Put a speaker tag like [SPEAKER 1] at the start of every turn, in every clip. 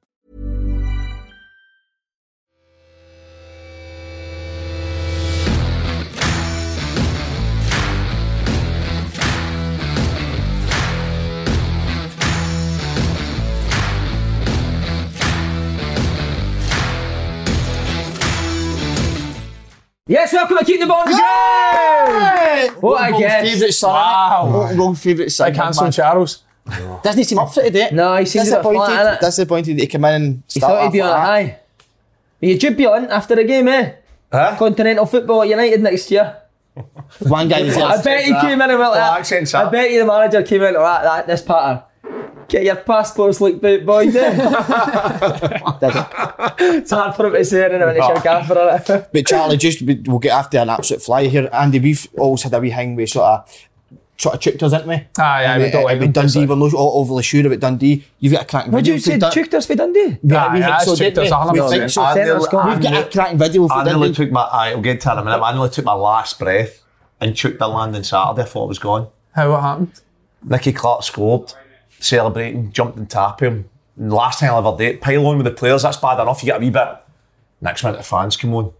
[SPEAKER 1] Yes, welcome to Keep the Ball Going! What a
[SPEAKER 2] Goal's favourite
[SPEAKER 1] guest.
[SPEAKER 2] son.
[SPEAKER 1] Wow.
[SPEAKER 2] Wrong favourite
[SPEAKER 3] I
[SPEAKER 2] side.
[SPEAKER 3] cancelled Charles.
[SPEAKER 2] Doesn't he seem up for it, eh?
[SPEAKER 1] No, he seems a bit flat,
[SPEAKER 2] disappointed.
[SPEAKER 1] innit?
[SPEAKER 2] Disappointed that he came in and
[SPEAKER 1] He thought he'd be on a
[SPEAKER 2] like that.
[SPEAKER 1] high. You should be on after the game, eh?
[SPEAKER 3] Huh?
[SPEAKER 1] Continental football at United next year.
[SPEAKER 2] One guy was
[SPEAKER 1] I bet he came in and went like
[SPEAKER 3] Well,
[SPEAKER 1] that.
[SPEAKER 3] accent's
[SPEAKER 1] I
[SPEAKER 3] up.
[SPEAKER 1] bet you the manager came in like that, this pattern. Get your passports looked out, boys. eh? it's hard for him to say anything when it's your gaffer. innit?
[SPEAKER 2] But Charlie, just we- we'll get after an absolute flyer here. Andy, we've always had a wee hang with sort of sort of chukters, haven't we?
[SPEAKER 3] Aye, aye, we don't like
[SPEAKER 2] with
[SPEAKER 3] them,
[SPEAKER 2] Dundee.
[SPEAKER 3] just-
[SPEAKER 2] We're not all overly sure about Dundee. You've got a cracking
[SPEAKER 1] Would
[SPEAKER 2] video.
[SPEAKER 1] you say Ah,
[SPEAKER 2] Dun-
[SPEAKER 1] chukters for Dundee?
[SPEAKER 2] Yeah, we think
[SPEAKER 3] that's
[SPEAKER 2] so,
[SPEAKER 3] true.
[SPEAKER 2] didn't we?
[SPEAKER 3] There's a hundred
[SPEAKER 2] We think
[SPEAKER 3] percent.
[SPEAKER 2] so.
[SPEAKER 3] And
[SPEAKER 1] Centre's
[SPEAKER 3] they'll-
[SPEAKER 1] gone.
[SPEAKER 2] We've got a cracking video for
[SPEAKER 4] I nearly
[SPEAKER 2] Dundee.
[SPEAKER 4] took my. Aye, I'll get to it in a minute. but I nearly took my last breath and took the land on Saturday. I thought it was gone.
[SPEAKER 3] How um, it happened?
[SPEAKER 4] Nicky Clark scored, celebrating, jumped and tapped him. And last time I ever did, pylon with the players. That's bad enough. You get a wee bit. Next minute, the fans come on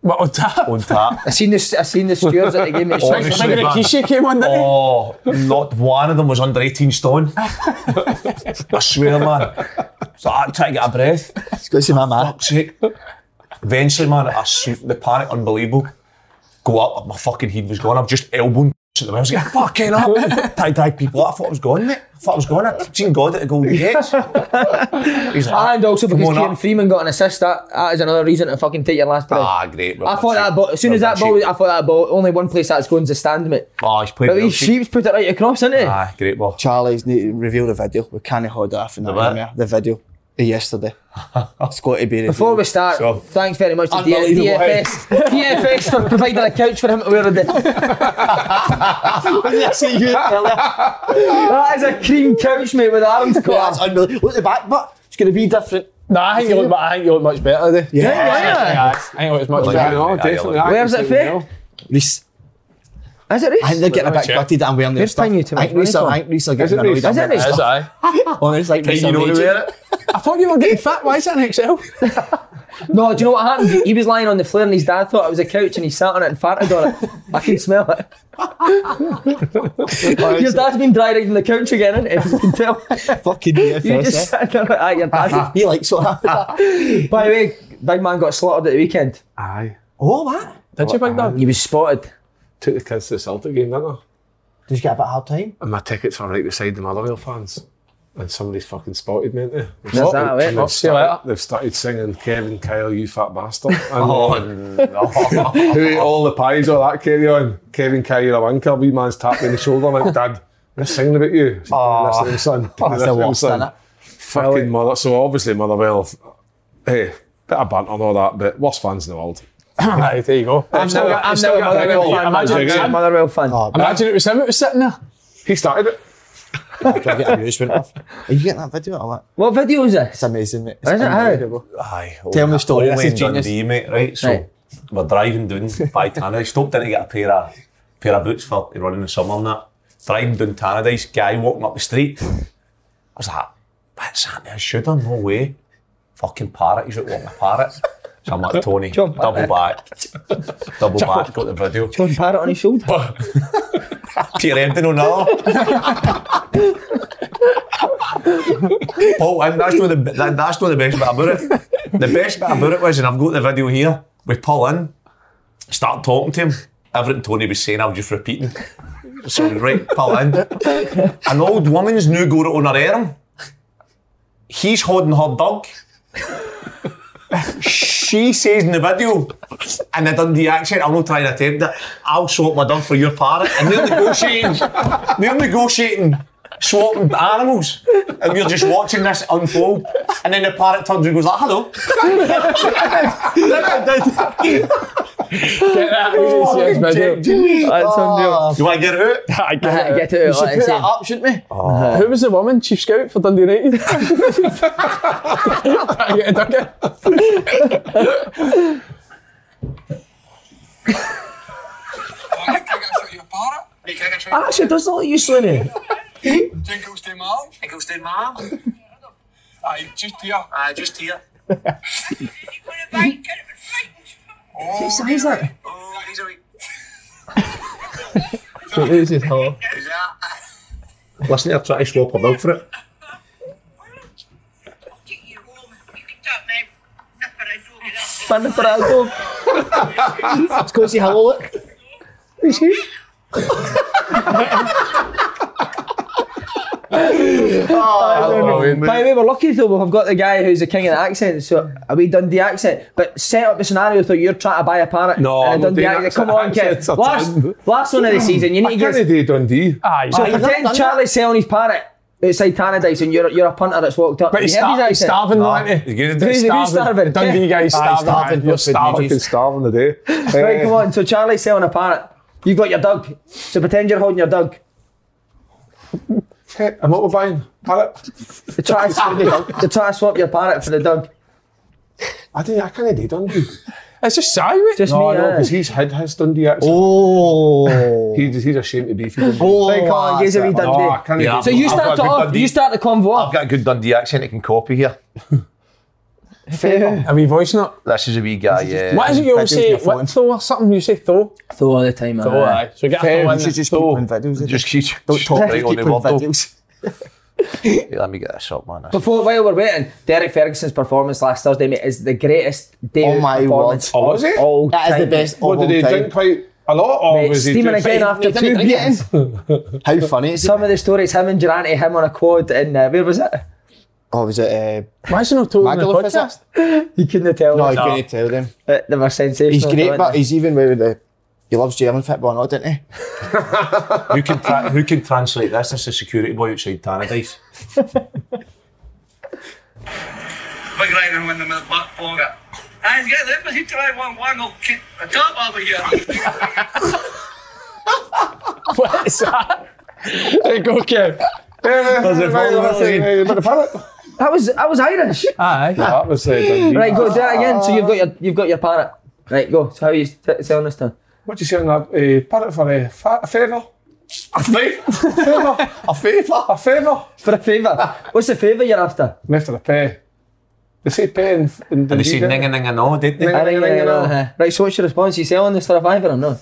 [SPEAKER 3] What on tap?
[SPEAKER 4] on tap.
[SPEAKER 1] I seen the I seen the stewards at the game. It's
[SPEAKER 4] Honestly,
[SPEAKER 1] like,
[SPEAKER 4] man.
[SPEAKER 3] Rikishi came on, didn't he?
[SPEAKER 4] Oh, not one of them was under 18 stone. I swear, man. So I'm trying to get a breath.
[SPEAKER 2] It's got to see my man.
[SPEAKER 4] Fuck's sake. Eventually, man, I sw- the panic, unbelievable. Go up, my fucking head was gone. I'm just elbowing at the mouse. I was like, fucking up. Try drag people out. I thought I was gone, mate. I thought I was gone. I'd seen God at the Golden Gates. He's like,
[SPEAKER 1] and also
[SPEAKER 4] Come
[SPEAKER 1] because
[SPEAKER 4] on
[SPEAKER 1] Kieran
[SPEAKER 4] up.
[SPEAKER 1] Freeman got an assist, that, that is another reason to fucking take your last breath.
[SPEAKER 4] ah, great.
[SPEAKER 1] I thought that ball, as soon as that ball, I thought that ball, only one place that's going to stand, mate.
[SPEAKER 4] Oh, he's played
[SPEAKER 1] But
[SPEAKER 4] well,
[SPEAKER 1] these sheeps put it right across, innit? it?
[SPEAKER 4] Ah, great ball.
[SPEAKER 2] Charlie's need to reveal the video. We can't hold off in the,
[SPEAKER 4] what?
[SPEAKER 2] the, the video of yesterday. it's got to be revealed.
[SPEAKER 1] Before we start,
[SPEAKER 4] So-
[SPEAKER 1] thanks very much to DF-
[SPEAKER 2] Unbelievable.
[SPEAKER 1] DFS, DFS for providing a couch for him to wear on the
[SPEAKER 2] Yes, you- yeah,
[SPEAKER 1] That is a cream couch, mate, with arms cut
[SPEAKER 2] that's unbelievable. Look at the back, but it's going to be different.
[SPEAKER 3] No, I think you look. I think you look much better. Though.
[SPEAKER 2] Yeah,
[SPEAKER 3] I think it was much
[SPEAKER 4] Well,
[SPEAKER 3] better.
[SPEAKER 4] yeah, yeah, yeah, yeah.
[SPEAKER 1] Where's it fit?
[SPEAKER 2] Reese.
[SPEAKER 1] Is it, Reece?
[SPEAKER 2] I think they're getting a bit
[SPEAKER 3] check.
[SPEAKER 2] gutted that I'm wearing their
[SPEAKER 1] Who's
[SPEAKER 2] stuff.
[SPEAKER 1] paying you too
[SPEAKER 2] I think
[SPEAKER 1] much
[SPEAKER 2] Reece are,
[SPEAKER 1] money,
[SPEAKER 2] I think Reece are
[SPEAKER 3] Is it
[SPEAKER 2] getting annoyed.
[SPEAKER 3] Reece?
[SPEAKER 2] at
[SPEAKER 1] Is it
[SPEAKER 2] me.
[SPEAKER 1] Reece?
[SPEAKER 3] Yes, aye.
[SPEAKER 2] Honestly, like Reece
[SPEAKER 4] You
[SPEAKER 2] are
[SPEAKER 4] know to
[SPEAKER 2] raging.
[SPEAKER 4] wear it.
[SPEAKER 3] I thought you were getting fat. Why is that an XL?
[SPEAKER 1] No, do you know what happened? He was lying on the floor and his dad thought it was a couch and he sat on it and farted on it. I can smell it. your dad's been dry rigging the couch again, isn't he? You can tell.
[SPEAKER 2] Fucking
[SPEAKER 1] You just
[SPEAKER 2] DFS.
[SPEAKER 1] sat there like that, your dad.
[SPEAKER 2] He likes what happened.
[SPEAKER 1] By the way, big man got slaughtered at the weekend.
[SPEAKER 3] Aye.
[SPEAKER 2] Oh, what?
[SPEAKER 3] Did you, big dog?
[SPEAKER 1] He was spotted.
[SPEAKER 3] Took the kids to the Celtic game, didn't I?
[SPEAKER 2] Did you get a bit hard time?
[SPEAKER 3] And my tickets were right beside the Motherwell fans. And somebody's fucking spotted me, ain't they?
[SPEAKER 1] Is
[SPEAKER 3] They've started-
[SPEAKER 1] that how it?
[SPEAKER 3] they've,
[SPEAKER 1] See you later.
[SPEAKER 3] started, they've started singing Kevin Kyle, you fat bastard. And
[SPEAKER 4] Oh, no.
[SPEAKER 3] who ate all the pies, all that carry on. Kevin Kyle, you're a wanker. Wee man's tapped me on the shoulder like, Dad, we're singing about you.
[SPEAKER 4] Aw.
[SPEAKER 3] Oh, listening, son.
[SPEAKER 2] That's the
[SPEAKER 3] Listening,
[SPEAKER 2] worst,
[SPEAKER 3] son.
[SPEAKER 2] innit?
[SPEAKER 3] Fucking mother. So obviously Motherwell, hey, bit of banter and all that, but worst fans in the world.
[SPEAKER 5] Aye, there you go.
[SPEAKER 1] I'm still,
[SPEAKER 3] got-
[SPEAKER 1] I'm
[SPEAKER 3] I've
[SPEAKER 1] still a
[SPEAKER 3] still got a
[SPEAKER 1] Motherwell
[SPEAKER 3] big
[SPEAKER 1] fan.
[SPEAKER 3] one.
[SPEAKER 1] Imagine
[SPEAKER 3] Imagine
[SPEAKER 1] I'm a
[SPEAKER 3] it.
[SPEAKER 1] Motherwell fan.
[SPEAKER 2] Oh, but
[SPEAKER 5] Imagine it was him that was sitting there.
[SPEAKER 3] He started it.
[SPEAKER 2] I can't get amusement off. Are you getting that video or what?
[SPEAKER 1] What video is this?
[SPEAKER 2] It's amazing, mate. It's
[SPEAKER 1] Is it how?
[SPEAKER 2] unbelievable.
[SPEAKER 4] Aye. oh,
[SPEAKER 2] Tell me the story,
[SPEAKER 4] Only
[SPEAKER 2] this
[SPEAKER 4] in
[SPEAKER 2] is genius.
[SPEAKER 4] Dundee, mate, right? So
[SPEAKER 1] Right.
[SPEAKER 4] we're driving down by Tannadice. Stopped in to get a pair of pair of boots for running the summer and that. Driving down Tannadice, guy walking up the street. I was like, what's happening? I should have, no way. Fucking parrot, he's out walking a parrot. So I'm like, Tony,
[SPEAKER 1] Jump
[SPEAKER 4] double back. Double back, got the video.
[SPEAKER 1] John Parrott on his shoulder.
[SPEAKER 4] Peter Ebden on another. Paul, and that's not the that, that's not the best bit about it. The best bit about it was, and I've got the video here. We pull in, start talking to him. Everything Tony was saying, I was just repeating. So right, pull in. An old woman's new got it on her arm. He's holding her dog. she says in the video, in a Dundee accent, I'm not trying to attempt it, I'll swap my dog for your parrot. And they're negotiating, they're negotiating, swapping animals. And we're just watching this unfold. And then the parrot turns and goes, like, hello.
[SPEAKER 1] Get that out of this video. Oh, That's unreal.
[SPEAKER 4] You want to get it out?
[SPEAKER 5] I
[SPEAKER 1] Uh,
[SPEAKER 5] get it.
[SPEAKER 1] Get it out. like
[SPEAKER 2] should
[SPEAKER 1] I
[SPEAKER 2] put
[SPEAKER 1] say.
[SPEAKER 2] that up, shouldn't we?
[SPEAKER 5] Who was the woman? Chief Scout for Dundee United? I get a ducket.
[SPEAKER 1] Actually, it doesn't look you, Slinny.
[SPEAKER 6] Jingles to mom. Jingles to mom. Aye, just here. Aye, just here. Oh,
[SPEAKER 1] Sounds like.
[SPEAKER 6] oh, he's alright.
[SPEAKER 1] This is hard.
[SPEAKER 6] Is that?
[SPEAKER 4] Listen, they're trying to swap her dog for it.
[SPEAKER 1] Stand for that goal. Let's go see how look. Is he?
[SPEAKER 3] Oh,
[SPEAKER 1] By the way, we're lucky though we've got the guy who's the king of the accent, so a wee Dundee accent. But set up the scenario though you're trying to buy a parrot
[SPEAKER 3] No,
[SPEAKER 1] and a
[SPEAKER 3] I'm not
[SPEAKER 1] Dundee
[SPEAKER 3] doing
[SPEAKER 1] accent. Come on,
[SPEAKER 3] accents
[SPEAKER 1] kid.
[SPEAKER 3] or
[SPEAKER 1] Last,
[SPEAKER 3] something.
[SPEAKER 1] last one of the season, you
[SPEAKER 3] I
[SPEAKER 1] need to
[SPEAKER 3] can't
[SPEAKER 1] get.
[SPEAKER 3] do Dundee.
[SPEAKER 5] Aye.
[SPEAKER 1] So
[SPEAKER 2] not done
[SPEAKER 1] pretend
[SPEAKER 2] that.
[SPEAKER 1] Charlie's selling his parrot outside Tannadice and you're, you're a punter that's walked up.
[SPEAKER 5] But he's,
[SPEAKER 1] You heard his
[SPEAKER 5] sta- he's
[SPEAKER 1] accent?
[SPEAKER 5] starving,
[SPEAKER 4] No.
[SPEAKER 5] no. isn't he?
[SPEAKER 4] He's- he's
[SPEAKER 1] starving.
[SPEAKER 5] Dundee guy's
[SPEAKER 2] Aye,
[SPEAKER 5] starving.
[SPEAKER 2] starving,
[SPEAKER 5] You're
[SPEAKER 2] good
[SPEAKER 5] starving.
[SPEAKER 3] Fucking starving today.
[SPEAKER 1] Right,
[SPEAKER 3] Eh,
[SPEAKER 1] come on. So Charlie's selling a parrot. You've got your dog. So pretend you're holding your dog.
[SPEAKER 3] eh, I'm not buying. Parrot.
[SPEAKER 1] To try to swap, to try to swap your parrot for the dog.
[SPEAKER 3] I, didn't, I can't do Dundee.
[SPEAKER 5] It's just sad, mate.
[SPEAKER 1] Just
[SPEAKER 3] No,
[SPEAKER 1] me.
[SPEAKER 3] no,
[SPEAKER 1] aye.
[SPEAKER 3] because he's had his Dundee accent.
[SPEAKER 2] Oh.
[SPEAKER 3] He's, he's ashamed to be for Dundee.
[SPEAKER 2] Oh,
[SPEAKER 1] Right, come on, gives a wee
[SPEAKER 2] that's it.
[SPEAKER 1] Dundee.
[SPEAKER 3] No, I can't
[SPEAKER 4] Yeah.
[SPEAKER 3] do
[SPEAKER 1] so you
[SPEAKER 3] I've
[SPEAKER 1] start
[SPEAKER 3] got
[SPEAKER 1] it
[SPEAKER 3] a good
[SPEAKER 1] off.
[SPEAKER 3] Dundee.
[SPEAKER 1] You start the convo
[SPEAKER 4] I've
[SPEAKER 1] off.
[SPEAKER 4] got a good Dundee accent I can copy here.
[SPEAKER 5] A wee voice note.
[SPEAKER 4] This is a wee guy, uh, yeah.
[SPEAKER 5] What is it you always
[SPEAKER 2] Videos in
[SPEAKER 5] say?
[SPEAKER 2] your phone.
[SPEAKER 5] What, though or something? You say though?
[SPEAKER 1] Thor all the time.
[SPEAKER 5] Though,
[SPEAKER 2] uh,
[SPEAKER 5] aye. So get a though in
[SPEAKER 2] You should
[SPEAKER 5] there.
[SPEAKER 2] just keep
[SPEAKER 5] Though.
[SPEAKER 2] on videos.
[SPEAKER 4] Just keep,
[SPEAKER 2] Don't talk
[SPEAKER 4] right
[SPEAKER 2] keep
[SPEAKER 4] on the
[SPEAKER 2] on
[SPEAKER 4] word, though.
[SPEAKER 2] videos.
[SPEAKER 4] Yeah, Let me get this up, man. This-
[SPEAKER 1] Before while we're waiting, Derek Ferguson's performance last Thursday, mate, is the greatest day
[SPEAKER 2] Oh my
[SPEAKER 1] performance.
[SPEAKER 3] word. Oh, is it?
[SPEAKER 1] All
[SPEAKER 2] That is the
[SPEAKER 1] time.
[SPEAKER 2] best
[SPEAKER 3] What
[SPEAKER 2] of
[SPEAKER 3] did he
[SPEAKER 2] all
[SPEAKER 3] drink
[SPEAKER 2] time.
[SPEAKER 3] quite a lot? Or
[SPEAKER 1] Mate,
[SPEAKER 3] was he
[SPEAKER 1] steaming
[SPEAKER 3] just-
[SPEAKER 1] again
[SPEAKER 2] He
[SPEAKER 1] after
[SPEAKER 2] didn't
[SPEAKER 1] two
[SPEAKER 2] drink it
[SPEAKER 1] beers.
[SPEAKER 2] in. How funny is
[SPEAKER 1] Some
[SPEAKER 2] it?
[SPEAKER 1] of the stories, him and Durante, him on a quad, and uh, where was it?
[SPEAKER 2] Oh, was it uh,
[SPEAKER 5] Why is he not told in the
[SPEAKER 2] Magaluf, is
[SPEAKER 5] podcast?
[SPEAKER 2] it?
[SPEAKER 1] You couldn't tell.
[SPEAKER 2] No,
[SPEAKER 1] us.
[SPEAKER 2] I can't tell them.
[SPEAKER 1] Uh, they were sensational.
[SPEAKER 2] He's great,
[SPEAKER 1] weren't
[SPEAKER 2] but
[SPEAKER 1] they?
[SPEAKER 2] he's even with the... He loves German football, not, didn't he?
[SPEAKER 4] who, can tra- who can translate this? This is a security boy outside Tannadice.
[SPEAKER 6] Big Ryan win the milk back pocket. Aye, get them, but he try one one, I'll kick the top over here.
[SPEAKER 5] What is that? Hey, go, Kev.
[SPEAKER 3] Eh,
[SPEAKER 4] Was it
[SPEAKER 3] eh,
[SPEAKER 4] Paul
[SPEAKER 3] eh,
[SPEAKER 4] Ryan?
[SPEAKER 3] eh, but the parrot?
[SPEAKER 1] That was that was Irish.
[SPEAKER 5] Aye.
[SPEAKER 3] That was uh, Dundee.
[SPEAKER 1] Right, go do that again. So you've got your you've got your parrot. Right, go. So how you t- selling this time?
[SPEAKER 3] What do you say on that? Uh, parrot for a, fa- a favour?
[SPEAKER 4] I think.
[SPEAKER 3] Favour? a favour? A favour?
[SPEAKER 1] For a favour. What's the favour you're after?
[SPEAKER 3] I'm after a pay. They say pay in, in
[SPEAKER 4] And
[SPEAKER 3] Dundee.
[SPEAKER 4] they say
[SPEAKER 3] don't they?
[SPEAKER 4] ning a ning a no, didn't they?
[SPEAKER 3] Ning-
[SPEAKER 1] Ring, ring,
[SPEAKER 3] ring,
[SPEAKER 1] ring,
[SPEAKER 3] ring.
[SPEAKER 1] uh, Right, so what's your response? You selling this for a fiver or no?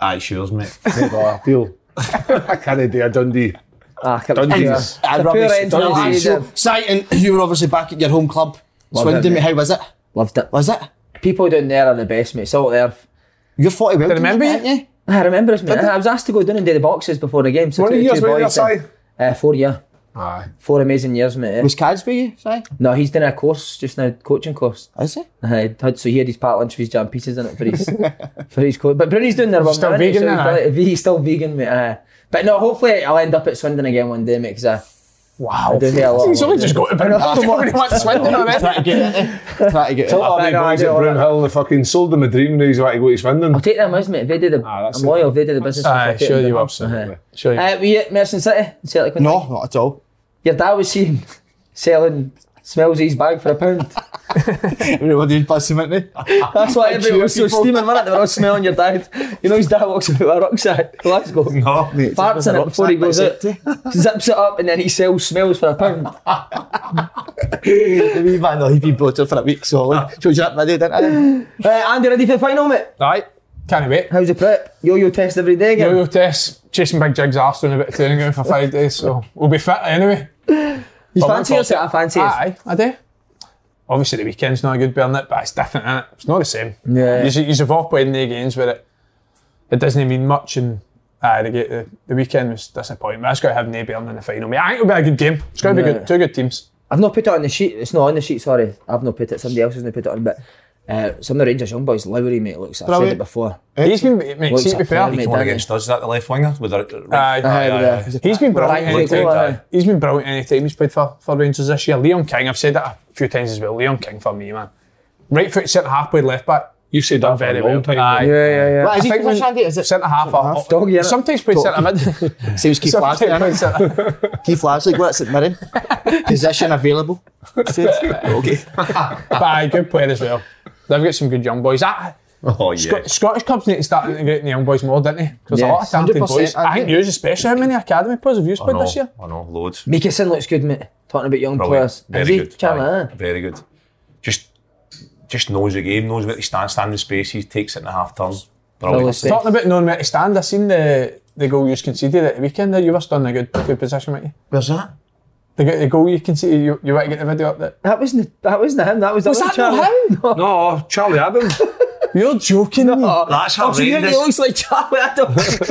[SPEAKER 4] Aye, sure, mate.
[SPEAKER 3] Favour, deal. I can't do a Dundee.
[SPEAKER 1] Ah, can't
[SPEAKER 3] Dundee.
[SPEAKER 1] yeah.
[SPEAKER 3] It's
[SPEAKER 2] Ah,
[SPEAKER 1] It's a
[SPEAKER 2] rubbish.
[SPEAKER 1] poor end to the
[SPEAKER 2] Dundee.
[SPEAKER 1] season.
[SPEAKER 2] So, Sighton, you were obviously back at your home club.
[SPEAKER 1] Loved it,
[SPEAKER 2] Swindon,
[SPEAKER 1] mate.
[SPEAKER 2] how was it?
[SPEAKER 1] Loved it.
[SPEAKER 2] Was it?
[SPEAKER 1] People down there are the best, mate. Salt Earth. Ah,
[SPEAKER 2] You're 40 well,
[SPEAKER 5] remember
[SPEAKER 2] aren't you?
[SPEAKER 1] I remember this, mate. I was asked to go down and do the boxes before the game. So
[SPEAKER 3] What
[SPEAKER 1] took
[SPEAKER 3] are
[SPEAKER 1] the
[SPEAKER 3] yours
[SPEAKER 1] two
[SPEAKER 3] were you
[SPEAKER 1] boys in.
[SPEAKER 3] say?
[SPEAKER 1] Uh, four year.
[SPEAKER 3] Aye.
[SPEAKER 1] Four amazing years, mate. eh.
[SPEAKER 2] Was Cads with you, Si?
[SPEAKER 1] No, he's done a course just now, coaching course.
[SPEAKER 2] Is he?
[SPEAKER 1] Aye, had- Uh, so he had his part lunch with his jam pieces in it for his for his coach. But Bruni's doing their one.
[SPEAKER 5] Still
[SPEAKER 1] now, isn't he?
[SPEAKER 5] vegan
[SPEAKER 1] so
[SPEAKER 5] then,
[SPEAKER 1] he's, still, he's still vegan, mate. aye. but no, hopefully I'll end up at Swindon again one day, mate. Because I,
[SPEAKER 5] Wow.
[SPEAKER 1] I do hear a lot.
[SPEAKER 5] He's
[SPEAKER 1] of-
[SPEAKER 5] only just got to bed. That's what he wants Swindon
[SPEAKER 2] Try to get in. Try to get in.
[SPEAKER 3] All
[SPEAKER 1] I
[SPEAKER 3] the
[SPEAKER 1] know, I
[SPEAKER 3] boys
[SPEAKER 1] do
[SPEAKER 3] at
[SPEAKER 1] all that.
[SPEAKER 3] Broomhill, they fucking sold them a dream now he's about to go to Swindon.
[SPEAKER 1] I'll take them as mate. If They do the.
[SPEAKER 3] Ah, that's
[SPEAKER 1] I'm
[SPEAKER 3] it.
[SPEAKER 1] loyal. if They do the business. I'll
[SPEAKER 5] Aye,
[SPEAKER 1] take
[SPEAKER 5] sure
[SPEAKER 1] them.
[SPEAKER 5] you will.
[SPEAKER 3] Absolutely.
[SPEAKER 5] Sure you
[SPEAKER 1] Uh, were you at Merson City? in Celtic one
[SPEAKER 2] No,
[SPEAKER 1] night?
[SPEAKER 2] not at all.
[SPEAKER 1] Your dad was seen selling Smelsy's bag for a pound.
[SPEAKER 2] Everybody's busting with me.
[SPEAKER 1] That's why everyone was so
[SPEAKER 2] people.
[SPEAKER 1] steaming, wasn't it? They were all smelling your dad. You know his dad walks about with a rucksack. Glasgow.
[SPEAKER 4] Oh.
[SPEAKER 2] No, mate.
[SPEAKER 1] Farts in it before he goes out. Zips it up and then he sells smells for a pound.
[SPEAKER 2] The wee man, no, he'd been bloated for a week solid. Showed you that video, didn't
[SPEAKER 1] Uh, Andy, ready for the final, mate?
[SPEAKER 5] Aye. Can't wait.
[SPEAKER 1] How's the prep? Yo-yo test every day again.
[SPEAKER 5] Yo-yo test, chasing big jigs arse doing a bit of training ground for five days, so we'll be fit anyway.
[SPEAKER 1] you
[SPEAKER 5] But
[SPEAKER 1] fancy
[SPEAKER 5] we're
[SPEAKER 1] yourself? I fancy it.
[SPEAKER 5] Aye, I do. Obviously, the weekend's not a good burn it, but it's different, innit? It's not the same.
[SPEAKER 1] Yeah.
[SPEAKER 5] You you've all played in the games where it, it doesn't mean much, and aye, the, ga- the, the weekend was disappointing. But it's got to have no burn in the final. Mate, I think it'll be a good game. It's going to
[SPEAKER 1] Yeah.
[SPEAKER 5] be good. Two good teams.
[SPEAKER 1] I've not put it on the sheet. It's not on the sheet. Sorry, I've not put it. Somebody else has not put it on. But uh, some of the Rangers young boys, Lowry mate, looks. I've said it
[SPEAKER 2] Brilliant.
[SPEAKER 1] before.
[SPEAKER 5] He's been, mate,
[SPEAKER 1] Looks
[SPEAKER 5] see, to be
[SPEAKER 1] like a
[SPEAKER 5] fair,
[SPEAKER 1] player,
[SPEAKER 4] He's
[SPEAKER 1] mate.
[SPEAKER 4] one
[SPEAKER 1] Danny.
[SPEAKER 4] against us, is that the left winger? With the, aye,
[SPEAKER 5] Aye.
[SPEAKER 4] aye, aye.
[SPEAKER 1] He's
[SPEAKER 5] He's been brilliant.
[SPEAKER 1] Right,
[SPEAKER 5] any
[SPEAKER 1] good
[SPEAKER 5] time-
[SPEAKER 1] goal, aye.
[SPEAKER 5] He's been brilliant any time he's played for, for Rangers this year. Liam King, I've said that a few times as well. Liam King for me, man. Right foot centre half played left back.
[SPEAKER 3] You said that
[SPEAKER 5] Done
[SPEAKER 3] for a
[SPEAKER 5] very
[SPEAKER 3] long
[SPEAKER 5] well.
[SPEAKER 3] time.
[SPEAKER 5] Aye.
[SPEAKER 3] mate.
[SPEAKER 1] yeah, yeah.
[SPEAKER 2] What is
[SPEAKER 5] I
[SPEAKER 2] he
[SPEAKER 5] think
[SPEAKER 2] position,
[SPEAKER 5] when-
[SPEAKER 2] Andy? Is it
[SPEAKER 5] Centre half, or-
[SPEAKER 2] half?
[SPEAKER 1] Doggy, innit?
[SPEAKER 5] sometimes played centre mid.
[SPEAKER 2] Seems Keith
[SPEAKER 5] Sometimes
[SPEAKER 2] Lashley.
[SPEAKER 5] played
[SPEAKER 2] innit?
[SPEAKER 5] centre-
[SPEAKER 2] Keith Lashley, what's it, Mirren? Position available. Said, okay.
[SPEAKER 5] But aye, good player as well. They've got some good young boys. Ah,
[SPEAKER 4] Oh, yeah.
[SPEAKER 5] Scot- Scottish clubs need to start integrating the young boys more, don't they? Because a lot of
[SPEAKER 2] Yes,
[SPEAKER 5] talented
[SPEAKER 2] 100%,
[SPEAKER 5] boys. I think
[SPEAKER 2] Andy.
[SPEAKER 5] yours especially. How many academy players have you
[SPEAKER 4] I
[SPEAKER 5] played
[SPEAKER 4] know,
[SPEAKER 5] this year?
[SPEAKER 4] I know, loads.
[SPEAKER 1] Mikkelsen looks good, mate. Talking about young
[SPEAKER 4] Brilliant.
[SPEAKER 1] players.
[SPEAKER 4] Very
[SPEAKER 1] Is he?
[SPEAKER 4] good.
[SPEAKER 1] Come
[SPEAKER 4] aye.
[SPEAKER 1] on.
[SPEAKER 4] Very good. Just just knows the game, knows where to stand, stand in spaces, takes it in a half turn. Brilliant.
[SPEAKER 1] Brilliant.
[SPEAKER 5] Talking about knowing where to stand, I seen the the goal you conceded at the weekend. There, you were still in a good good position, weren't you?
[SPEAKER 2] Where's that?
[SPEAKER 5] The, go- the goal you conceded, you you were to get the video up there.
[SPEAKER 1] That wasn't. That wasn't him. That was.
[SPEAKER 5] Was
[SPEAKER 1] other
[SPEAKER 5] that not
[SPEAKER 1] Charlie.
[SPEAKER 5] him?
[SPEAKER 1] No.
[SPEAKER 3] No, Charlie Adams.
[SPEAKER 5] You're joking. No.
[SPEAKER 4] That's
[SPEAKER 1] Oh, so you think he looks
[SPEAKER 4] horrendous.
[SPEAKER 1] like Charlie Adams?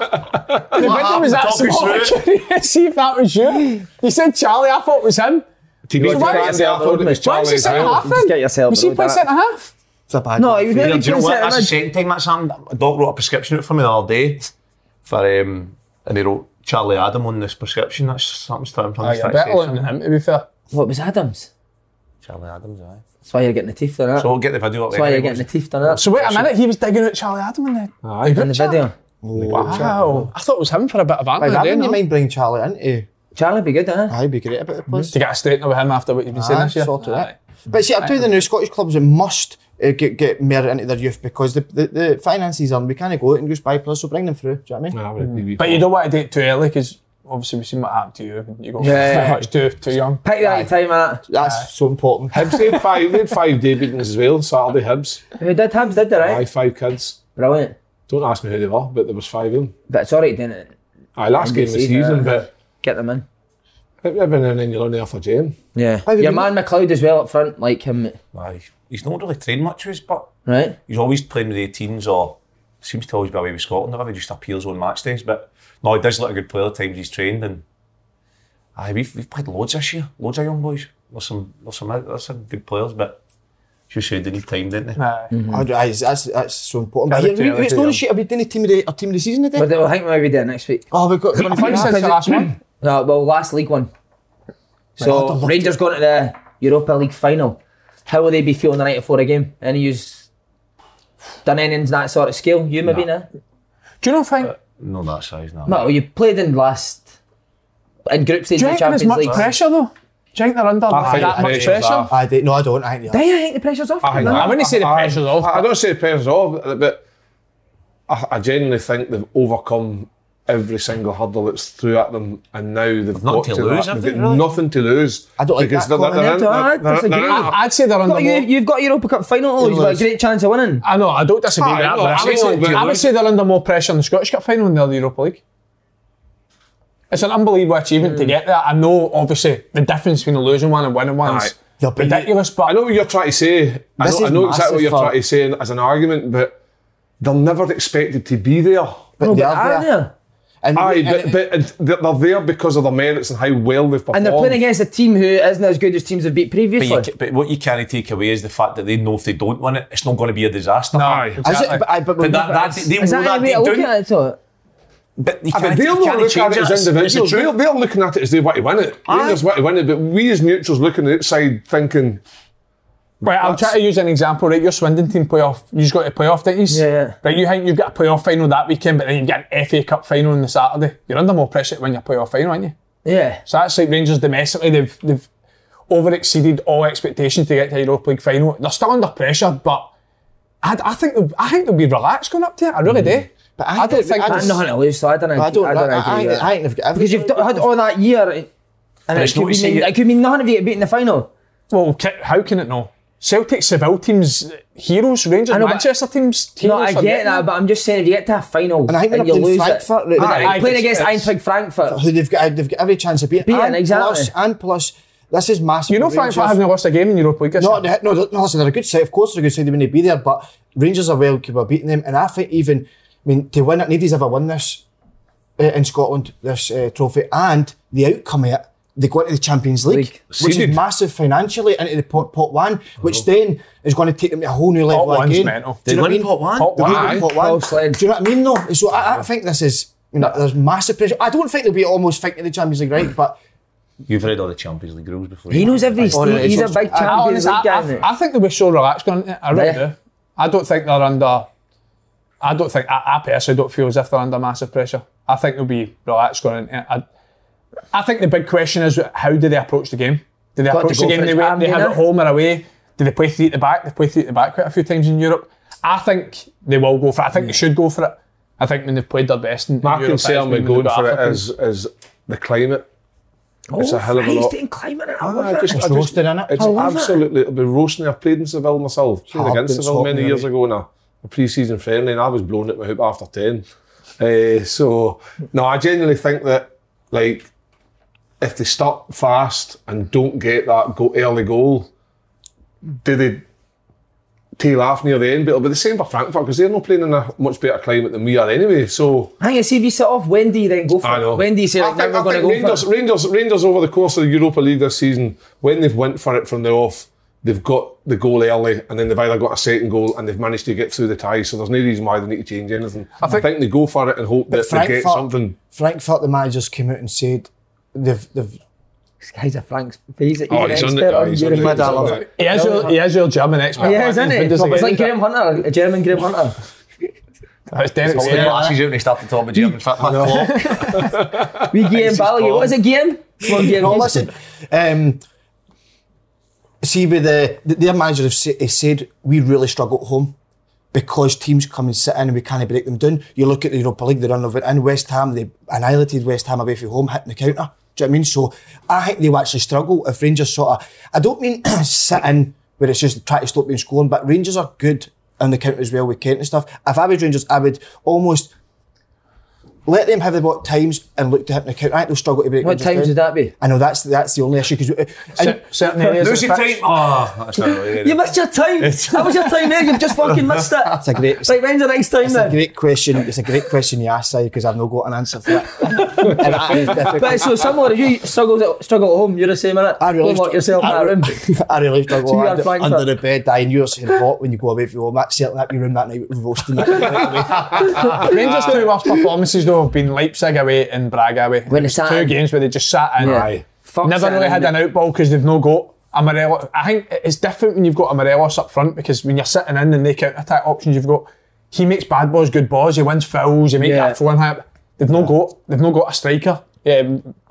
[SPEAKER 5] The video was that
[SPEAKER 4] Talk me
[SPEAKER 5] small. I
[SPEAKER 4] through
[SPEAKER 5] couldn't see if that was you. You said Charlie. I thought it was him.
[SPEAKER 3] Do you need to
[SPEAKER 5] Why-
[SPEAKER 3] get yourself out of this,
[SPEAKER 5] Why
[SPEAKER 3] Charlie?
[SPEAKER 5] is he centre half?
[SPEAKER 1] Just
[SPEAKER 5] then?
[SPEAKER 1] get yourself
[SPEAKER 5] Was he
[SPEAKER 1] rolled,
[SPEAKER 5] playing
[SPEAKER 1] innit?
[SPEAKER 5] centre half?
[SPEAKER 2] It's a bad
[SPEAKER 1] no,
[SPEAKER 2] one.
[SPEAKER 1] he was
[SPEAKER 4] Yeah,
[SPEAKER 1] nearly
[SPEAKER 4] do you know
[SPEAKER 1] playing
[SPEAKER 4] what?
[SPEAKER 1] centre
[SPEAKER 4] That's the
[SPEAKER 1] mid.
[SPEAKER 4] second time that's happened. A doc wrote a prescription out for me the other day for um, and he wrote Charlie Adam on this prescription. That's something to
[SPEAKER 5] Aye,
[SPEAKER 4] improve.
[SPEAKER 5] you're better than him, to be fair.
[SPEAKER 1] What was Adams?
[SPEAKER 4] Charlie Adams, aye.
[SPEAKER 1] That's why you're getting the teeth done. innit?
[SPEAKER 4] So we'll get the video up
[SPEAKER 1] That's why you're getting the teeth done. innit?
[SPEAKER 5] So wait a minute, he was digging out Charlie Adam in the,
[SPEAKER 3] Aye.
[SPEAKER 5] group
[SPEAKER 1] in the
[SPEAKER 5] chat.
[SPEAKER 1] video.
[SPEAKER 5] Wow. I thought it was him for a bit of
[SPEAKER 2] Like,
[SPEAKER 5] banter
[SPEAKER 2] that
[SPEAKER 5] then.
[SPEAKER 2] wouldn't you
[SPEAKER 5] no?
[SPEAKER 2] mind bringing Charlie into?
[SPEAKER 1] Charlie be good, huh?
[SPEAKER 2] I'd be great about the place.
[SPEAKER 5] To get a straightener with him after what you've been saying
[SPEAKER 2] Aye,
[SPEAKER 5] this year.
[SPEAKER 2] sort it out.
[SPEAKER 5] Aye.
[SPEAKER 2] But see, I'm doing the new Scottish clubs that must uh, get, get merit into their youth because the, the, the finances are, we can't go out and just buy players, so bring them through. Do you know what I mean?
[SPEAKER 3] Aye, maybe.
[SPEAKER 5] But you don't want to do it too early because obviously we've seen what happened to you. when You got
[SPEAKER 1] Yeah, yeah.
[SPEAKER 5] too much too, too young.
[SPEAKER 1] Pick the right time at.
[SPEAKER 2] That's so important.
[SPEAKER 3] Hibs, they had five, they had five day beatings as well, Saturday Hibs.
[SPEAKER 1] Who did Hibs did they,
[SPEAKER 2] Eh?
[SPEAKER 1] right?
[SPEAKER 3] Aye, five kids.
[SPEAKER 1] Brilliant.
[SPEAKER 3] Don't ask me who they were, but there was five of them.
[SPEAKER 1] But it's alright doing it.
[SPEAKER 3] Aye, last game of the
[SPEAKER 1] NBC,
[SPEAKER 3] season,
[SPEAKER 1] yeah.
[SPEAKER 3] but
[SPEAKER 1] Get them in.
[SPEAKER 3] every now and then you're on there for Jane.
[SPEAKER 1] Yeah.
[SPEAKER 2] would
[SPEAKER 1] Your
[SPEAKER 2] we
[SPEAKER 1] man McLeod as well up front, like him,
[SPEAKER 4] Aye. He's not really trained much with his but
[SPEAKER 1] right?
[SPEAKER 4] he's always playing with 18s or seems to always be away with Scotland. Whatever, he just appears on match days. But no, he does look a good player. At times he's trained and aye, we've, we've played loads this year. Loads of young boys. There's some there's some there's some good players, but just said they need time, didn't they?
[SPEAKER 5] Aye.
[SPEAKER 2] I, I, that's, that's so important.
[SPEAKER 3] Yeah,
[SPEAKER 2] But
[SPEAKER 3] they're
[SPEAKER 2] here, we,
[SPEAKER 3] doing
[SPEAKER 2] it's
[SPEAKER 3] it,
[SPEAKER 2] not
[SPEAKER 3] yeah.
[SPEAKER 2] a shit about doing the team of the, our team of the season today.
[SPEAKER 1] But I think maybe we do it next week.
[SPEAKER 2] Oh, we've got.
[SPEAKER 5] I thought you said it's the last one.
[SPEAKER 1] No, well, last league one.
[SPEAKER 2] God, I
[SPEAKER 1] So
[SPEAKER 2] loved
[SPEAKER 1] Rangers going to the Europa League final. How will they be feeling the night before a game? Any use done anything to that sort of scale? You maybe
[SPEAKER 4] No.
[SPEAKER 1] no.
[SPEAKER 5] Do you not think?
[SPEAKER 4] No, that size now.
[SPEAKER 1] No, you played in last in group stage
[SPEAKER 5] do you
[SPEAKER 1] of the
[SPEAKER 5] think there's
[SPEAKER 1] Champions
[SPEAKER 5] much
[SPEAKER 1] League.
[SPEAKER 5] pressure though? Do you think they're under
[SPEAKER 3] I think
[SPEAKER 5] that
[SPEAKER 3] the
[SPEAKER 5] much
[SPEAKER 3] pressure's
[SPEAKER 5] pressure?
[SPEAKER 3] off.
[SPEAKER 2] I did, no, I don't. I think
[SPEAKER 1] Do
[SPEAKER 2] they are.
[SPEAKER 1] you think the pressure's off?
[SPEAKER 3] I, think
[SPEAKER 5] I
[SPEAKER 3] that-
[SPEAKER 5] wouldn't say the
[SPEAKER 3] I-
[SPEAKER 5] pressure's off,
[SPEAKER 3] I, I
[SPEAKER 5] but-
[SPEAKER 3] don't say the pressure's off, but I, I genuinely think they've overcome every single hurdle that's threw at them, and now
[SPEAKER 4] nothing
[SPEAKER 3] they've, got
[SPEAKER 4] to
[SPEAKER 3] to,
[SPEAKER 4] lose,
[SPEAKER 3] that.
[SPEAKER 4] have
[SPEAKER 3] They've
[SPEAKER 4] they,
[SPEAKER 3] got
[SPEAKER 4] really?
[SPEAKER 3] nothing to lose.
[SPEAKER 2] I don't like
[SPEAKER 3] because
[SPEAKER 2] that
[SPEAKER 3] they're- they're-
[SPEAKER 1] comment,
[SPEAKER 3] they're-
[SPEAKER 1] I
[SPEAKER 3] they're- they're-
[SPEAKER 1] disagree.
[SPEAKER 3] they're-
[SPEAKER 5] I- I'd say they're under
[SPEAKER 1] Got you,
[SPEAKER 5] more.
[SPEAKER 1] you've got a Europa Cup final, you've got a
[SPEAKER 2] Lose.
[SPEAKER 1] great chance of winning.
[SPEAKER 5] I know, I don't disagree with
[SPEAKER 3] Aye,
[SPEAKER 5] that,
[SPEAKER 3] no,
[SPEAKER 5] but I
[SPEAKER 3] I'm
[SPEAKER 5] would,
[SPEAKER 3] saying
[SPEAKER 5] say, I
[SPEAKER 3] we're-
[SPEAKER 5] would say they're under more pressure in the Scottish Cup final than they are the Europa League. It's an unbelievable achievement to get there. I know, obviously, the difference between losing one and winning one is
[SPEAKER 2] They'll be-
[SPEAKER 5] ridiculous, but
[SPEAKER 3] I know what you're trying to say. I
[SPEAKER 2] This
[SPEAKER 3] know, I
[SPEAKER 2] is
[SPEAKER 3] know exactly
[SPEAKER 2] massive
[SPEAKER 3] what you're
[SPEAKER 2] for-
[SPEAKER 3] trying to say as an argument, but they're never expected to be there.
[SPEAKER 2] But they are
[SPEAKER 1] Are
[SPEAKER 2] there.
[SPEAKER 1] they?
[SPEAKER 2] And,
[SPEAKER 3] Aye,
[SPEAKER 2] and,
[SPEAKER 3] but, but it's- they're they're there because of their merits and how well they've performed.
[SPEAKER 1] And they're playing against a team who isn't as good as teams have beat
[SPEAKER 4] But,
[SPEAKER 1] previously.
[SPEAKER 4] you, ca- but what you can't take away is the fact that they know if they don't win it, it's not going to be a disaster.
[SPEAKER 3] Aye.
[SPEAKER 4] But
[SPEAKER 2] is it, but, I, but,
[SPEAKER 4] that, that, they
[SPEAKER 1] Is
[SPEAKER 4] know
[SPEAKER 1] that any
[SPEAKER 4] that
[SPEAKER 1] way
[SPEAKER 4] they
[SPEAKER 1] to look
[SPEAKER 4] do.
[SPEAKER 1] at it? though?
[SPEAKER 4] But you
[SPEAKER 3] I mean,
[SPEAKER 4] can't,
[SPEAKER 3] they're
[SPEAKER 4] you
[SPEAKER 3] not
[SPEAKER 4] can't
[SPEAKER 3] looking at
[SPEAKER 4] change
[SPEAKER 3] it as
[SPEAKER 4] It's- it's the
[SPEAKER 3] individuals. They're,
[SPEAKER 4] truth.
[SPEAKER 3] they're looking at it as they want to win it.
[SPEAKER 4] Aye.
[SPEAKER 3] Rangers want to win it, but we as neutrals looking outside thinking,
[SPEAKER 5] Right, I'll try to use an example, right? Your Swindon team playoff, you've got a playoff, don't you?
[SPEAKER 1] Yeah, yeah.
[SPEAKER 5] Right, you think you've got a playoff final that weekend, but then you've got an FA Cup final on the Saturday. You're under more pressure to win your playoff final, aren't you?
[SPEAKER 1] Yeah.
[SPEAKER 5] So that's like Rangers domestically, they've they've over exceeded all expectations to get to the Europa League final. They're still under pressure, but I, I think they'll, I think they'll be relaxed going up to it. I
[SPEAKER 3] Hmm.
[SPEAKER 5] really do.
[SPEAKER 2] but
[SPEAKER 5] I don't think
[SPEAKER 1] I
[SPEAKER 5] that's-
[SPEAKER 1] had nothing to lose, so I don't.
[SPEAKER 2] I don't. I don't.
[SPEAKER 1] know.
[SPEAKER 2] I think- I think they've got
[SPEAKER 1] because
[SPEAKER 2] everything.
[SPEAKER 1] you've d- had all that year, and
[SPEAKER 4] it's
[SPEAKER 1] it could,
[SPEAKER 4] not to say
[SPEAKER 1] mean,
[SPEAKER 4] you-
[SPEAKER 1] it could mean nothing if you get beat in the final.
[SPEAKER 5] Well, ca- how can it not? Celtic Seville teams heroes, Rangers
[SPEAKER 1] I know, but-
[SPEAKER 5] Manchester teams
[SPEAKER 1] No,
[SPEAKER 5] heroes.
[SPEAKER 1] I
[SPEAKER 5] for
[SPEAKER 1] get
[SPEAKER 5] getting
[SPEAKER 1] that, but I'm just saying if you get to a final
[SPEAKER 2] And I
[SPEAKER 1] and,
[SPEAKER 2] think they're
[SPEAKER 1] you
[SPEAKER 2] up in
[SPEAKER 1] lose
[SPEAKER 2] Frankfurt.
[SPEAKER 1] it,
[SPEAKER 2] right?
[SPEAKER 5] Aye.
[SPEAKER 1] Aye, playing
[SPEAKER 5] it's-
[SPEAKER 1] against Eintracht Frankfurt.
[SPEAKER 2] Who they've got, they've got every chance of beating.
[SPEAKER 1] Beating,
[SPEAKER 2] and
[SPEAKER 1] exactly.
[SPEAKER 2] Plus, and plus, this is massive.
[SPEAKER 5] You know,
[SPEAKER 2] for
[SPEAKER 5] Frankfurt
[SPEAKER 2] Rangers.
[SPEAKER 5] haven't lost a game in Europa League. this
[SPEAKER 2] No,
[SPEAKER 5] year.
[SPEAKER 2] they, no, they- no, listen, they're a good side. Of course, they're a good side. They wouldn't be there, but Rangers are well capable of beating them. And I think even, I mean, to win it, nobody's ever won this uh, in Scotland, this uh, trophy, and the outcome of it they go into the Champions League,
[SPEAKER 1] League.
[SPEAKER 2] which
[SPEAKER 3] Seeded.
[SPEAKER 2] is massive financially into the pot, pot one, which then is going to take them to a whole new level
[SPEAKER 5] one's
[SPEAKER 2] again.
[SPEAKER 5] mental.
[SPEAKER 2] Do you know what I mean?
[SPEAKER 4] one?
[SPEAKER 5] Pot
[SPEAKER 2] They
[SPEAKER 5] one.
[SPEAKER 2] wouldn't
[SPEAKER 5] Aye.
[SPEAKER 2] put
[SPEAKER 1] Paul
[SPEAKER 2] one.
[SPEAKER 1] Slade.
[SPEAKER 2] Do you know what I mean? though? so I, I think this is you know, there's massive pressure. I don't think they'll be almost fighting the Champions League, right? But
[SPEAKER 4] You've read all the Champions League rules before.
[SPEAKER 1] He knows every
[SPEAKER 2] Oh, no,
[SPEAKER 1] state. He's a
[SPEAKER 2] it's-
[SPEAKER 1] big
[SPEAKER 2] I- I
[SPEAKER 5] I,
[SPEAKER 1] Champions
[SPEAKER 5] honestly,
[SPEAKER 1] League guy.
[SPEAKER 5] I,
[SPEAKER 1] isn't
[SPEAKER 5] I, I think they'll be so relaxed going it. I really
[SPEAKER 1] Yeah.
[SPEAKER 5] do. I don't think they're under. I don't think I, I personally don't feel as if they're under massive pressure. I think they'll be relaxed going into it. I, I think the big question is how do they approach the game? Do they
[SPEAKER 1] to
[SPEAKER 5] approach the
[SPEAKER 1] go
[SPEAKER 5] game
[SPEAKER 1] for
[SPEAKER 5] the
[SPEAKER 1] it.
[SPEAKER 5] way
[SPEAKER 1] I'm
[SPEAKER 5] they have
[SPEAKER 1] doing
[SPEAKER 5] at
[SPEAKER 1] it.
[SPEAKER 5] home or away? Do they play three at the back? They play three at the back quite a few times in Europe. I think they will go for it. I think they should go for it. I think when they've played their best in in
[SPEAKER 3] Mark
[SPEAKER 5] Europe,
[SPEAKER 3] and Sam
[SPEAKER 5] that's
[SPEAKER 3] were
[SPEAKER 5] when they've
[SPEAKER 3] going
[SPEAKER 5] got
[SPEAKER 3] for it
[SPEAKER 5] African.
[SPEAKER 3] is, is the climate. It's a hell of a
[SPEAKER 1] He's
[SPEAKER 3] lot.
[SPEAKER 1] doing climate and I
[SPEAKER 3] Ah, I
[SPEAKER 1] love it.
[SPEAKER 3] just, I
[SPEAKER 2] It's
[SPEAKER 3] just,
[SPEAKER 2] roasting, innit?
[SPEAKER 3] It's
[SPEAKER 2] I
[SPEAKER 1] love it.
[SPEAKER 3] absolutely, it'll be roasting. I played in Seville myself, played
[SPEAKER 2] Hard
[SPEAKER 3] against
[SPEAKER 2] been
[SPEAKER 3] Seville
[SPEAKER 2] hot,
[SPEAKER 3] many
[SPEAKER 2] innit?
[SPEAKER 3] years ago in a, a pre-season friendly and I was blown at my hoop after 10. Eh, so, no, I genuinely think that, like, if they start fast and don't get that go early goal, do they tail off near the end? But it'll be the same for Frankfurt because they're not playing in a much better climate than we are anyway. So,
[SPEAKER 1] I think it's if you sit off, when do you then go for
[SPEAKER 3] I know.
[SPEAKER 1] it? When do you say, like,
[SPEAKER 3] I think,
[SPEAKER 1] now we're
[SPEAKER 3] I
[SPEAKER 1] going to
[SPEAKER 3] think
[SPEAKER 1] go
[SPEAKER 3] Rangers,
[SPEAKER 1] for it?
[SPEAKER 3] Rangers, Rangers over the course of the Europa League this season, when they've went for it from the off, they've got the goal early, and then they've either got a second goal and they've managed to get through the tie. So there's no reason why they need to change anything. I think, they go for it and hope that they get
[SPEAKER 2] Frankfurt-
[SPEAKER 3] something.
[SPEAKER 2] Frankfurt, the managers came out and said they've they've
[SPEAKER 1] This guy's a Frank's. He's, he's
[SPEAKER 3] Oh,
[SPEAKER 1] an
[SPEAKER 3] he's on
[SPEAKER 1] expert
[SPEAKER 3] it, oh,
[SPEAKER 1] on
[SPEAKER 3] he's on
[SPEAKER 1] Europe.
[SPEAKER 3] it, he's on it.
[SPEAKER 5] He is your, he is your German expert.
[SPEAKER 1] Yeah, isn't it?
[SPEAKER 5] Bundesliga.
[SPEAKER 1] It's like Graham Hunter, a German Graham Hunter.
[SPEAKER 5] That's Derek
[SPEAKER 4] Put the
[SPEAKER 5] Steyer.
[SPEAKER 4] glasses out and they start to talk about German football.
[SPEAKER 1] We Guillaume Balogun. What is it, Guillaume? Come on, Guillaume.
[SPEAKER 2] No, listen. Um, see, with the, the their manager have sa- has said we really struggle at home because teams come and sit in and we can't break them down. You look at the Europa League, the run of it in West Ham, they annihilated West Ham away from home, hitting the counter. Do you know what I mean? So I think they will actually struggle if Rangers sort of. I don't mean sit in where it's just try to stop them scoring, but Rangers are good on the counter as well with Kent and stuff. If I was Rangers, I would almost. Let them have the ball at times and look to hit the counter. I think they'll struggle to break
[SPEAKER 1] What
[SPEAKER 2] Rangers
[SPEAKER 1] times
[SPEAKER 2] down.
[SPEAKER 1] would that be?
[SPEAKER 2] I know that's that's the only issue uh, because
[SPEAKER 5] Cer- Certain areas. of the
[SPEAKER 4] Losing
[SPEAKER 5] pitch.
[SPEAKER 4] time. Ah, that's not really good.
[SPEAKER 1] You missed your time. that was your time there. You've just fucking missed it. That's
[SPEAKER 2] a great-
[SPEAKER 1] Right, when's the next time
[SPEAKER 2] it's a
[SPEAKER 1] then?
[SPEAKER 2] great question. It's a great question you asked, because I've not got an answer for it. and that is difficult.
[SPEAKER 1] But so similar, you struggle at, struggle at home. You're the same, innit?
[SPEAKER 2] I really
[SPEAKER 1] Don't lock
[SPEAKER 2] stru-
[SPEAKER 1] yourself in that
[SPEAKER 2] I,
[SPEAKER 1] room.
[SPEAKER 2] I really struggle
[SPEAKER 1] So you are
[SPEAKER 2] under,
[SPEAKER 1] Frankfurt.
[SPEAKER 2] under the bed dying. You're sitting hot when you go away from home. That's certainly that your room that night was roasting.
[SPEAKER 5] Rangers' two worst performances though have been Leipzig away and Braga away.
[SPEAKER 1] When they
[SPEAKER 5] It's
[SPEAKER 1] sat
[SPEAKER 5] two
[SPEAKER 1] in.
[SPEAKER 5] games where they just sat in.
[SPEAKER 1] Yeah. Aye. Fuck
[SPEAKER 5] Never
[SPEAKER 1] sat
[SPEAKER 5] really
[SPEAKER 1] in,
[SPEAKER 5] had
[SPEAKER 1] innit?
[SPEAKER 5] an outball because they've no got a Morelos. I think it's different when you've got a Morelos up front because when you're sitting in and they counter attack options you've got, he makes bad balls, good balls. He wins fouls. He makes
[SPEAKER 1] Yeah.
[SPEAKER 5] that throwing hit. They've no got. They've no got a striker. Yeah,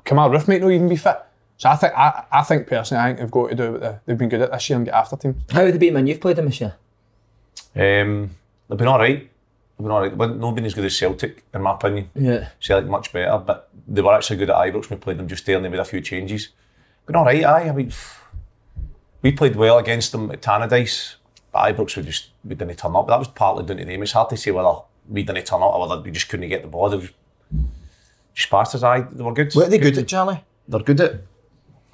[SPEAKER 5] Kamal Roof might not even be fit. So I think I, I think personally I think they've got to do what they- they've been good at this year and get after teams.
[SPEAKER 1] How would it be, man? You've played them this year.
[SPEAKER 4] Um, they've been all right. They've been all right. But not been as good as Celtic, in my opinion.
[SPEAKER 1] Yeah.
[SPEAKER 4] Celtic much better, but they were actually good at Ibrox. We played them just there and they made a few changes. Been all right, aye. I mean, we played well against them at Tannadice, but Ibrox we just we didn't turn up. That was partly down to them. It's hard to say whether we didn't turn up or whether we just couldn't get the ball. They were just bastards, aye. They were good.
[SPEAKER 2] What are they good at, Charlie? They're good at.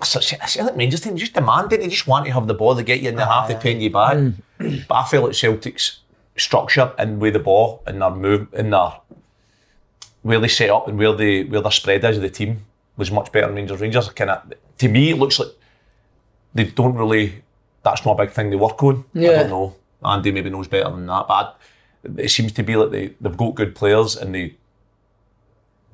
[SPEAKER 4] So, see, I see like Rangers team just demand it. They just want to have the ball. They get you in the half. They pin you back. But I feel like Celtic's structure and way the ball and their move and their where they set up and where they where their spread is of the team was much better than Rangers. Rangers kind of to me it looks like they don't really. That's not a big thing they work on. I
[SPEAKER 1] Yeah.
[SPEAKER 4] don't know. Andy maybe knows better than that, but I, it seems to be like they they've got good players and they.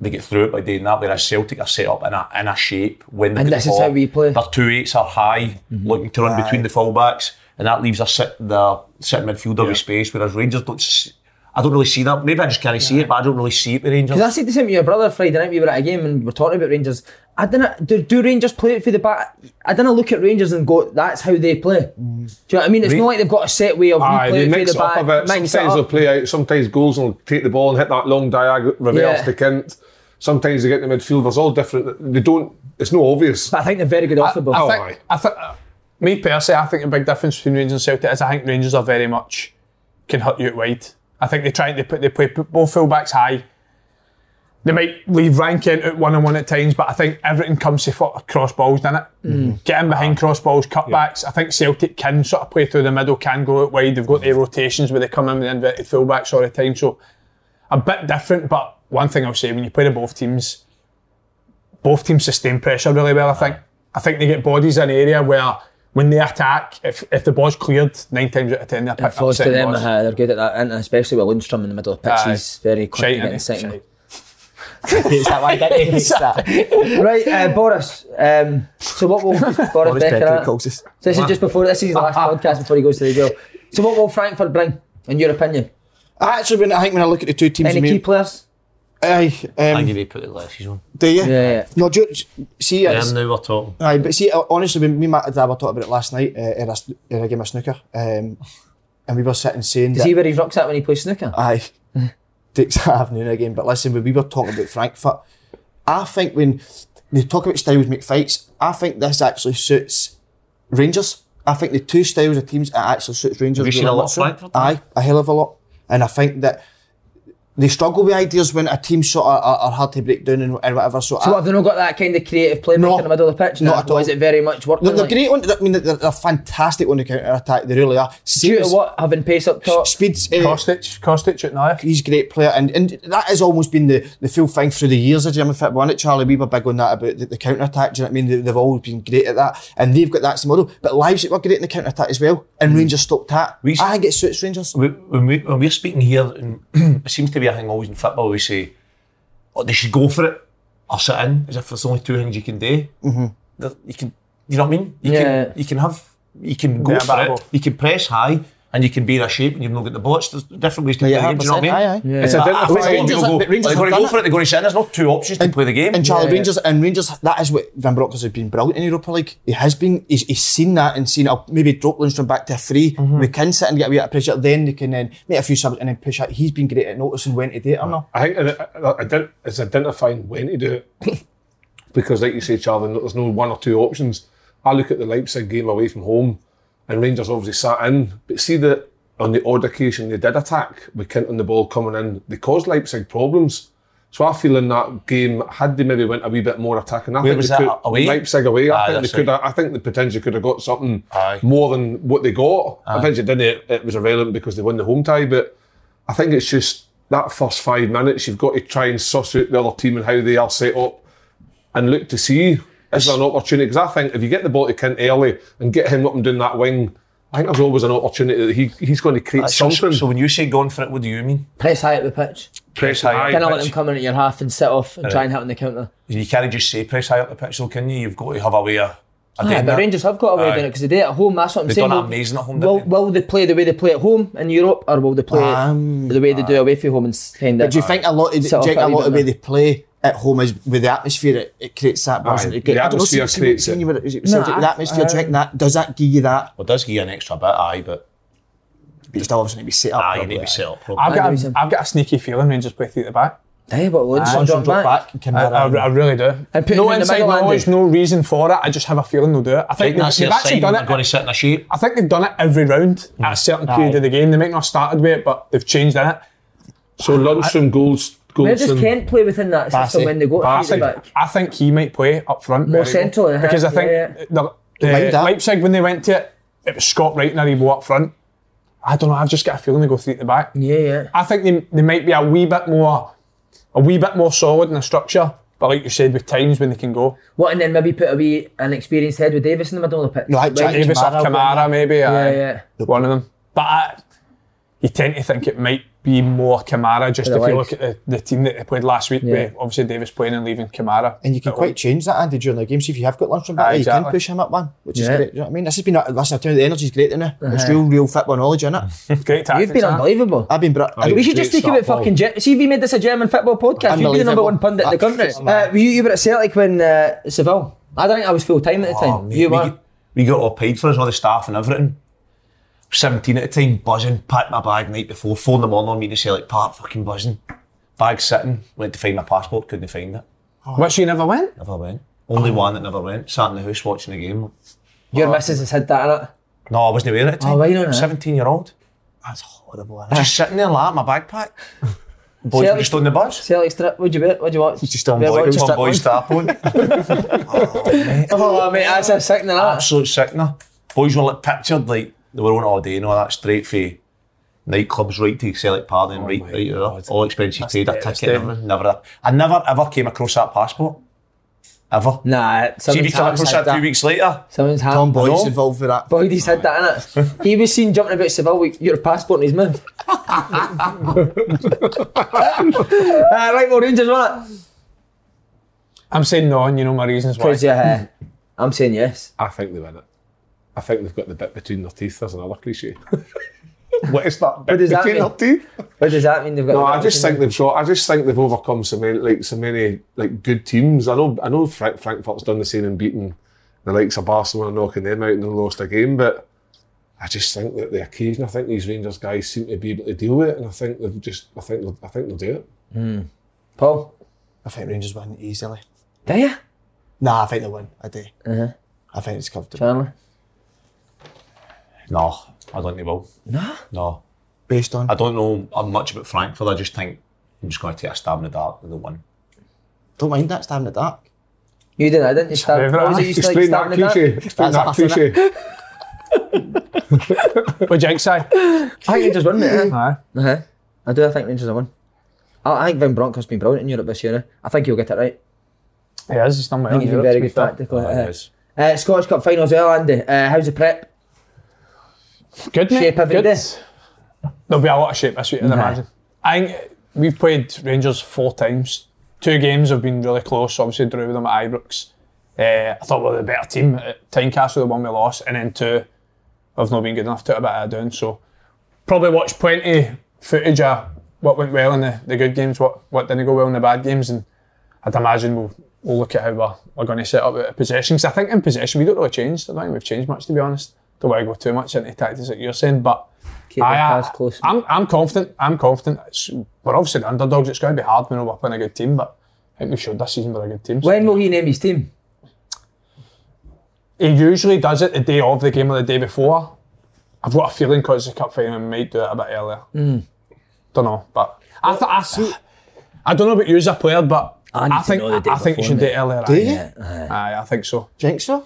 [SPEAKER 4] They get through it by doing that, whereas Celtic are set up in a, in a shape when they
[SPEAKER 1] And
[SPEAKER 4] get
[SPEAKER 1] this
[SPEAKER 4] the
[SPEAKER 1] is
[SPEAKER 4] ball.
[SPEAKER 1] how we play. Mm-hmm.
[SPEAKER 4] Their two eights are high, looking to run between the fullbacks, and that leaves a sit, the sitting midfielder with space. Whereas Rangers don't. s- I don't really see that. Maybe I just can't see it, but I don't really see it with Rangers.
[SPEAKER 1] Because I said the same to your brother Friday night, we were at a game and we were talking about Rangers. I didn't, do, do Rangers play it for the back? I didn't look at Rangers and go, that's how they play. Do you know what I mean? It's not like they've got a set way of
[SPEAKER 3] Aye,
[SPEAKER 1] we play
[SPEAKER 3] they
[SPEAKER 1] it for
[SPEAKER 3] mix
[SPEAKER 1] the
[SPEAKER 3] it up
[SPEAKER 1] back.
[SPEAKER 3] a bit.
[SPEAKER 1] mix it
[SPEAKER 3] Sometimes they'll
[SPEAKER 1] up.
[SPEAKER 3] play out, sometimes goals will take the ball and hit that long diagonal reverse
[SPEAKER 1] Yeah.
[SPEAKER 3] to Kent. Sometimes they get the midfielders all different. They don't, it's no obvious.
[SPEAKER 1] But I think they're very good off the ball.
[SPEAKER 5] I
[SPEAKER 3] Oh,
[SPEAKER 5] think,
[SPEAKER 3] aye.
[SPEAKER 5] I think, me personally, I think the big difference between Rangers and Celtic is I think Rangers are very much can hurt you at wide. I think they try they put they play both full backs high. They might leave Ryan Kent at one on one at times, but I think everything comes to fo- cross balls, doesn't it? Getting behind cross balls, cutbacks. I think Celtic can sort of play through the middle, can go out wide. They've got their rotations where they come in with inverted full backs all the time. So a bit different, but one thing I'll say when you play to both teams, both teams sustain pressure really well. I think I think they get bodies in an area where when they attack, if if the ball's cleared, nine times out of ten they're
[SPEAKER 1] It
[SPEAKER 5] picking up
[SPEAKER 1] falls to
[SPEAKER 5] second
[SPEAKER 1] them,
[SPEAKER 5] balls.
[SPEAKER 1] uh, they're good at that, and especially with Lundstrom in the middle of pitch,
[SPEAKER 5] Aye.
[SPEAKER 1] he's very quick
[SPEAKER 5] Shite,
[SPEAKER 1] to get
[SPEAKER 5] innit?
[SPEAKER 1] in second.
[SPEAKER 5] Shite.
[SPEAKER 2] Hates that one, doesn't he? Hates that.
[SPEAKER 1] Right, uh, Boris. Um, so what will Boris,
[SPEAKER 2] Boris
[SPEAKER 1] Becker?
[SPEAKER 2] Becker
[SPEAKER 1] at?
[SPEAKER 2] calls us.
[SPEAKER 1] So this is just before this is his last podcast before he goes to the jail. So what will Frankfurt bring, in your opinion?
[SPEAKER 2] I actually, when I think when I look at the two teams,
[SPEAKER 1] Any key
[SPEAKER 2] made,
[SPEAKER 1] players?
[SPEAKER 2] aye,
[SPEAKER 4] I
[SPEAKER 2] um,
[SPEAKER 4] need to put the glasses on.
[SPEAKER 2] do you?
[SPEAKER 1] yeah.
[SPEAKER 2] No, do you, see,
[SPEAKER 4] I
[SPEAKER 2] it's,
[SPEAKER 4] am now we're talking.
[SPEAKER 2] aye, but see, uh, honestly, when me and my dad were talking about it last night uh, in, a, s- in a game of snooker, um, and we were sitting saying
[SPEAKER 1] Does
[SPEAKER 2] that,
[SPEAKER 1] he wear his rucksack when he plays snooker?
[SPEAKER 2] aye, takes that afternoon again. But listen, when we were talking about Frankfurt, I think when they talk about styles make fights, I think this actually suits Rangers. I think the two styles of teams it actually suits Rangers.
[SPEAKER 4] Have you
[SPEAKER 2] really
[SPEAKER 4] seen a lot of
[SPEAKER 2] so.
[SPEAKER 4] Frankfurt?
[SPEAKER 2] Aye, a hell of a lot. And I think that they struggle with ideas when a team sort of are, are hard to break down and, and whatever. So,
[SPEAKER 1] So
[SPEAKER 2] I-
[SPEAKER 1] what, have they not got that kind of creative playmaker
[SPEAKER 2] No.
[SPEAKER 1] in the middle of the pitch?
[SPEAKER 2] Not
[SPEAKER 1] Nah,
[SPEAKER 2] at
[SPEAKER 1] or
[SPEAKER 2] all.
[SPEAKER 1] Is it very much working?
[SPEAKER 2] they're, they're
[SPEAKER 1] like?
[SPEAKER 2] great on. I mean, they're, they're fantastic on the counter attack. They really are.
[SPEAKER 1] Due
[SPEAKER 2] Speed,
[SPEAKER 1] to what having pace up top?
[SPEAKER 2] Speeds.
[SPEAKER 1] Eh,
[SPEAKER 2] uh,
[SPEAKER 5] Kostic, Kostic at Nair.
[SPEAKER 2] he's a great player, and, and that has almost been the, the full thing through the years of German football. And Charlie, we were big on that about the, the counter attack. Do you know what I mean? They, they've always been great at that, and they've got that same model. But Lives were great in the counter attack as well,
[SPEAKER 4] Mm.
[SPEAKER 2] and Rangers stopped that.
[SPEAKER 4] We-
[SPEAKER 2] I think it suits Rangers.
[SPEAKER 4] We- When, we, when we're speaking here, and it seems to be a thing always in football, we say, oh, they should go for it or sit in, as if there's only two things you can do. There- You can, you know what I mean? You
[SPEAKER 1] Yeah.
[SPEAKER 4] can, you can have, you can go
[SPEAKER 5] Yeah,
[SPEAKER 4] for
[SPEAKER 5] battle.
[SPEAKER 4] it, you can press high, and you can be in a shape and you've not got the bullets. There's different ways to play the game, do you know what I mean?
[SPEAKER 2] Aye, aye.
[SPEAKER 4] It's a
[SPEAKER 2] But Rangers- but Rangers have
[SPEAKER 4] They're going to
[SPEAKER 2] done
[SPEAKER 4] go for
[SPEAKER 2] it.
[SPEAKER 4] it, they're going to sit in. There's not two options to play the game.
[SPEAKER 2] And Charlie Rangers and Rangers, that is what Van Brockers has been brilliant in Europa League. He has been, he's, he's seen that and seen. I'll maybe drop Lundstrom back to a 3
[SPEAKER 4] Mm-hmm.
[SPEAKER 2] We can sit and get a wee bit of pressure. Then they can then make a few subs and then push out. He's been great at noticing when to do it or not.
[SPEAKER 3] I think that- that- that ident- it's identifying when to do it. because, like you say, Charlie, there's no one or two options. I look at the Leipzig game away from home, and Rangers obviously sat in, but see that on the odd occasion they did attack with Kent on the ball coming in, they caused Leipzig problems. So I feel in that game, had they maybe went a wee bit more attacking, I
[SPEAKER 4] Where
[SPEAKER 3] think
[SPEAKER 4] was
[SPEAKER 3] they
[SPEAKER 4] that,
[SPEAKER 3] could-
[SPEAKER 4] away?
[SPEAKER 3] Leipzig away.
[SPEAKER 4] Ah,
[SPEAKER 3] I think
[SPEAKER 4] that's
[SPEAKER 3] they could.
[SPEAKER 4] right.
[SPEAKER 3] I think they potentially could have got something
[SPEAKER 4] Aye.
[SPEAKER 3] more than what they got. Eventually, didn't it? It was irrelevant because they won the home tie, but. I think it's just that first five minutes you've got to try and suss out the other team and how they are set up and look to see is there an opportunity because I think if you get the ball to Kent early and get him up and down that wing I think there's always an opportunity that he, he's going to create
[SPEAKER 4] So,
[SPEAKER 3] something
[SPEAKER 4] so when you say going for it, what do you mean?
[SPEAKER 1] Press high up the pitch.
[SPEAKER 3] press high
[SPEAKER 1] Kind of let
[SPEAKER 3] pitch.
[SPEAKER 1] them come in at your half and sit off and try and hit on the counter.
[SPEAKER 4] You can't just say press high up the pitch, though, can you? You've got to have a way of. of
[SPEAKER 1] Yeah,
[SPEAKER 4] doing
[SPEAKER 1] but
[SPEAKER 4] that.
[SPEAKER 1] Rangers have got away
[SPEAKER 4] Aye.
[SPEAKER 1] doing it because they do it at home. That's what I'm
[SPEAKER 4] They've
[SPEAKER 1] saying.
[SPEAKER 4] done
[SPEAKER 1] Will-
[SPEAKER 4] amazing at home,
[SPEAKER 1] Will,
[SPEAKER 4] didn't they?
[SPEAKER 1] will they play the way they play at home in Europe, or will they play
[SPEAKER 2] Um,
[SPEAKER 1] the way they do away from home and kind
[SPEAKER 2] But
[SPEAKER 1] of?
[SPEAKER 2] do you think a lot of,
[SPEAKER 1] Sort of
[SPEAKER 2] do you think a
[SPEAKER 1] fairly
[SPEAKER 2] lot of
[SPEAKER 1] bit
[SPEAKER 2] way
[SPEAKER 1] there.
[SPEAKER 2] they play at home is with the atmosphere it, it creates that wasn't
[SPEAKER 3] Aye,
[SPEAKER 2] it? Great-
[SPEAKER 3] the
[SPEAKER 2] I don't know, see-
[SPEAKER 3] atmosphere
[SPEAKER 2] see-
[SPEAKER 3] creates
[SPEAKER 2] see
[SPEAKER 3] it.
[SPEAKER 2] you were at- see you were at
[SPEAKER 1] I-
[SPEAKER 2] the atmosphere, do you
[SPEAKER 1] uh,
[SPEAKER 2] think that does that give you that?
[SPEAKER 4] Well, it does give you an extra bit, aye, but
[SPEAKER 2] But you still obviously need to be set up.
[SPEAKER 4] aye, you
[SPEAKER 2] probably.
[SPEAKER 4] need to be set up. properly.
[SPEAKER 5] I've got,
[SPEAKER 1] Anderson.
[SPEAKER 5] a, I've got a sneaky feeling Rangers play three at the back.
[SPEAKER 1] Hey, but Lundstrom
[SPEAKER 2] Lundstrom
[SPEAKER 1] dropped
[SPEAKER 2] dropped
[SPEAKER 1] back.
[SPEAKER 2] back, Kim
[SPEAKER 5] I, I,
[SPEAKER 2] Barra.
[SPEAKER 5] I really do.
[SPEAKER 1] And put him
[SPEAKER 5] no
[SPEAKER 1] in the
[SPEAKER 5] inside
[SPEAKER 1] middle, Andy.
[SPEAKER 5] knowledge, no reason for it. I just have a feeling they'll do it. I
[SPEAKER 4] I
[SPEAKER 5] think,
[SPEAKER 4] think that's
[SPEAKER 5] they've
[SPEAKER 4] their
[SPEAKER 5] actually
[SPEAKER 4] sign
[SPEAKER 5] done
[SPEAKER 4] that they're
[SPEAKER 5] it.
[SPEAKER 4] going to sit in a shape.
[SPEAKER 5] I think they've done it every round at a certain period of the game. They might not have started with it, but they've changed in it.
[SPEAKER 3] so Lundstrom goals
[SPEAKER 1] Where does
[SPEAKER 3] Goldson
[SPEAKER 1] Kent play within that system
[SPEAKER 2] Bassey.
[SPEAKER 1] when they go to
[SPEAKER 5] I
[SPEAKER 1] feed it
[SPEAKER 5] think,
[SPEAKER 1] back?
[SPEAKER 5] I think he might play up front.
[SPEAKER 1] More
[SPEAKER 5] very well.
[SPEAKER 1] central, uh-huh,
[SPEAKER 5] Because I think
[SPEAKER 1] yeah,
[SPEAKER 5] the-
[SPEAKER 2] mind
[SPEAKER 5] uh,
[SPEAKER 2] that.
[SPEAKER 5] Leipzig, when they went to it, it was Scott Wright and Aribo up front. I don't know, I've just got a feeling they go three at the back.
[SPEAKER 1] Yeah, yeah.
[SPEAKER 5] I think they, they might be a wee bit more a wee bit more solid in the structure, but like you said, with times when they can go.
[SPEAKER 1] What, and then maybe put a wee inexperienced head with Davis in the middle of the pitch?
[SPEAKER 2] No, like Jack
[SPEAKER 1] Right.
[SPEAKER 5] Davis or
[SPEAKER 2] Kamara,
[SPEAKER 5] Kamara maybe.
[SPEAKER 1] Yeah,
[SPEAKER 5] aye.
[SPEAKER 1] yeah.
[SPEAKER 5] One of them. But I, you tend to think it might be more Kamara just
[SPEAKER 1] For the
[SPEAKER 5] if you
[SPEAKER 1] legs.
[SPEAKER 5] look at the, the team that they played last week, with obviously Davis playing and leaving Kamara.
[SPEAKER 2] And you can
[SPEAKER 5] at
[SPEAKER 2] quite change that, Andy, during the game. See if you have got Lundstrom
[SPEAKER 5] Aye,
[SPEAKER 2] back, you
[SPEAKER 5] exactly.
[SPEAKER 2] can push him up one, which
[SPEAKER 1] Yeah.
[SPEAKER 2] is great. You know what I mean? This has been, a- listen, I tell you, the energy's great in it. It's
[SPEAKER 1] Uh-huh.
[SPEAKER 2] real, real football knowledge, isn't it?
[SPEAKER 5] one. Great tactics.
[SPEAKER 1] You've been
[SPEAKER 5] that.
[SPEAKER 1] unbelievable.
[SPEAKER 2] I've been, br- I-
[SPEAKER 1] we should just
[SPEAKER 3] great
[SPEAKER 1] speak about
[SPEAKER 3] start,
[SPEAKER 1] fucking. Ge- See, if we made this a German football podcast, you'd be the number
[SPEAKER 2] Unbelievable.
[SPEAKER 1] one pundit in the country.
[SPEAKER 2] Absolutely.
[SPEAKER 1] Uh, you, you were at Celtic when uh, Seville. I don't think I was full time at the time.
[SPEAKER 4] Oh, mate,
[SPEAKER 1] you
[SPEAKER 4] we,
[SPEAKER 1] were.
[SPEAKER 4] Get, we got all paid for us, all the staff and everything. 17 at a time, buzzing, packed my bag night before, phone in the morning, meeting to Celtic Park, fucking buzzing. Bag sitting, went to find my passport, couldn't find it,
[SPEAKER 5] Which you never went.
[SPEAKER 4] never went. Only one that never went, sat in the house watching the game.
[SPEAKER 1] Your missus has had that in it.
[SPEAKER 4] No, I wasn't aware at the
[SPEAKER 1] Oh,
[SPEAKER 4] time.
[SPEAKER 1] why not?
[SPEAKER 4] 17 year old.
[SPEAKER 2] that's horrible. isn't it?
[SPEAKER 4] Just sitting there, like, my backpack. Boys were
[SPEAKER 1] Celtic-
[SPEAKER 4] just on the bus.
[SPEAKER 1] Celtic strip. What'd you bet? What'd you watch?
[SPEAKER 2] Just on
[SPEAKER 1] Where
[SPEAKER 2] boy-
[SPEAKER 1] watched
[SPEAKER 2] just
[SPEAKER 1] it?
[SPEAKER 2] on
[SPEAKER 4] Boys strap on.
[SPEAKER 1] Oh mate, that's a sick in that.
[SPEAKER 4] absolute sickener. Boys were like pictured like they were on all day and all that straight for nightclubs right to Celtic Party and right, right there. All expenses paid, a ticket and everything. Never, I never ever came across that passport. Ever.
[SPEAKER 1] Nah,
[SPEAKER 4] See,
[SPEAKER 1] something's
[SPEAKER 4] we took
[SPEAKER 1] happened.
[SPEAKER 4] us a few weeks later.
[SPEAKER 1] Something's
[SPEAKER 2] Tom
[SPEAKER 1] happened.
[SPEAKER 2] Boyd's
[SPEAKER 1] No.
[SPEAKER 2] involved with that.
[SPEAKER 1] Boyd, he's had that in it. He was seen jumping about Seville with your passport in his mouth. uh, right, well, Rangers won it.
[SPEAKER 5] I'm saying no, and you know my reasons why.
[SPEAKER 1] Because yeah, I'm saying yes.
[SPEAKER 3] I think they win it. I think they've got the bit between their teeth. There's another cliche. what is that bit
[SPEAKER 1] does that
[SPEAKER 3] between
[SPEAKER 1] mean?
[SPEAKER 3] their teeth?
[SPEAKER 1] What does that mean? They've got
[SPEAKER 3] No,
[SPEAKER 1] the
[SPEAKER 3] I just
[SPEAKER 1] opportunity?
[SPEAKER 3] think they've got. I just think they've overcome so many, like so many, like good teams. I know, I know, Frank, Frankfurt's done the same in beating the likes of Barcelona, knocking them out, and then lost a game. But I just think that the occasion. I think these Rangers guys seem to be able to deal with it, and I think they've just. I think. They'll, I think they'll do it.
[SPEAKER 1] Paul,
[SPEAKER 2] I think Rangers win easily.
[SPEAKER 1] do you?
[SPEAKER 2] Nah, I think they win. I do.
[SPEAKER 1] Uh-huh.
[SPEAKER 2] I think it's comfortable.
[SPEAKER 1] Charlie?
[SPEAKER 4] No, I don't think they will. No? No.
[SPEAKER 2] Based on
[SPEAKER 4] I don't know uh, much about Frankfurt. I just think I'm just going to take a stab in the dark with the one.
[SPEAKER 2] Don't mind that standing at dark.
[SPEAKER 1] You did, I didn't. You start.
[SPEAKER 5] favourite,
[SPEAKER 1] What was
[SPEAKER 5] aye.
[SPEAKER 1] it you used to like
[SPEAKER 3] Explain
[SPEAKER 1] starting at that?
[SPEAKER 3] that cliche. Explain that
[SPEAKER 2] That's us, innit?
[SPEAKER 3] cliche.
[SPEAKER 5] Would Jinx say?
[SPEAKER 1] I think Rangers won it. eh?
[SPEAKER 5] Aye.
[SPEAKER 1] Uh-huh. I do. I think Rangers have won. I, I think Van Bronckhorst's been brilliant in Europe this year. eh? I think he'll get it right.
[SPEAKER 5] He is, he's done well.
[SPEAKER 1] I think he's been
[SPEAKER 5] in
[SPEAKER 1] very
[SPEAKER 5] Europe,
[SPEAKER 1] good
[SPEAKER 5] to be
[SPEAKER 1] tactically.
[SPEAKER 4] I think it
[SPEAKER 1] Uh,
[SPEAKER 4] is.
[SPEAKER 1] uh, Scottish Cup final as well, Andy. Uh, how's the prep?
[SPEAKER 5] fair. Good, mate.
[SPEAKER 1] Shape of it
[SPEAKER 5] good.
[SPEAKER 1] this.
[SPEAKER 5] There'll be a lot of shape this week, I'd
[SPEAKER 1] Nah.
[SPEAKER 5] imagine. I think we've played Rangers four times. Two games have been really close. Obviously, drew with them at Ibrox. Uh, I thought we were the better team at Tynecastle, the one we lost, and then two have not been good enough to get a bit of down. So, probably watch plenty footage of what went well in the, the good games, what, what didn't go well in the bad games, and I'd imagine we'll, we'll look at how we're, we're going to set up at possession. Because I think in possession, we don't really change. I don't think we've changed much, to be honest. Don't want to go too much into tactics that you're saying, but.
[SPEAKER 1] Keep
[SPEAKER 5] Aye,
[SPEAKER 1] our
[SPEAKER 4] uh,
[SPEAKER 5] aye.
[SPEAKER 1] cards close.
[SPEAKER 5] Ah, I'm, I'm confident. I'm confident. It's, we're obviously the underdogs. It's going to be hard when we're up in a good team, but I think we showed this season we're a good team. So-
[SPEAKER 1] When will he name his team?
[SPEAKER 5] He usually does it the day of the game or the day before. I've got a feeling because it's a cup final, we might do it a bit earlier.
[SPEAKER 1] Hmm.
[SPEAKER 5] Don't know, but I, th- I, th- I don't know about you as a player, but
[SPEAKER 1] I
[SPEAKER 5] I,
[SPEAKER 1] need to
[SPEAKER 5] think
[SPEAKER 1] know the day
[SPEAKER 5] I think you
[SPEAKER 1] before,
[SPEAKER 5] should do
[SPEAKER 1] mate.
[SPEAKER 5] it earlier.
[SPEAKER 2] Do
[SPEAKER 5] aye.
[SPEAKER 2] you?
[SPEAKER 1] uh-huh.
[SPEAKER 5] Aye, I think so.
[SPEAKER 2] Think so?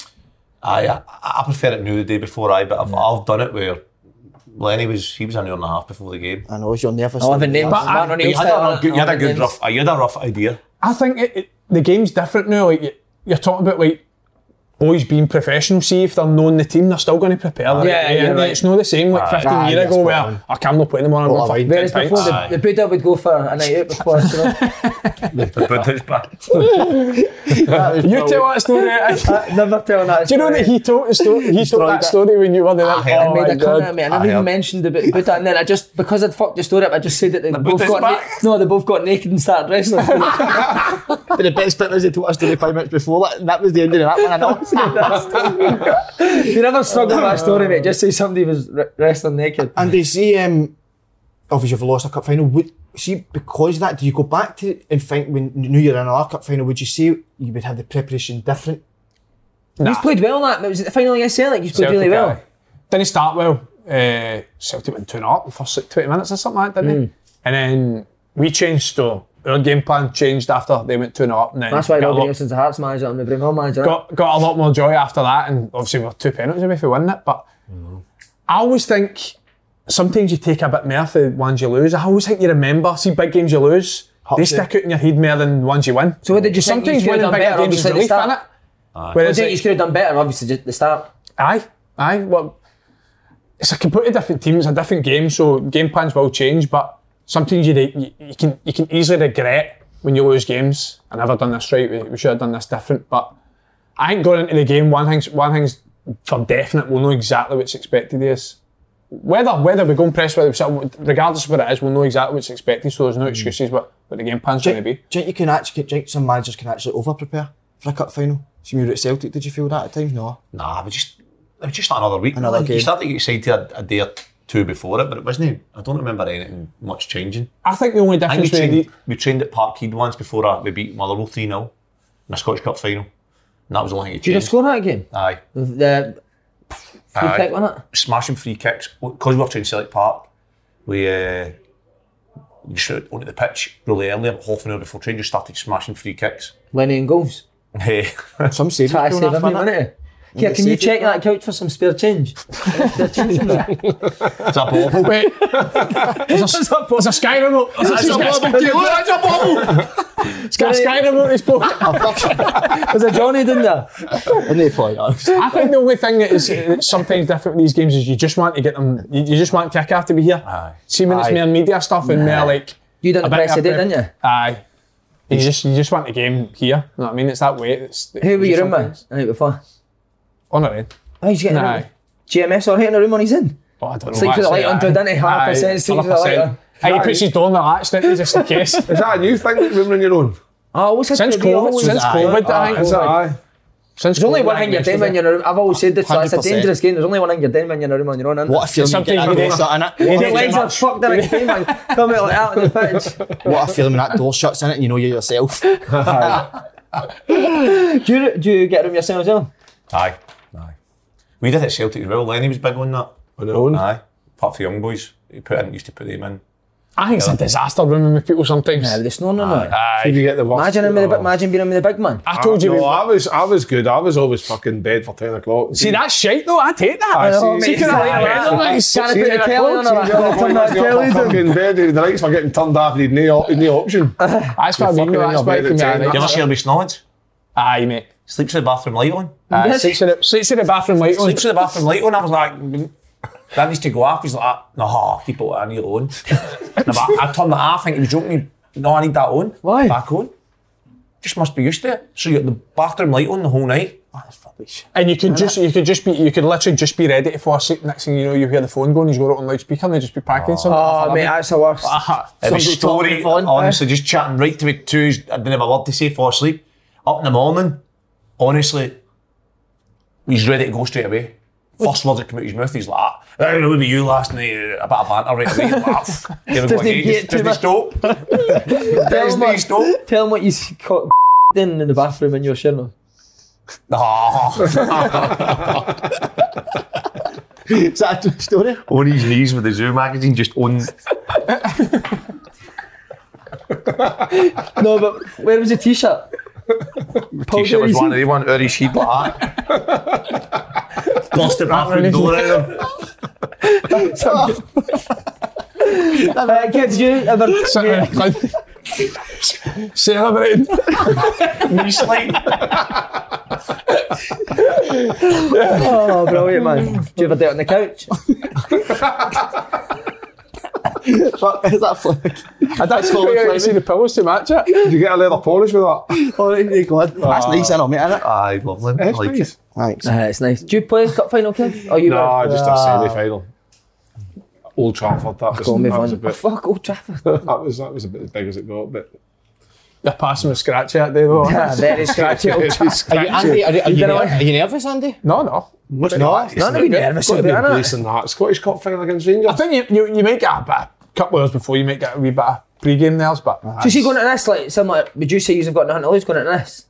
[SPEAKER 4] Aye, I, I prefer it new the day before I, but I've, I've done it where Lenny was he was an hour and a half before the game.
[SPEAKER 2] I know you're nervous.
[SPEAKER 5] But I-
[SPEAKER 1] Martin
[SPEAKER 5] you
[SPEAKER 4] uh, You
[SPEAKER 1] O'Neill's
[SPEAKER 4] had,
[SPEAKER 1] style,
[SPEAKER 4] a,
[SPEAKER 1] innit?
[SPEAKER 4] good, you had a good
[SPEAKER 1] Eleven
[SPEAKER 4] rough, you had a rough idea.
[SPEAKER 5] I think it, it, the game's different now. Like you- you're talking about, like boys being professional. See if they're knowing the team, they're still going to prepare. Like,
[SPEAKER 1] Yeah,
[SPEAKER 5] at the
[SPEAKER 1] yeah,
[SPEAKER 5] end,
[SPEAKER 1] right.
[SPEAKER 5] It's not the same like 15
[SPEAKER 2] Aye,
[SPEAKER 5] years
[SPEAKER 2] that's
[SPEAKER 5] ago
[SPEAKER 2] spot
[SPEAKER 5] where
[SPEAKER 2] on.
[SPEAKER 5] I can't not playing them on. I'm
[SPEAKER 2] Well,
[SPEAKER 5] going fucking
[SPEAKER 2] aye.
[SPEAKER 1] Whereas
[SPEAKER 5] 10
[SPEAKER 1] before,
[SPEAKER 5] pints.
[SPEAKER 1] the, the Buddha would go for a night out before. so-
[SPEAKER 5] You tell that story. I-
[SPEAKER 1] I Uh, never tell that.
[SPEAKER 5] Do you know
[SPEAKER 1] story.
[SPEAKER 5] that he told the story? He told that
[SPEAKER 1] it.
[SPEAKER 5] story when you were there.
[SPEAKER 4] I heard
[SPEAKER 5] oh
[SPEAKER 4] him
[SPEAKER 5] my
[SPEAKER 1] made a comment
[SPEAKER 5] god.
[SPEAKER 1] at me. I never
[SPEAKER 4] I
[SPEAKER 1] even
[SPEAKER 4] heard.
[SPEAKER 1] mentioned about Buddha, and then I just because I'd fucked the story up, I just said that they both
[SPEAKER 4] Buddha's
[SPEAKER 1] got na-
[SPEAKER 4] back.
[SPEAKER 1] no, they both got naked and started wrestling.
[SPEAKER 2] But the best bit was they told us to do five minutes before that, and that was the ending of that one. I know.
[SPEAKER 1] you never struggle with that story, mate. Just say somebody was re- wrestling naked.
[SPEAKER 2] and they see, um, obviously, if we lost a cup final, would see because of that, do you go back to it and think when you knew you're in our cup final, would you say you would have the preparation different?
[SPEAKER 1] He's played well in that. but It was at the final against Celtic. He's played really
[SPEAKER 5] Celtic,
[SPEAKER 1] well.
[SPEAKER 5] aye. Didn't start well. Uh, Celtic went 2 0 up the first like, 20 minutes or something like that, didn't they? And then we changed, so our game plan changed after they went 2 0 up. And then
[SPEAKER 1] That's why
[SPEAKER 5] got a
[SPEAKER 1] Robbie
[SPEAKER 5] lot-
[SPEAKER 1] Nielsen's a Hearts manager and the Broomhill manager.
[SPEAKER 5] got got a lot more joy after that, and obviously we we're two penalties away for winning it. But I always think sometimes you take a bit more for the ones you lose. I always think you remember see big games you lose. They
[SPEAKER 2] Hucks it.
[SPEAKER 5] stick out in your head more than ones you win.
[SPEAKER 1] So what did you think
[SPEAKER 5] Sometimes
[SPEAKER 1] you could
[SPEAKER 5] winning
[SPEAKER 1] have done
[SPEAKER 5] bigger
[SPEAKER 1] better?
[SPEAKER 5] games is
[SPEAKER 1] Obviously, at the
[SPEAKER 5] relief,
[SPEAKER 1] start.
[SPEAKER 5] innit?
[SPEAKER 1] I
[SPEAKER 5] Whereas
[SPEAKER 1] think
[SPEAKER 5] it-
[SPEAKER 1] you should have done better, obviously, just at the start.
[SPEAKER 5] Aye, aye. Well, it's a completely different team. It's a different game, so game plans will change. But sometimes you, you, you can you can easily regret when you lose games. I never done this right. We, we should have done this different. But I ain't going into the game. One thing's one thing's for definite. We'll know exactly what's expected of us. Whether whether we go and press, whether we sit, regardless of what it is, we'll know exactly what's expected. So there's no excuses. What what the game plan's going to be.
[SPEAKER 2] Do you think you can actually, do you think some managers can actually over prepare for a cup final? So you were at Celtic, did you feel that at times? No.
[SPEAKER 4] Nah, it was just it was just another week.
[SPEAKER 2] Another
[SPEAKER 4] Like,
[SPEAKER 2] game.
[SPEAKER 4] You started to get excited a, a day or two before it, but it wasn't. I don't remember anything much changing.
[SPEAKER 5] I think the only
[SPEAKER 4] I think we
[SPEAKER 5] difference between
[SPEAKER 4] trained, we trained at Parkhead once before uh, we beat Motherwell 3 0 in a Scottish Cup final. And that was the only thing that
[SPEAKER 1] Did you
[SPEAKER 4] changed.
[SPEAKER 1] score that game?
[SPEAKER 4] Aye.
[SPEAKER 1] The free
[SPEAKER 4] Aye.
[SPEAKER 1] kick, wasn't it?
[SPEAKER 4] Smashing free kicks. Because we were trained Celtic Park, we, uh, we just went onto the pitch really early, about half an hour before train, just started smashing free kicks.
[SPEAKER 1] Lenny and goals.
[SPEAKER 4] Hey,
[SPEAKER 2] Some say
[SPEAKER 1] Try to save him, wasn't it? Here, can you check that couch for some spare change?
[SPEAKER 4] It's a bobble.
[SPEAKER 5] Wait. there's, a, there's a Sky remote. There's a, Sky-
[SPEAKER 2] That's a bubble!
[SPEAKER 5] It's got a Sky remote in his pocket.
[SPEAKER 1] There's a Johnny in there.
[SPEAKER 2] And they point out.
[SPEAKER 5] I think the only thing that is that's sometimes different with these games is you just want to get them, you, you just want kick after to be here.
[SPEAKER 4] Aye.
[SPEAKER 5] See, when it's
[SPEAKER 2] Aye.
[SPEAKER 5] mere media stuff and more like.
[SPEAKER 1] You didn't
[SPEAKER 5] a bit
[SPEAKER 1] press the
[SPEAKER 5] of
[SPEAKER 1] date,
[SPEAKER 5] a-
[SPEAKER 1] didn't you?
[SPEAKER 5] Aye. You just, you just want the game here. You know what I mean? It's that way. It's,
[SPEAKER 1] Who were you in
[SPEAKER 5] sometimes-
[SPEAKER 1] with the night before?
[SPEAKER 5] On it then.
[SPEAKER 1] Oh, he's getting
[SPEAKER 5] Aye.
[SPEAKER 1] a GMS already in the room when he's in.
[SPEAKER 5] But I don't know.
[SPEAKER 1] Sleeps with the light on, doesn't he? Half percent sleeps with the light on.
[SPEAKER 5] Aye, he puts his door on the latch, don't he, just in case.
[SPEAKER 3] Is that a new thing, that rooming on your own?
[SPEAKER 1] I always had
[SPEAKER 5] Since
[SPEAKER 1] to be
[SPEAKER 5] COVID,
[SPEAKER 1] always-
[SPEAKER 5] since
[SPEAKER 1] Aye.
[SPEAKER 5] COVID, I
[SPEAKER 3] Is
[SPEAKER 5] think.
[SPEAKER 3] that aye?
[SPEAKER 5] Since
[SPEAKER 1] There's only
[SPEAKER 5] COVID,
[SPEAKER 1] one
[SPEAKER 5] I
[SPEAKER 1] thing you're doing
[SPEAKER 5] think
[SPEAKER 1] when
[SPEAKER 5] it's-
[SPEAKER 1] you're in your room. I've always said this, so it's a
[SPEAKER 2] 100%.
[SPEAKER 1] dangerous game. There's only one thing you're doing when you're in your room on your own. isn't
[SPEAKER 2] What
[SPEAKER 1] it?
[SPEAKER 2] if you're
[SPEAKER 5] Something
[SPEAKER 2] that
[SPEAKER 5] you
[SPEAKER 2] door
[SPEAKER 5] do.
[SPEAKER 2] shut in it?
[SPEAKER 1] Your legs are fucked in a game, man. Come out like that on the pitch.
[SPEAKER 2] What a feeling when that door shuts in it and you know you're yourself.
[SPEAKER 1] Do you, do you get a room yourself as well?
[SPEAKER 4] Aye. Aye. We did it at Celtic as well. Lenny was big on that.
[SPEAKER 3] On your own?
[SPEAKER 4] Aye. Apart from young boys. He put in, used to put them in.
[SPEAKER 5] I think it's a disaster rooming with people sometimes.
[SPEAKER 1] Yeah, with the snoring and all.
[SPEAKER 3] Did you get the worst?
[SPEAKER 1] Imagine him with the big,
[SPEAKER 3] Oh.
[SPEAKER 1] imagine being him with the big man.
[SPEAKER 5] I told you.
[SPEAKER 3] No,
[SPEAKER 5] we-
[SPEAKER 3] I was, I was good. I was always fucking bed for 10 o'clock.
[SPEAKER 5] See, that's shite though. I'd hate that.
[SPEAKER 3] I see.
[SPEAKER 1] know, mate,
[SPEAKER 3] See,
[SPEAKER 1] it's like that. Can't put the telly on or
[SPEAKER 3] See, you're
[SPEAKER 1] that. Turn that
[SPEAKER 3] the
[SPEAKER 1] telly
[SPEAKER 3] fucking
[SPEAKER 1] down.
[SPEAKER 3] bed. The nights for getting turned off, he'd no no option.
[SPEAKER 5] That's what I
[SPEAKER 3] You're fucking
[SPEAKER 5] mean.
[SPEAKER 3] in
[SPEAKER 5] That's
[SPEAKER 3] your
[SPEAKER 5] why
[SPEAKER 3] bed
[SPEAKER 5] it can
[SPEAKER 3] at
[SPEAKER 5] be
[SPEAKER 3] 10.
[SPEAKER 5] an
[SPEAKER 4] You ever
[SPEAKER 5] issue.
[SPEAKER 4] share with knowledge?
[SPEAKER 5] Aye, mate.
[SPEAKER 4] Sleeps with the bathroom light on.
[SPEAKER 5] Aye, Sleeps in the- sleeps in the bathroom light on.
[SPEAKER 4] Sleeps with the bathroom light on. I was like, mm. that needs to go off. He's like, ah, nah, keep it on your own. And I'm like- I turned that off, thinking he was joking. No, I need that on.
[SPEAKER 1] Why?
[SPEAKER 4] Back on. Just must be used to it. So you got the bathroom light on the whole night. Ah, that's rubbish.
[SPEAKER 5] And you could just, you could just be, you could literally just be ready for a seat. Next thing you know, you hear the phone going. He's got it on loudspeaker, and they just be packing something.
[SPEAKER 1] Oh, mate, that's the worst.
[SPEAKER 5] Ah,
[SPEAKER 4] Every
[SPEAKER 2] Somebody talking on the
[SPEAKER 4] story,
[SPEAKER 2] phone.
[SPEAKER 4] honestly, just chatting right to me two. I didn't have a word to say, fall asleep. Up in the morning, honestly, he's ready to go straight away. First words that come out of his mouth, he's like, ah, I don't know, maybe you last night, uh, a bit of banter right away. Like, "Ah, here we go
[SPEAKER 1] Doesn't
[SPEAKER 4] again."
[SPEAKER 1] get
[SPEAKER 4] Just-
[SPEAKER 1] to
[SPEAKER 4] Doesn't he stop? Doesn't he stop?
[SPEAKER 1] Tell him what you s- caught in in the bathroom in your shirt.
[SPEAKER 4] Ah. Nah.
[SPEAKER 2] Is that a true story?
[SPEAKER 4] on his knees with the Zoo magazine, just on.
[SPEAKER 1] No, but where was the t-shirt? Paul
[SPEAKER 4] T-shirt was
[SPEAKER 1] Dewey's-
[SPEAKER 4] one of the one, or his sheet like that. Bust the bathroom door out of him.
[SPEAKER 1] Uh, kids, you ever yeah,
[SPEAKER 5] Celebrating.
[SPEAKER 4] Knee slide.
[SPEAKER 1] Oh, brilliant, man. Do you ever do it on the couch?
[SPEAKER 2] Is that flick?
[SPEAKER 5] That's
[SPEAKER 2] full of
[SPEAKER 5] You see the pillows to match it.
[SPEAKER 3] Did you get a leather polish with that?
[SPEAKER 2] Oh, my God. That's nice, I know, mate, isn't it?
[SPEAKER 4] Aye, lovely. I
[SPEAKER 3] That's
[SPEAKER 4] like it.
[SPEAKER 3] nice.
[SPEAKER 2] Thanks.
[SPEAKER 1] Uh, it's nice. Do you play cup final, kid? Or you
[SPEAKER 3] Nah,
[SPEAKER 1] were-
[SPEAKER 3] just a semi final. Old Trafford, that was,
[SPEAKER 1] Call me
[SPEAKER 3] that was a
[SPEAKER 1] fun.
[SPEAKER 3] bit.
[SPEAKER 1] Fuck Old Trafford.
[SPEAKER 3] That was that was about as big as it got, but
[SPEAKER 5] They're passing with scratch out there though.
[SPEAKER 1] Ah, Very scratchy Old Trafford.
[SPEAKER 2] Are you, Andy, are, you- are, you,
[SPEAKER 1] gonna-
[SPEAKER 2] ner- are you nervous, Andy?
[SPEAKER 5] No, no.
[SPEAKER 2] What's not?
[SPEAKER 1] None of you nervous
[SPEAKER 3] it's got to be
[SPEAKER 1] about it.
[SPEAKER 3] placing that Scottish Cup final against Rangers.
[SPEAKER 5] I think you, you, you might get a bit, couple of hours before you might get a wee bit of pre-game nails, but
[SPEAKER 1] So see, going at this, like, similar, would you say you've got nothing to lose going at this?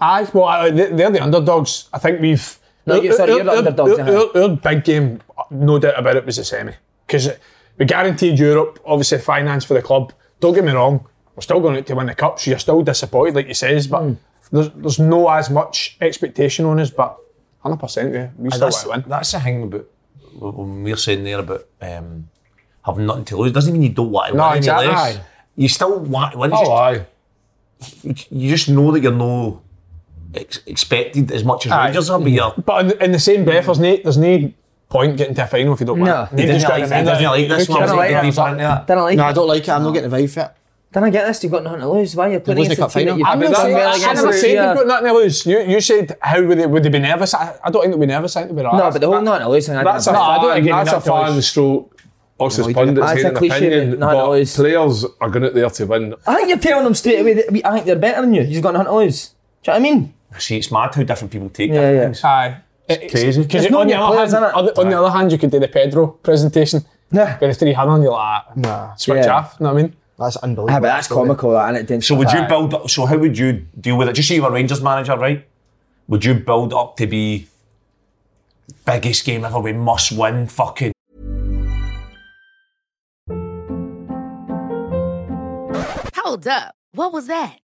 [SPEAKER 5] aye, well, I- they- they're the underdogs. I think we've.
[SPEAKER 1] No, you- sorry, you're the
[SPEAKER 5] Our- our-
[SPEAKER 1] underdogs,
[SPEAKER 5] Our,
[SPEAKER 1] aye.
[SPEAKER 5] our- our big game, no doubt about it, was the semi because we guaranteed Europe. Obviously, finance for the club. Don't get me wrong, we're still going out to win the cup, so you're still disappointed, like you says, but
[SPEAKER 1] Hmm.
[SPEAKER 5] there's there's no as much expectation on us, but. 100% yeah, we still
[SPEAKER 4] that's,
[SPEAKER 5] want to win.
[SPEAKER 4] that's the thing about when we're saying there about um, having nothing to lose. Doesn't mean you don't want to
[SPEAKER 5] No,
[SPEAKER 4] win. any
[SPEAKER 5] exactly. uh,
[SPEAKER 4] less. You still want to win.
[SPEAKER 3] Oh,
[SPEAKER 4] You
[SPEAKER 3] aye.
[SPEAKER 4] just, you just know that you're no ex- expected as much as
[SPEAKER 5] Aye.
[SPEAKER 4] Rangers are, but you're.
[SPEAKER 5] But in, in the same breath, there's no, there's no point getting to a final if you don't win.
[SPEAKER 1] No.
[SPEAKER 5] You
[SPEAKER 4] He doesn't
[SPEAKER 5] just gotta
[SPEAKER 4] like, he
[SPEAKER 5] remember
[SPEAKER 4] doesn't like this
[SPEAKER 5] who
[SPEAKER 4] one.
[SPEAKER 5] cares?
[SPEAKER 1] Didn't like
[SPEAKER 4] He's
[SPEAKER 1] that.
[SPEAKER 4] deep into that.
[SPEAKER 1] Didn't I like
[SPEAKER 2] No, I
[SPEAKER 1] it?
[SPEAKER 2] don't like it. I'm not getting the vibe for it.
[SPEAKER 1] Didn't I get this? You've got nothing to lose. Why are you playing
[SPEAKER 2] lose the
[SPEAKER 1] against
[SPEAKER 2] cup
[SPEAKER 1] the team
[SPEAKER 2] final.
[SPEAKER 1] that you've
[SPEAKER 5] I'm not
[SPEAKER 1] done
[SPEAKER 5] saying,
[SPEAKER 1] well
[SPEAKER 5] I
[SPEAKER 1] against
[SPEAKER 5] never
[SPEAKER 1] this
[SPEAKER 5] said
[SPEAKER 1] year?
[SPEAKER 5] they've got nothing to lose. You, you said how would they, would they be nervous? I, I don't think they'll be nervous. I think they'll be
[SPEAKER 1] No,
[SPEAKER 5] relaxed.
[SPEAKER 1] but the whole nothing to lose thing, I
[SPEAKER 3] That's a
[SPEAKER 1] didn't-
[SPEAKER 5] No, I
[SPEAKER 3] fan,
[SPEAKER 5] don't think you
[SPEAKER 3] that's
[SPEAKER 5] need
[SPEAKER 3] a
[SPEAKER 5] that to
[SPEAKER 3] fan
[SPEAKER 5] lose.
[SPEAKER 3] stroke. Us as
[SPEAKER 2] you
[SPEAKER 3] pundits
[SPEAKER 1] That's a
[SPEAKER 3] saying an
[SPEAKER 1] cliche,
[SPEAKER 3] opinion,
[SPEAKER 1] mate. No, no,
[SPEAKER 3] but
[SPEAKER 1] it's-
[SPEAKER 3] players are going out there to win.
[SPEAKER 1] I think you're telling them straight away that we- I think they're better than you. You've got nothing to lose. Do you know what I mean?
[SPEAKER 4] See, it's mad how different people take
[SPEAKER 1] Yeah,
[SPEAKER 4] that.
[SPEAKER 1] yeah.
[SPEAKER 5] Aye. It's
[SPEAKER 4] crazy.
[SPEAKER 5] Because
[SPEAKER 1] It's not
[SPEAKER 5] on, the
[SPEAKER 1] your
[SPEAKER 5] other,
[SPEAKER 1] players,
[SPEAKER 5] hand,
[SPEAKER 1] innit?
[SPEAKER 5] other- on the other hand, you could do the Pedro presentation.
[SPEAKER 1] Yeah.
[SPEAKER 5] With the three hand on, you're like, ah,
[SPEAKER 2] Nah.
[SPEAKER 5] switch
[SPEAKER 1] Yeah.
[SPEAKER 5] off. You know what I mean?
[SPEAKER 2] That's unbelievable.
[SPEAKER 1] Ah, but that's
[SPEAKER 2] Sorry.
[SPEAKER 1] comical, that, and it didn't.
[SPEAKER 4] So would you build up? So how would you deal with it? Just say you were Rangers manager, right? Would you build up to be biggest game ever? We must win. Fucking
[SPEAKER 7] Hold up. What was that?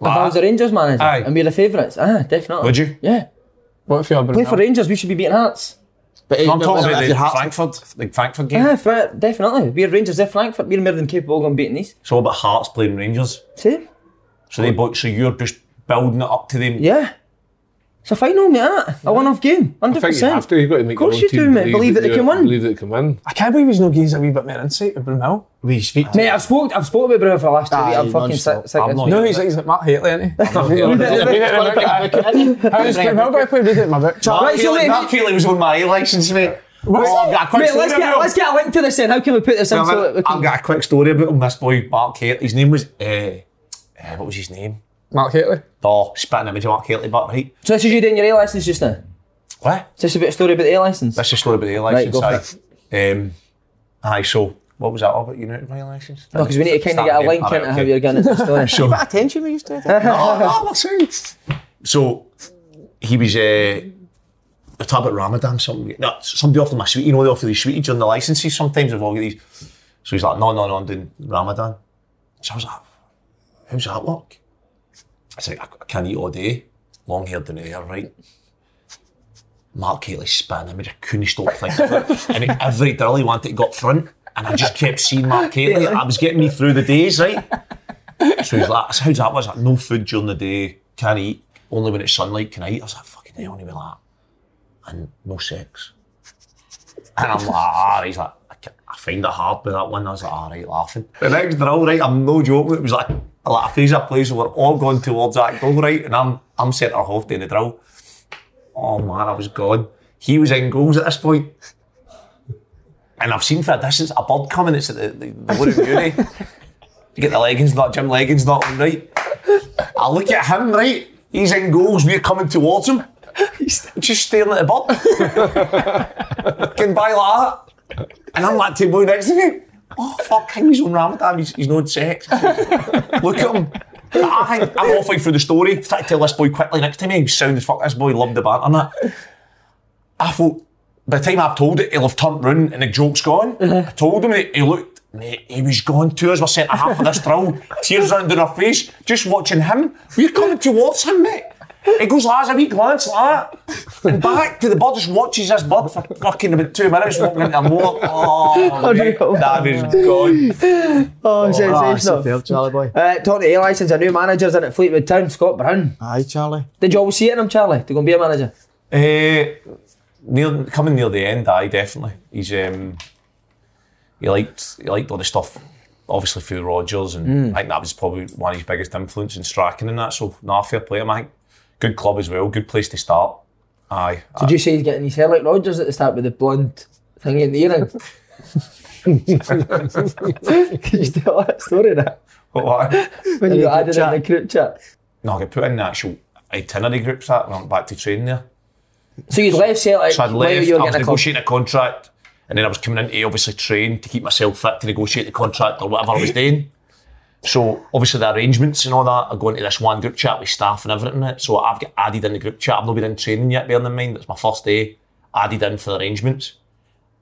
[SPEAKER 1] If I was a Rangers manager
[SPEAKER 4] Aye.
[SPEAKER 1] and we're the favourites, ah, definitely.
[SPEAKER 4] Would you?
[SPEAKER 1] Yeah.
[SPEAKER 5] What if you're
[SPEAKER 1] Play for Rangers, we should be beating Hearts.
[SPEAKER 2] But
[SPEAKER 4] No, I'm talking about
[SPEAKER 2] if
[SPEAKER 4] the
[SPEAKER 2] your heart's-
[SPEAKER 4] Frankfurt, the Frankfurt game.
[SPEAKER 1] Yeah, fair, definitely. We're Rangers, they're Frankfurt, we're more than capable of going beating these.
[SPEAKER 4] It's all about Hearts playing Rangers.
[SPEAKER 1] See?
[SPEAKER 4] So they both, so you're just building it up to them.
[SPEAKER 1] Oh. Yeah. It's a final, mate, innit? A one-off game, 100%.
[SPEAKER 3] I think you have to. You've got to make
[SPEAKER 1] Of course
[SPEAKER 3] your own
[SPEAKER 1] you do,
[SPEAKER 3] team
[SPEAKER 1] mate. Believe that they can
[SPEAKER 3] you're-
[SPEAKER 1] win.
[SPEAKER 3] Believe that they can win.
[SPEAKER 5] I can't believe he's not giving us a wee bit more insight to Brunel.
[SPEAKER 2] We speak
[SPEAKER 1] Mate, I've spoke, I've spoken with Bruno for the last two
[SPEAKER 2] Aye,
[SPEAKER 1] weeks. I'm fucking sick.
[SPEAKER 2] non-stop.
[SPEAKER 1] sick
[SPEAKER 4] I'm
[SPEAKER 1] of
[SPEAKER 4] not-
[SPEAKER 5] No, he's, he's like Matt Haley, isn't he?
[SPEAKER 4] Oh,
[SPEAKER 5] How's Brunel going to play with it in my book?
[SPEAKER 1] Right, so
[SPEAKER 4] Keeling-
[SPEAKER 1] wait,
[SPEAKER 4] Mark Keeling was on my license, mate. Oh, I've got a quick
[SPEAKER 1] Mate,
[SPEAKER 4] story
[SPEAKER 1] let's get,
[SPEAKER 4] about
[SPEAKER 1] let's
[SPEAKER 4] him.
[SPEAKER 1] get a link to this then. How can we put this in so that we
[SPEAKER 4] I've, I've
[SPEAKER 1] can...
[SPEAKER 4] got a quick story about him. This boy, Mark Haley. His name was, uh, uh, what was his name?
[SPEAKER 5] Mark Haley.
[SPEAKER 4] Oh, spitting image of Mark Haley, but right.
[SPEAKER 1] So this is you doing your A licence just now?
[SPEAKER 4] What?
[SPEAKER 1] Is this a bit of story about the A licence?
[SPEAKER 4] That's the story about the
[SPEAKER 1] Right,
[SPEAKER 4] license.
[SPEAKER 1] go for
[SPEAKER 4] aye. Um, aye, so what was that all about? You know, my license.
[SPEAKER 1] No, because we need to kind of
[SPEAKER 4] Start
[SPEAKER 1] get a
[SPEAKER 4] again.
[SPEAKER 1] link
[SPEAKER 4] Alright,
[SPEAKER 1] into how
[SPEAKER 4] okay.
[SPEAKER 1] you're going to story.
[SPEAKER 4] So,
[SPEAKER 2] attention we used to have.
[SPEAKER 4] oh, what's it? So he was uh, a tab at Ramadan. Somebody, no, somebody offered my sweetie. You know, they offer these sweeties during the licenses. Sometimes they've all got these. So he's like, no, no, no, I'm doing Ramadan. So I was like, how's that work? I said, I I can't eat all day. Long hair down there, right? Mark Haley's span image, I couldn't stop thinking about it. And at every drill he wanted to go up front, and I just kept seeing Mark Haley. I was getting me through the days, right? So he's like, how's that? Was like, no food during the day, can't eat, only when it's sunlight can I eat. I was like, fucking hell, and he was like, and no sex. And I'm like, ah, he's like, I, can't- I find it hard with that one. I was like, "Oh." all right, laughing. The next drill, right, I'm no joking, it was like, like a phase of plays, we're all going towards that goal, right, and I'm, I'm centre half doing the drill. Oh man, I was gone. He was in goals at this point. And I've seen for a distance a bird coming, it's at the, the, the Wood of Uni. You get the leggings not, Jim leggings not on, right? I look at him, right? He's in goals, we're coming towards him. He's just staring at the bird. Can buy like that. And I'm like to the boy next to me. Oh fuck him, he's on Ramadan, he's, he's not sex. look at him. I think I'm halfway through the story. Try to tell this boy quickly next to me. He sound as fuck this boy loved the banter and that. I thought by the time I've told it, he'll have turned round and the joke's gone. I told him, he, he looked, mate, he was gone. Two hours were sent a half of this drill, tears running down her face, just watching him. We're coming towards him, mate. He goes, lads, a wee glance like that. And back to the bird, just watches this bird for fucking about two minutes, walking into a moor. Oh, mate, that is gone.
[SPEAKER 1] Oh,
[SPEAKER 4] Ah,
[SPEAKER 1] sensational.
[SPEAKER 2] Superb, Charlie boy.
[SPEAKER 1] Uh, talking to A licence, a new manager's in at Fleetwood Town, Scott Brown.
[SPEAKER 2] Aye, Charlie.
[SPEAKER 1] Did you all see it in him, Charlie, to go and be a manager?
[SPEAKER 4] Eh, near coming near the end, aye, definitely. He's um, he liked he liked all the stuff, obviously through Rogers, and I think that was probably one of his biggest influence in Strachan and that. So, nah, fair play, him, I think good club as well, good place to start. Aye, aye.
[SPEAKER 1] Did you see he's getting his hair like Rogers at the start with the blonde thing in the earring? Can you tell that story now?
[SPEAKER 4] What, what?
[SPEAKER 1] When you
[SPEAKER 2] the
[SPEAKER 1] got
[SPEAKER 2] group
[SPEAKER 1] added in the group chat.
[SPEAKER 4] no, I got put in the actual itinerary groups that went back to train there.
[SPEAKER 1] So you'd left Celtic
[SPEAKER 4] So I'd
[SPEAKER 1] while
[SPEAKER 4] left,
[SPEAKER 1] you were
[SPEAKER 4] I was "Oh,
[SPEAKER 1] getting a club.
[SPEAKER 4] negotiating a contract, and then I was coming into obviously train to keep myself fit to negotiate the contract or whatever I was doing. So obviously the arrangements and all that are going to this one group chat with staff and everything in it. So I've got added in the group chat. I've not been in training yet, bearing in mind it's my first day. Added in for the arrangements.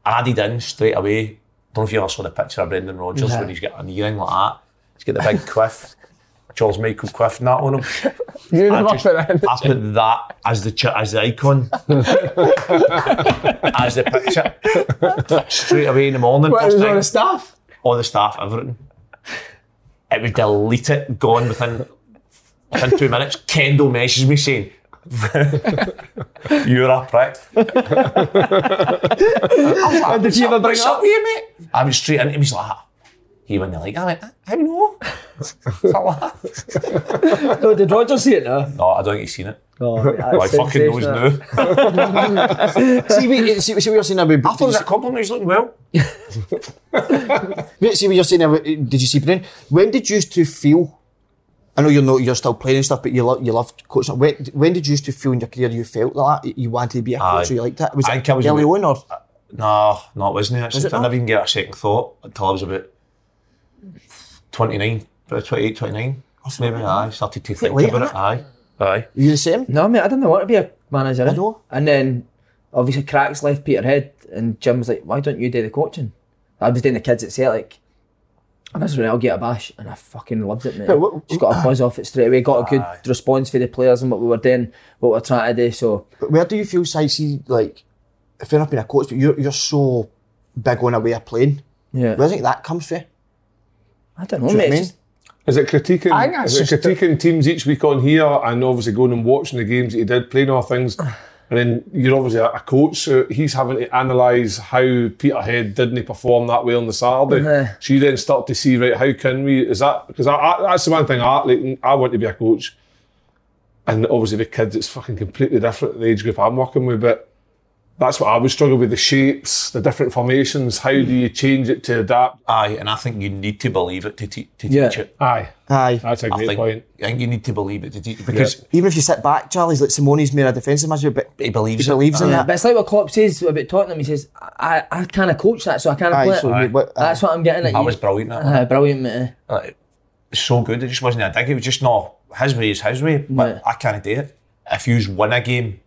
[SPEAKER 4] Added in straight away. Don't know if you ever saw the picture of Brendan Rodgers when he's got an earring like that. He's got the big quiff, Charles Michael quiff and that on him.
[SPEAKER 5] You
[SPEAKER 4] I
[SPEAKER 5] never
[SPEAKER 4] just-
[SPEAKER 5] put that in.
[SPEAKER 4] I put that as the ch- as the icon, as the picture. Straight away in the morning,
[SPEAKER 5] But it
[SPEAKER 4] first
[SPEAKER 5] was
[SPEAKER 4] thing,
[SPEAKER 5] on the staff.
[SPEAKER 4] all the staff, everything. It was deleted, gone within within two minutes. Kendall messaged me saying, "You're a prick."
[SPEAKER 1] And did you ever bring
[SPEAKER 4] What's
[SPEAKER 1] it
[SPEAKER 4] up
[SPEAKER 1] up?
[SPEAKER 4] with you, mate? I went straight into him. He's like, "Ah." he went there like, I went, I know.
[SPEAKER 1] No, Oh, did Rogers see it now?
[SPEAKER 4] No, I don't think he's seen it.
[SPEAKER 1] Oh,
[SPEAKER 4] I fucking knows now.
[SPEAKER 2] uh, see, we, see, see what you're saying
[SPEAKER 4] I
[SPEAKER 2] about.
[SPEAKER 4] thought it was a compliment. He's looking well.
[SPEAKER 2] uh, Wait, see what you're saying about. Did you see Brennan? When did you two feel I know you're not, you're still playing and stuff, but you love you love coaching. When, when did you used to feel in your career you felt like that? You wanted to be a
[SPEAKER 4] Aye.
[SPEAKER 2] coach, so you liked that? Was
[SPEAKER 4] I
[SPEAKER 2] it
[SPEAKER 4] think I was a
[SPEAKER 2] early on
[SPEAKER 4] bit-
[SPEAKER 2] or
[SPEAKER 4] No, no, it wasn't actually.
[SPEAKER 2] Was it
[SPEAKER 4] I
[SPEAKER 2] not?
[SPEAKER 4] never even gave it a second thought until I was about 29, about 28, 29. Maybe I started to think
[SPEAKER 2] late,
[SPEAKER 4] about it.
[SPEAKER 2] innit?
[SPEAKER 4] Aye. Aye.
[SPEAKER 2] were you the same?
[SPEAKER 1] No, mate, I didn't want to be a manager. eh?
[SPEAKER 2] know.
[SPEAKER 1] And then obviously cracks left Peterhead, and Jim was like, "Why don't you do the coaching?" I was doing the kids at Celtic, and this is when I'll get a bash, and I fucking loved it, mate.
[SPEAKER 2] But what-
[SPEAKER 1] Just got a buzz off it straight away. Got a good response for the players and what we were doing, what we were trying to do. So
[SPEAKER 2] But where do you feel, Si, see, like, if you're not being a coach, but you're, you're so big on a way of playing,
[SPEAKER 1] yeah,
[SPEAKER 2] where do you think that comes from?
[SPEAKER 1] I don't know,
[SPEAKER 2] Do you know
[SPEAKER 1] mate.
[SPEAKER 2] what I
[SPEAKER 1] it's
[SPEAKER 2] mean?
[SPEAKER 1] just-
[SPEAKER 3] Is it critiquing?
[SPEAKER 5] I think that's
[SPEAKER 3] is it
[SPEAKER 5] just
[SPEAKER 3] critiquing teams each week on here, and obviously going and watching the games that he did, playing all things, and then you're obviously a- a coach, so he's having to analyse how Peterhead didn't perform that way on the Saturday.
[SPEAKER 5] Uh-huh.
[SPEAKER 1] Yeah.
[SPEAKER 3] So you then start to see right, how can we? Is that because I, I, that's the one thing I like, I want to be a coach, and obviously with kids it's fucking completely different the age group I'm working with, but that's what I would struggle with the shapes, the different formations. How do you change it to adapt?
[SPEAKER 4] Aye. And I think you need to believe it to, te- to
[SPEAKER 1] Yeah.
[SPEAKER 4] teach it.
[SPEAKER 3] Aye,
[SPEAKER 2] Aye.
[SPEAKER 3] that's a
[SPEAKER 4] I
[SPEAKER 3] great
[SPEAKER 4] think,
[SPEAKER 3] point.
[SPEAKER 4] I think you need to believe it to teach it because
[SPEAKER 2] Even if you sit back, Charlie's like Simone's made a defensive measure, but
[SPEAKER 4] he believes
[SPEAKER 2] he
[SPEAKER 4] it.
[SPEAKER 2] believes in
[SPEAKER 1] Yeah,
[SPEAKER 2] that.
[SPEAKER 1] but it's like what Klopp says about Tottenham. He says, "I, I kind of coach that, so I kind of
[SPEAKER 2] Aye,
[SPEAKER 1] play it."
[SPEAKER 2] so you- what- uh,
[SPEAKER 1] That's what I'm getting at.
[SPEAKER 4] I
[SPEAKER 1] you-
[SPEAKER 4] was brilliant at it.
[SPEAKER 1] Aye, brilliant, mate.
[SPEAKER 4] Like, it's so good. It just wasn't a dig. It was just not his way is his way. But
[SPEAKER 1] Yeah.
[SPEAKER 4] I can't do it. If you win a game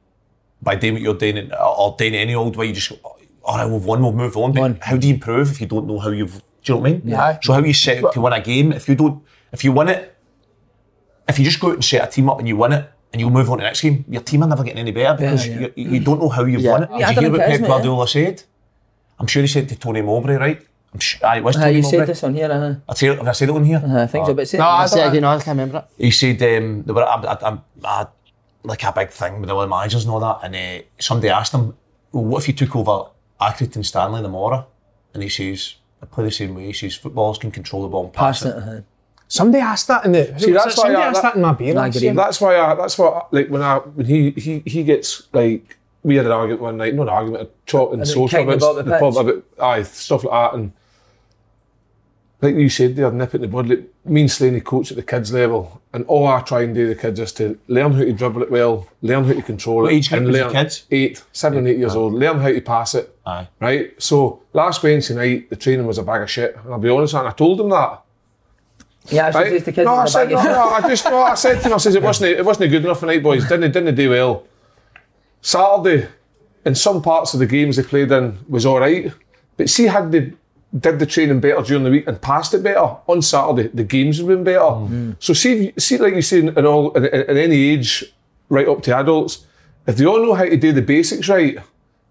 [SPEAKER 4] by doing what you're doing and- or or doing any old way, you just go, "Oh, all right, we've won, we'll move on. But
[SPEAKER 1] Won.
[SPEAKER 4] how do you improve if you don't know how you've? Do you know what I mean?
[SPEAKER 5] Yeah. Aye.
[SPEAKER 4] So how you set out to win a game if you don't? If you win it, if you just go out and set a team up and you win it. And you'll move on to the next game. Your team are never getting any better because
[SPEAKER 1] yeah.
[SPEAKER 4] You, you don't know how you've
[SPEAKER 2] Yeah.
[SPEAKER 4] won it.
[SPEAKER 1] Yeah, I
[SPEAKER 4] Did you hear
[SPEAKER 1] don't think
[SPEAKER 4] what Pep
[SPEAKER 1] it is, mate,
[SPEAKER 4] Guardiola said? I'm sure he said to Tony Mowbray, right? I'm sure, aye, it was
[SPEAKER 1] Aye,
[SPEAKER 4] Tony
[SPEAKER 1] you
[SPEAKER 4] Mowbray.
[SPEAKER 1] said this on here. Uh,
[SPEAKER 4] I tell, have I said it on here?
[SPEAKER 1] uh, things about saying.
[SPEAKER 5] No, I
[SPEAKER 2] Say
[SPEAKER 5] don't.
[SPEAKER 2] again, I can't remember it.
[SPEAKER 4] he said um, they were at a, a, a, a, like a big thing with all the managers and all that, and uh, somebody asked him, well, "What if you took over Accrington Stanley in the Mora?" And he says, "I play the same way." He says, "Footballers can control the ball and pass,
[SPEAKER 1] Pass
[SPEAKER 4] it."
[SPEAKER 1] it. uh,
[SPEAKER 5] Somebody asked that in the.
[SPEAKER 3] See,
[SPEAKER 5] who was
[SPEAKER 3] that's
[SPEAKER 5] it?
[SPEAKER 3] why
[SPEAKER 5] Somebody
[SPEAKER 3] I-
[SPEAKER 5] asked that in my beer.
[SPEAKER 1] I
[SPEAKER 5] last
[SPEAKER 1] agree.
[SPEAKER 5] year.
[SPEAKER 3] That's why I, that's what I, like when I when he he he gets like we had an argument one night, not an argument, a talk and
[SPEAKER 1] And it
[SPEAKER 3] social
[SPEAKER 1] kicked
[SPEAKER 3] about
[SPEAKER 1] about
[SPEAKER 3] the,
[SPEAKER 1] the
[SPEAKER 3] pub
[SPEAKER 1] pitch.
[SPEAKER 3] about aye stuff like that and like you said there, nip it in the bud. Like, me and Slaney coach at the kids level, and all I try and do with the kids is to learn how to dribble it well, learn how to control
[SPEAKER 4] What
[SPEAKER 3] it,
[SPEAKER 4] age group
[SPEAKER 3] and
[SPEAKER 4] was the
[SPEAKER 3] learn
[SPEAKER 4] kids?
[SPEAKER 3] eight, seven, and eight years old, learn how to pass it.
[SPEAKER 4] Aye.
[SPEAKER 3] Right. So last Wednesday night, the training was a bag of shit, and I'll be honest, and I told them that.
[SPEAKER 1] yeah, I should
[SPEAKER 3] Right?
[SPEAKER 1] say the kids.
[SPEAKER 3] no,
[SPEAKER 1] in
[SPEAKER 3] I
[SPEAKER 1] the
[SPEAKER 3] said,
[SPEAKER 1] bag
[SPEAKER 3] no,
[SPEAKER 1] of shit.
[SPEAKER 3] no, I just no, I said to him, I says it wasn't it wasn't good enough for night boys. Didn't didn't do well. Saturday, in some parts of the games they played in was all right, but see had they did the training better during the week and passed it better on Saturday, the games would have been better. So see, see, like you say, in, in all in, in any age, right up to adults, if they all know how to do the basics right,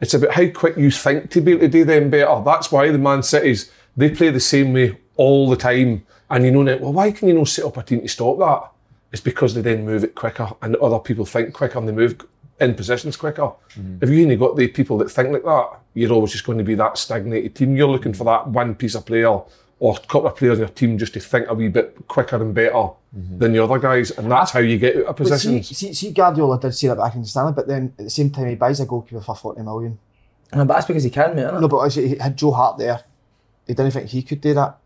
[SPEAKER 3] it's about how quick you think to be able to do them better. That's why the Man Cities, they play the same way all the time. And you know now, well, why can you not set up a team to stop that? It's because they then move it quicker and other people think quicker and they move in positions quicker. If you only got the people that think like that, you're always just going to be that stagnated team. You're looking for that one piece of player or a couple of players in your team just to think a wee bit quicker and better than the other guys. And that's how you get out of
[SPEAKER 2] But see,
[SPEAKER 3] positions.
[SPEAKER 2] see, see, Guardiola did say that back in Stanley, but then at the same time, he buys a goalkeeper for 40 million.
[SPEAKER 1] No, but that's because he can, mate. innit?
[SPEAKER 2] No, but actually, he had Joe Hart there. He didn't think he could do that.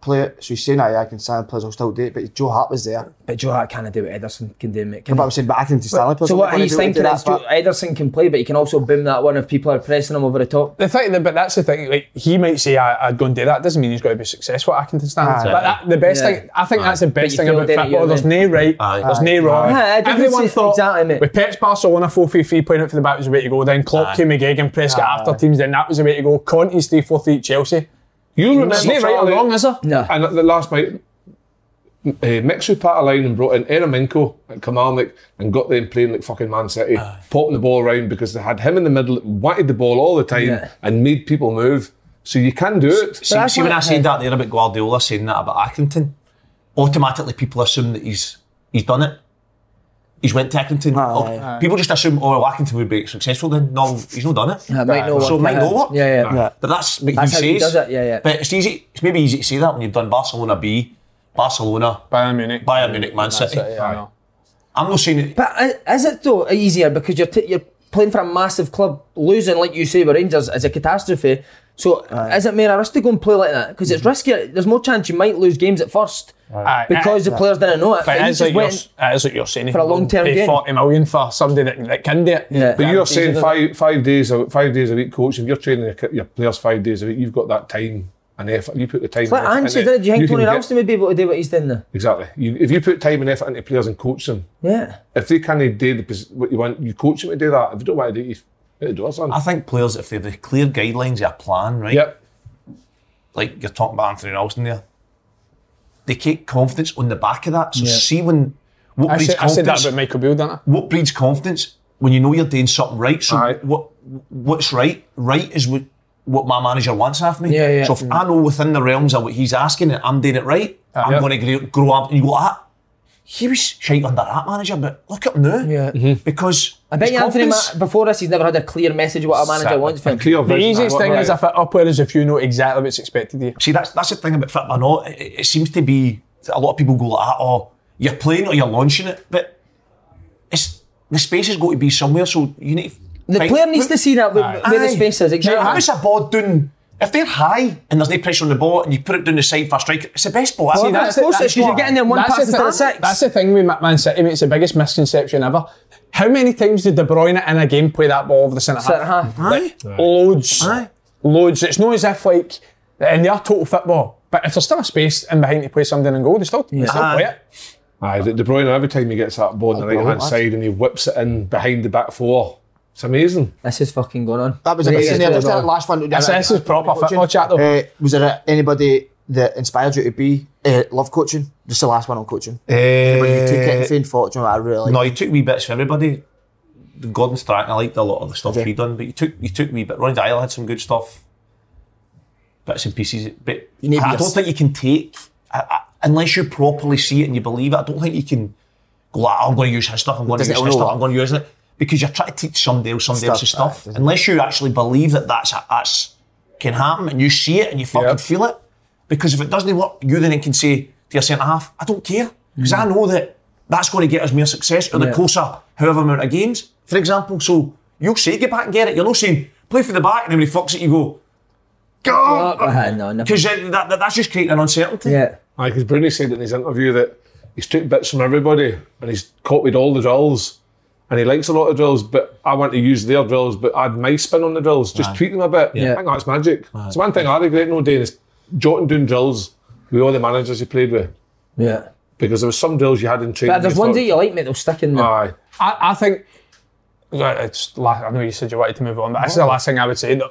[SPEAKER 2] Play it. So he's saying that I can stand players will still do it, but Joe Hart was there.
[SPEAKER 1] But Joe Hart can't do what Ederson can do, mate. Can he?
[SPEAKER 2] But I'm saying, but I can stand players.
[SPEAKER 1] so
[SPEAKER 2] aren't
[SPEAKER 1] what
[SPEAKER 2] gonna
[SPEAKER 1] he's
[SPEAKER 2] be able to
[SPEAKER 1] thinking
[SPEAKER 2] do that,
[SPEAKER 1] is Joe,
[SPEAKER 2] but-
[SPEAKER 1] Ederson can play, but he can also boom that one if people are pressing him over the top.
[SPEAKER 5] The thing, that- but that's the thing. Like he might say, I, "I'd go and do that." Doesn't mean he's going to be successful at Accrington Standards.
[SPEAKER 2] Aye.
[SPEAKER 5] But that, the best
[SPEAKER 1] Yeah.
[SPEAKER 5] thing, I think, that's the best
[SPEAKER 1] you
[SPEAKER 5] thing
[SPEAKER 1] feel
[SPEAKER 5] about
[SPEAKER 1] then that
[SPEAKER 5] football.
[SPEAKER 1] you're
[SPEAKER 5] There's
[SPEAKER 1] then-
[SPEAKER 5] no right.
[SPEAKER 4] Aye.
[SPEAKER 5] There's no wrong.
[SPEAKER 1] Aye, I didn't
[SPEAKER 5] Everyone
[SPEAKER 1] see-
[SPEAKER 5] thought
[SPEAKER 1] exactly, mate.
[SPEAKER 5] with Pep's Barcelona four three three playing it for the back was the way to go. Then Klopp
[SPEAKER 4] Aye.
[SPEAKER 5] came again, Prescott after teams. Then that was the way to go. Conte's three four three at Chelsea.
[SPEAKER 3] You remember
[SPEAKER 5] It's not right or
[SPEAKER 3] Charlie,
[SPEAKER 5] wrong, is it?
[SPEAKER 1] No.
[SPEAKER 3] And at the last night, uh, Mixu part of line and brought in Eremenko and Kamarnik and got them playing like fucking Man City,
[SPEAKER 1] Ah.
[SPEAKER 3] popping the ball around because they had him in the middle, that wanted the ball all the time
[SPEAKER 1] Yeah.
[SPEAKER 3] and made people move. So you can do it.
[SPEAKER 4] See, see when I said that there about Guardiola saying that about Accrington, automatically people assume that he's he's done it. He's went to Accrington. Oh, People just assume, oh, well, Accrington would be successful then. No, he's not done it.
[SPEAKER 1] That might not
[SPEAKER 4] so
[SPEAKER 1] work,
[SPEAKER 4] might
[SPEAKER 1] yeah.
[SPEAKER 4] not work.
[SPEAKER 1] Yeah, yeah.
[SPEAKER 2] Yeah.
[SPEAKER 4] But that's what
[SPEAKER 1] That's how
[SPEAKER 4] he
[SPEAKER 1] he
[SPEAKER 4] says.
[SPEAKER 1] does it, yeah, yeah.
[SPEAKER 4] But it's easy. It's maybe easy to say that when you've done Barcelona B, Barcelona,
[SPEAKER 5] Bayern Munich.
[SPEAKER 4] Bayern Munich, Man City.
[SPEAKER 5] yeah, I know.
[SPEAKER 4] I'm not saying it.
[SPEAKER 1] But i- is it though easier because you're t- you're playing for a massive club, losing like you say with Rangers is a catastrophe. So is it more a risk to go and play like that? Because it's riskier. There's more chance you might lose games at first
[SPEAKER 5] Aye,
[SPEAKER 1] because the players didn't know it.
[SPEAKER 5] But
[SPEAKER 1] He
[SPEAKER 5] it is,
[SPEAKER 1] just
[SPEAKER 5] like
[SPEAKER 1] went
[SPEAKER 5] you're, it is like you're saying.
[SPEAKER 1] for a
[SPEAKER 5] he'll
[SPEAKER 1] long-term
[SPEAKER 5] pay
[SPEAKER 1] gain.
[SPEAKER 5] 40 million for somebody that, that can do it.
[SPEAKER 1] Yeah.
[SPEAKER 3] But you're saying
[SPEAKER 1] Yeah.
[SPEAKER 3] five five days a five days a week, coach. If you're training your, ki- your players five days a week, you've got that time and effort. You put the time.
[SPEAKER 1] But
[SPEAKER 3] and
[SPEAKER 1] Ange
[SPEAKER 3] effort into it,
[SPEAKER 1] did it. Do you think
[SPEAKER 3] can
[SPEAKER 1] Tony
[SPEAKER 3] get-
[SPEAKER 1] Ralston would be able to do what he's doing now?
[SPEAKER 3] Exactly. You, if you put time and effort into players and coach them,
[SPEAKER 1] Yeah.
[SPEAKER 3] if they can't do the, pos- what you want, you coach them to do that. If you don't want to do it, you put the doors on.
[SPEAKER 4] I think players, if they've the clear guidelines, a plan, right?
[SPEAKER 3] Yep.
[SPEAKER 4] Like you're talking about Anthony Ralston there. They take confidence on the back of that. So see when what
[SPEAKER 5] I
[SPEAKER 4] breeds
[SPEAKER 5] said, I said that
[SPEAKER 4] confidence.
[SPEAKER 5] about Michael Beale, didn't I?
[SPEAKER 4] what breeds confidence when you know you're doing something right? So
[SPEAKER 3] Aye.
[SPEAKER 4] what what's right? Right is what what my manager wants after me.
[SPEAKER 1] Yeah, yeah.
[SPEAKER 4] So if I know within the realms of what he's asking and I'm doing it right, I'm
[SPEAKER 3] yeah.
[SPEAKER 4] going to grow up. And you go, ah, he was shite under that manager, but look at him now.
[SPEAKER 1] Yeah.
[SPEAKER 4] Because
[SPEAKER 1] I bet
[SPEAKER 4] his
[SPEAKER 1] you Anthony
[SPEAKER 4] confidence-
[SPEAKER 1] Ma- before this he's never had a clear message of what a manager
[SPEAKER 3] Exactly.
[SPEAKER 1] wants from
[SPEAKER 3] A
[SPEAKER 1] him.
[SPEAKER 3] clear
[SPEAKER 5] The
[SPEAKER 3] vision of
[SPEAKER 5] easiest
[SPEAKER 3] what-
[SPEAKER 5] thing
[SPEAKER 3] right.
[SPEAKER 5] is if it up is if you know exactly what's expected of you.
[SPEAKER 4] See, that's that's the thing about football. No, it, it- it seems to be a lot of people go like, that, "Oh, you're playing or you're launching it," but it's the space has got to be somewhere. So you need to
[SPEAKER 1] The
[SPEAKER 4] think-
[SPEAKER 1] player needs to see that with, where the
[SPEAKER 4] Aye.
[SPEAKER 1] space is.
[SPEAKER 4] Now, How
[SPEAKER 1] Exactly.
[SPEAKER 4] is a ball doing? If they're high and there's no pressure on the ball and you put it down the side for a strike, it's the best ball. ever.
[SPEAKER 1] Well, that's of course it's 'cause you're getting them one pass instead
[SPEAKER 5] thing,
[SPEAKER 1] of six.
[SPEAKER 5] that's the thing with Ma- Man City, mate. It's the biggest misconception ever. How many times did De Bruyne in a game play that ball over the centre
[SPEAKER 1] Centre
[SPEAKER 5] half?
[SPEAKER 1] half.
[SPEAKER 4] Aye.
[SPEAKER 5] Loads.
[SPEAKER 4] Aye.
[SPEAKER 5] Loads. It's not as if, like, and they are total football, but if there's still a space in behind to play something and goal, they still, they still
[SPEAKER 4] Aye.
[SPEAKER 5] play it.
[SPEAKER 3] Aye, De De Bruyne, every time he gets that ball on the right hand side and he whips it in behind the back four, it's amazing.
[SPEAKER 1] This is fucking going on.
[SPEAKER 2] That was a
[SPEAKER 1] Yeah,
[SPEAKER 2] bit yeah,
[SPEAKER 1] yeah,
[SPEAKER 2] Just
[SPEAKER 1] yeah.
[SPEAKER 2] that last one.
[SPEAKER 5] This- this is proper football chat, though.
[SPEAKER 2] Uh, was there anybody that inspired you to be uh, love coaching? Just the last one on coaching. When you took it and
[SPEAKER 4] Eh,
[SPEAKER 2] found, thought, "Do you know, what, I really.
[SPEAKER 4] No,
[SPEAKER 2] Like.
[SPEAKER 4] he took wee bits for everybody. Gordon Strachan, I liked a lot of the stuff
[SPEAKER 2] Okay.
[SPEAKER 4] he done, but he took he took wee bit. Ronnie Dial had some good stuff, bits and pieces. But
[SPEAKER 2] You need to
[SPEAKER 4] I
[SPEAKER 2] be a
[SPEAKER 4] don't
[SPEAKER 2] s-
[SPEAKER 4] think you can take I, I, unless you properly see it and you believe it. I don't think you can go. Like, I'm going to use his stuff. I'm going to
[SPEAKER 2] Doesn't
[SPEAKER 4] use
[SPEAKER 2] it
[SPEAKER 4] his
[SPEAKER 2] all
[SPEAKER 4] stuff.
[SPEAKER 2] work?
[SPEAKER 4] I'm going to use it because you're trying to teach somebody else somebody
[SPEAKER 2] Stuff,
[SPEAKER 4] else's stuff.
[SPEAKER 2] aye, doesn't it?
[SPEAKER 4] unless you actually believe that that's that's can happen and you see it and you fucking
[SPEAKER 3] Yeah.
[SPEAKER 4] feel it. Because if it doesn't work, you then can say to your centre half, I don't care. Because
[SPEAKER 1] Mm.
[SPEAKER 4] I know that that's going to get us more success or the closer however amount of games, for example. So you'll say, get back and get it. You're not saying, play for the back and then when he fucks it, you go, go!
[SPEAKER 1] Ah, no, no.
[SPEAKER 4] Because that, that, that's just creating an uncertainty.
[SPEAKER 1] Yeah.
[SPEAKER 3] Aye, because Bruni said in his interview that he's took bits from everybody and he's copied all the drills and he likes a lot of drills, but I want to use their drills, but add my spin on the drills, just tweak them a bit. I think that's magic. So one thing I regret no day is jotting down drills with all the managers you played with
[SPEAKER 1] Yeah.
[SPEAKER 3] because there was some drills you had in training.
[SPEAKER 1] But there's
[SPEAKER 3] you
[SPEAKER 1] ones that
[SPEAKER 3] thought,
[SPEAKER 1] you like, mate, they'll stick in there.
[SPEAKER 3] Aye,
[SPEAKER 5] I, I think Right, it's la- I know you said you wanted to move on, but this is the last thing I would say. That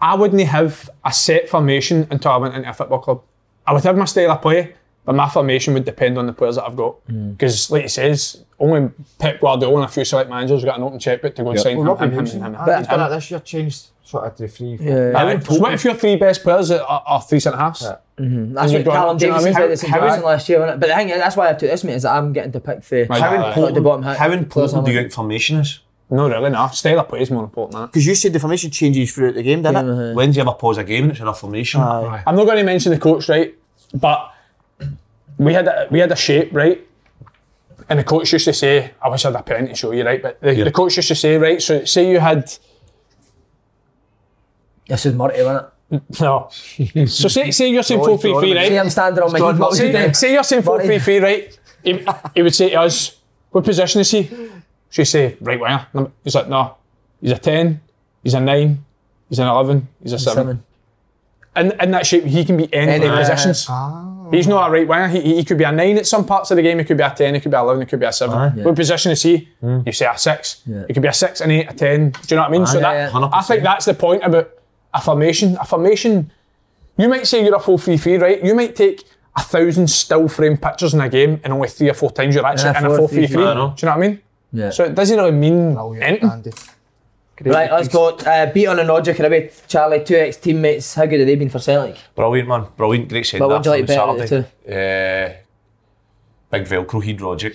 [SPEAKER 5] I wouldn't have a set formation until I went into a football club. I would have my style of play, but my formation would depend on the players that I've got. Because, like he says, only Pep Guardiola and a few select managers have got an open checkbook to go and sign him, him, him, him, him,
[SPEAKER 2] But he's
[SPEAKER 5] him.
[SPEAKER 2] done that this year, changed sort of to three.
[SPEAKER 1] Yeah.
[SPEAKER 5] Aye, so what if your three best players are, are three centre halves?
[SPEAKER 1] That's what
[SPEAKER 5] you've got-
[SPEAKER 1] Callum
[SPEAKER 5] do you
[SPEAKER 1] Davis
[SPEAKER 5] know what I mean?
[SPEAKER 1] did at St.
[SPEAKER 5] How- how is-
[SPEAKER 1] Johnson last year, wasn't it? But the thing is, that's why I took this, mate, is that I'm getting to pick the.
[SPEAKER 4] How
[SPEAKER 5] Aye.
[SPEAKER 1] Like the bottom
[SPEAKER 4] important,
[SPEAKER 1] half.
[SPEAKER 4] how important do
[SPEAKER 1] Players
[SPEAKER 4] you think formation is?
[SPEAKER 5] No, really, no. Style of play is more important than that.
[SPEAKER 2] Because you said the formation changes throughout the game, didn't it?
[SPEAKER 4] When do you ever pause a game and it's in a formation?
[SPEAKER 5] I'm not going to mention the coach, right? But we had a, we had a shape, right? And the coach used to say, "I wish I had a pen to show you, right?" But the, the coach used to say, right? So say you had
[SPEAKER 1] This is Murty, wasn't it?
[SPEAKER 5] no. so say say you're saying four three three,
[SPEAKER 1] See, I'm
[SPEAKER 5] right?
[SPEAKER 1] standing on my
[SPEAKER 2] John
[SPEAKER 1] heat, what would you
[SPEAKER 5] Say,
[SPEAKER 1] do?
[SPEAKER 5] say you're saying four three three, right? He, he would say to us, "What position is he?" She say, "Right winger." Num- He's like, "No, he's a ten, he's a nine, he's an eleven, he's a seven.
[SPEAKER 1] Seven.
[SPEAKER 5] in, in that shape, he can be any,
[SPEAKER 1] Any
[SPEAKER 5] positions. He's not a right winger. He, he- he could be a nine at some parts of the game. He could be a ten. He could be a eleven. He could be a seven. What position is he? You say a six. He could be a six, an eight, a ten. Do you know what I mean? so
[SPEAKER 1] Yeah,
[SPEAKER 5] that
[SPEAKER 1] yeah.
[SPEAKER 5] I think that's the point about a formation. A formation. You might say you're a full three three, right? You might take a thousand still frame pictures in a game, and only three or four times you're actually
[SPEAKER 1] a
[SPEAKER 5] in a four three three. Do you
[SPEAKER 4] I
[SPEAKER 5] know
[SPEAKER 4] know.
[SPEAKER 5] what I mean?
[SPEAKER 1] Yeah.
[SPEAKER 5] So it doesn't really mean anything.
[SPEAKER 1] Right, let's go. Uh, beat on an Odja Caribbean. Charlie, two ex teammates. How good have they been for Celtic?
[SPEAKER 4] Brilliant, man. Brilliant. Great send
[SPEAKER 1] But what
[SPEAKER 4] off
[SPEAKER 1] would you like
[SPEAKER 4] on
[SPEAKER 1] better out of the
[SPEAKER 4] Saturday. Eh, big Velcro he'd Roger.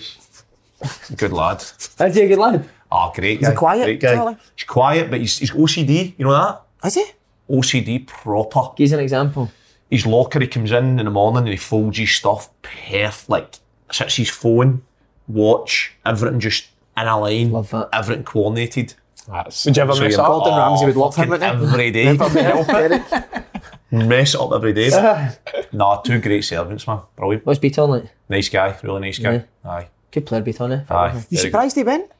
[SPEAKER 4] Good lad.
[SPEAKER 1] Is he a good lad?
[SPEAKER 4] Ah, great guy.
[SPEAKER 2] quiet,
[SPEAKER 4] great guy.
[SPEAKER 2] Charlie?
[SPEAKER 4] He's quiet, but he's, he's OCD. You know that?
[SPEAKER 2] Is he?
[SPEAKER 4] OCD proper.
[SPEAKER 1] He's an example.
[SPEAKER 4] His locker, he comes in in the morning and he folds his stuff perfect. Like, sets his phone, watch, everything just in a line.
[SPEAKER 1] Love that.
[SPEAKER 4] Everything coordinated. That's,
[SPEAKER 5] Would you ever mess
[SPEAKER 4] you're-
[SPEAKER 5] up?
[SPEAKER 2] Gordon Ramsay would love him,
[SPEAKER 4] Oh, fucking
[SPEAKER 2] wouldn't he?
[SPEAKER 4] Every day. mess up every day. nah, two great servants, man. Brilliant.
[SPEAKER 1] What's Beaton like?
[SPEAKER 4] Nice guy, really nice guy. Aye,
[SPEAKER 1] Good player, Beaton. eh?
[SPEAKER 4] aye. very
[SPEAKER 2] You surprised he went?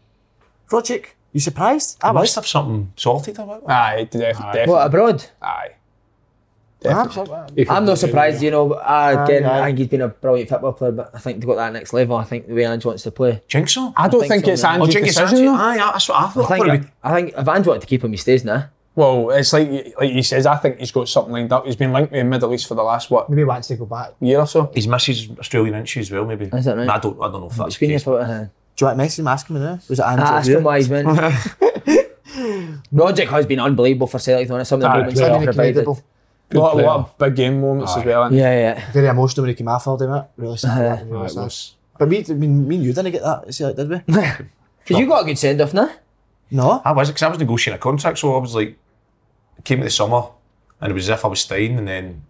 [SPEAKER 2] Roderick, you surprised? I
[SPEAKER 4] good. Must
[SPEAKER 2] was.
[SPEAKER 4] have something sorted about that.
[SPEAKER 5] Aye, def- definitely.
[SPEAKER 1] What abroad?
[SPEAKER 5] Aye.
[SPEAKER 1] I'm not surprised. You know, uh, again, I think he's been a brilliant football player, but I think they got that next level. I think the way Ange wants to play.
[SPEAKER 4] Do you think so?
[SPEAKER 5] I don't
[SPEAKER 1] think
[SPEAKER 5] think,
[SPEAKER 1] so,
[SPEAKER 5] it's
[SPEAKER 1] man.
[SPEAKER 4] Oh,
[SPEAKER 5] Ange's
[SPEAKER 4] do you think it's
[SPEAKER 5] decision.
[SPEAKER 4] actually?
[SPEAKER 5] though.
[SPEAKER 4] Aye, that's what I
[SPEAKER 1] I
[SPEAKER 4] thought. I
[SPEAKER 1] think,
[SPEAKER 4] thought it'd be-
[SPEAKER 1] I think if Ange wanted to keep him, he stays now.
[SPEAKER 5] Well, it's like like he says. I think he's got something lined up. He's been linked with the Middle East for the last what
[SPEAKER 8] Maybe he wants to go back.
[SPEAKER 5] year or so.
[SPEAKER 4] His missus Australian inches as well, maybe.
[SPEAKER 1] Is that right?
[SPEAKER 4] Nah, I don't. I don't know if that's
[SPEAKER 1] It's been
[SPEAKER 4] the
[SPEAKER 1] here
[SPEAKER 4] case.
[SPEAKER 1] for uh, ah,
[SPEAKER 2] Do you want to message him, ask him now? Was it Andrew?
[SPEAKER 1] I asked him
[SPEAKER 2] here?
[SPEAKER 1] why he's went. Roderick has been unbelievable for Celtic, though. Some of the
[SPEAKER 5] Aye,
[SPEAKER 1] moments
[SPEAKER 5] yeah.
[SPEAKER 1] he's
[SPEAKER 5] Very
[SPEAKER 1] provided.
[SPEAKER 2] incredible.
[SPEAKER 5] A lot, a lot of big game moments as well. Yeah.
[SPEAKER 1] Yeah, yeah. Uh,
[SPEAKER 2] Very emotional when he came off all day, mate. Really sad. that, really sad. But me, I mean, me and you didn't get that, see, like, did we?
[SPEAKER 1] Because you got a good send off now.
[SPEAKER 2] No.
[SPEAKER 4] I was because I was negotiating a contract, so I was like, it came to the summer, and it was as if I was staying, and then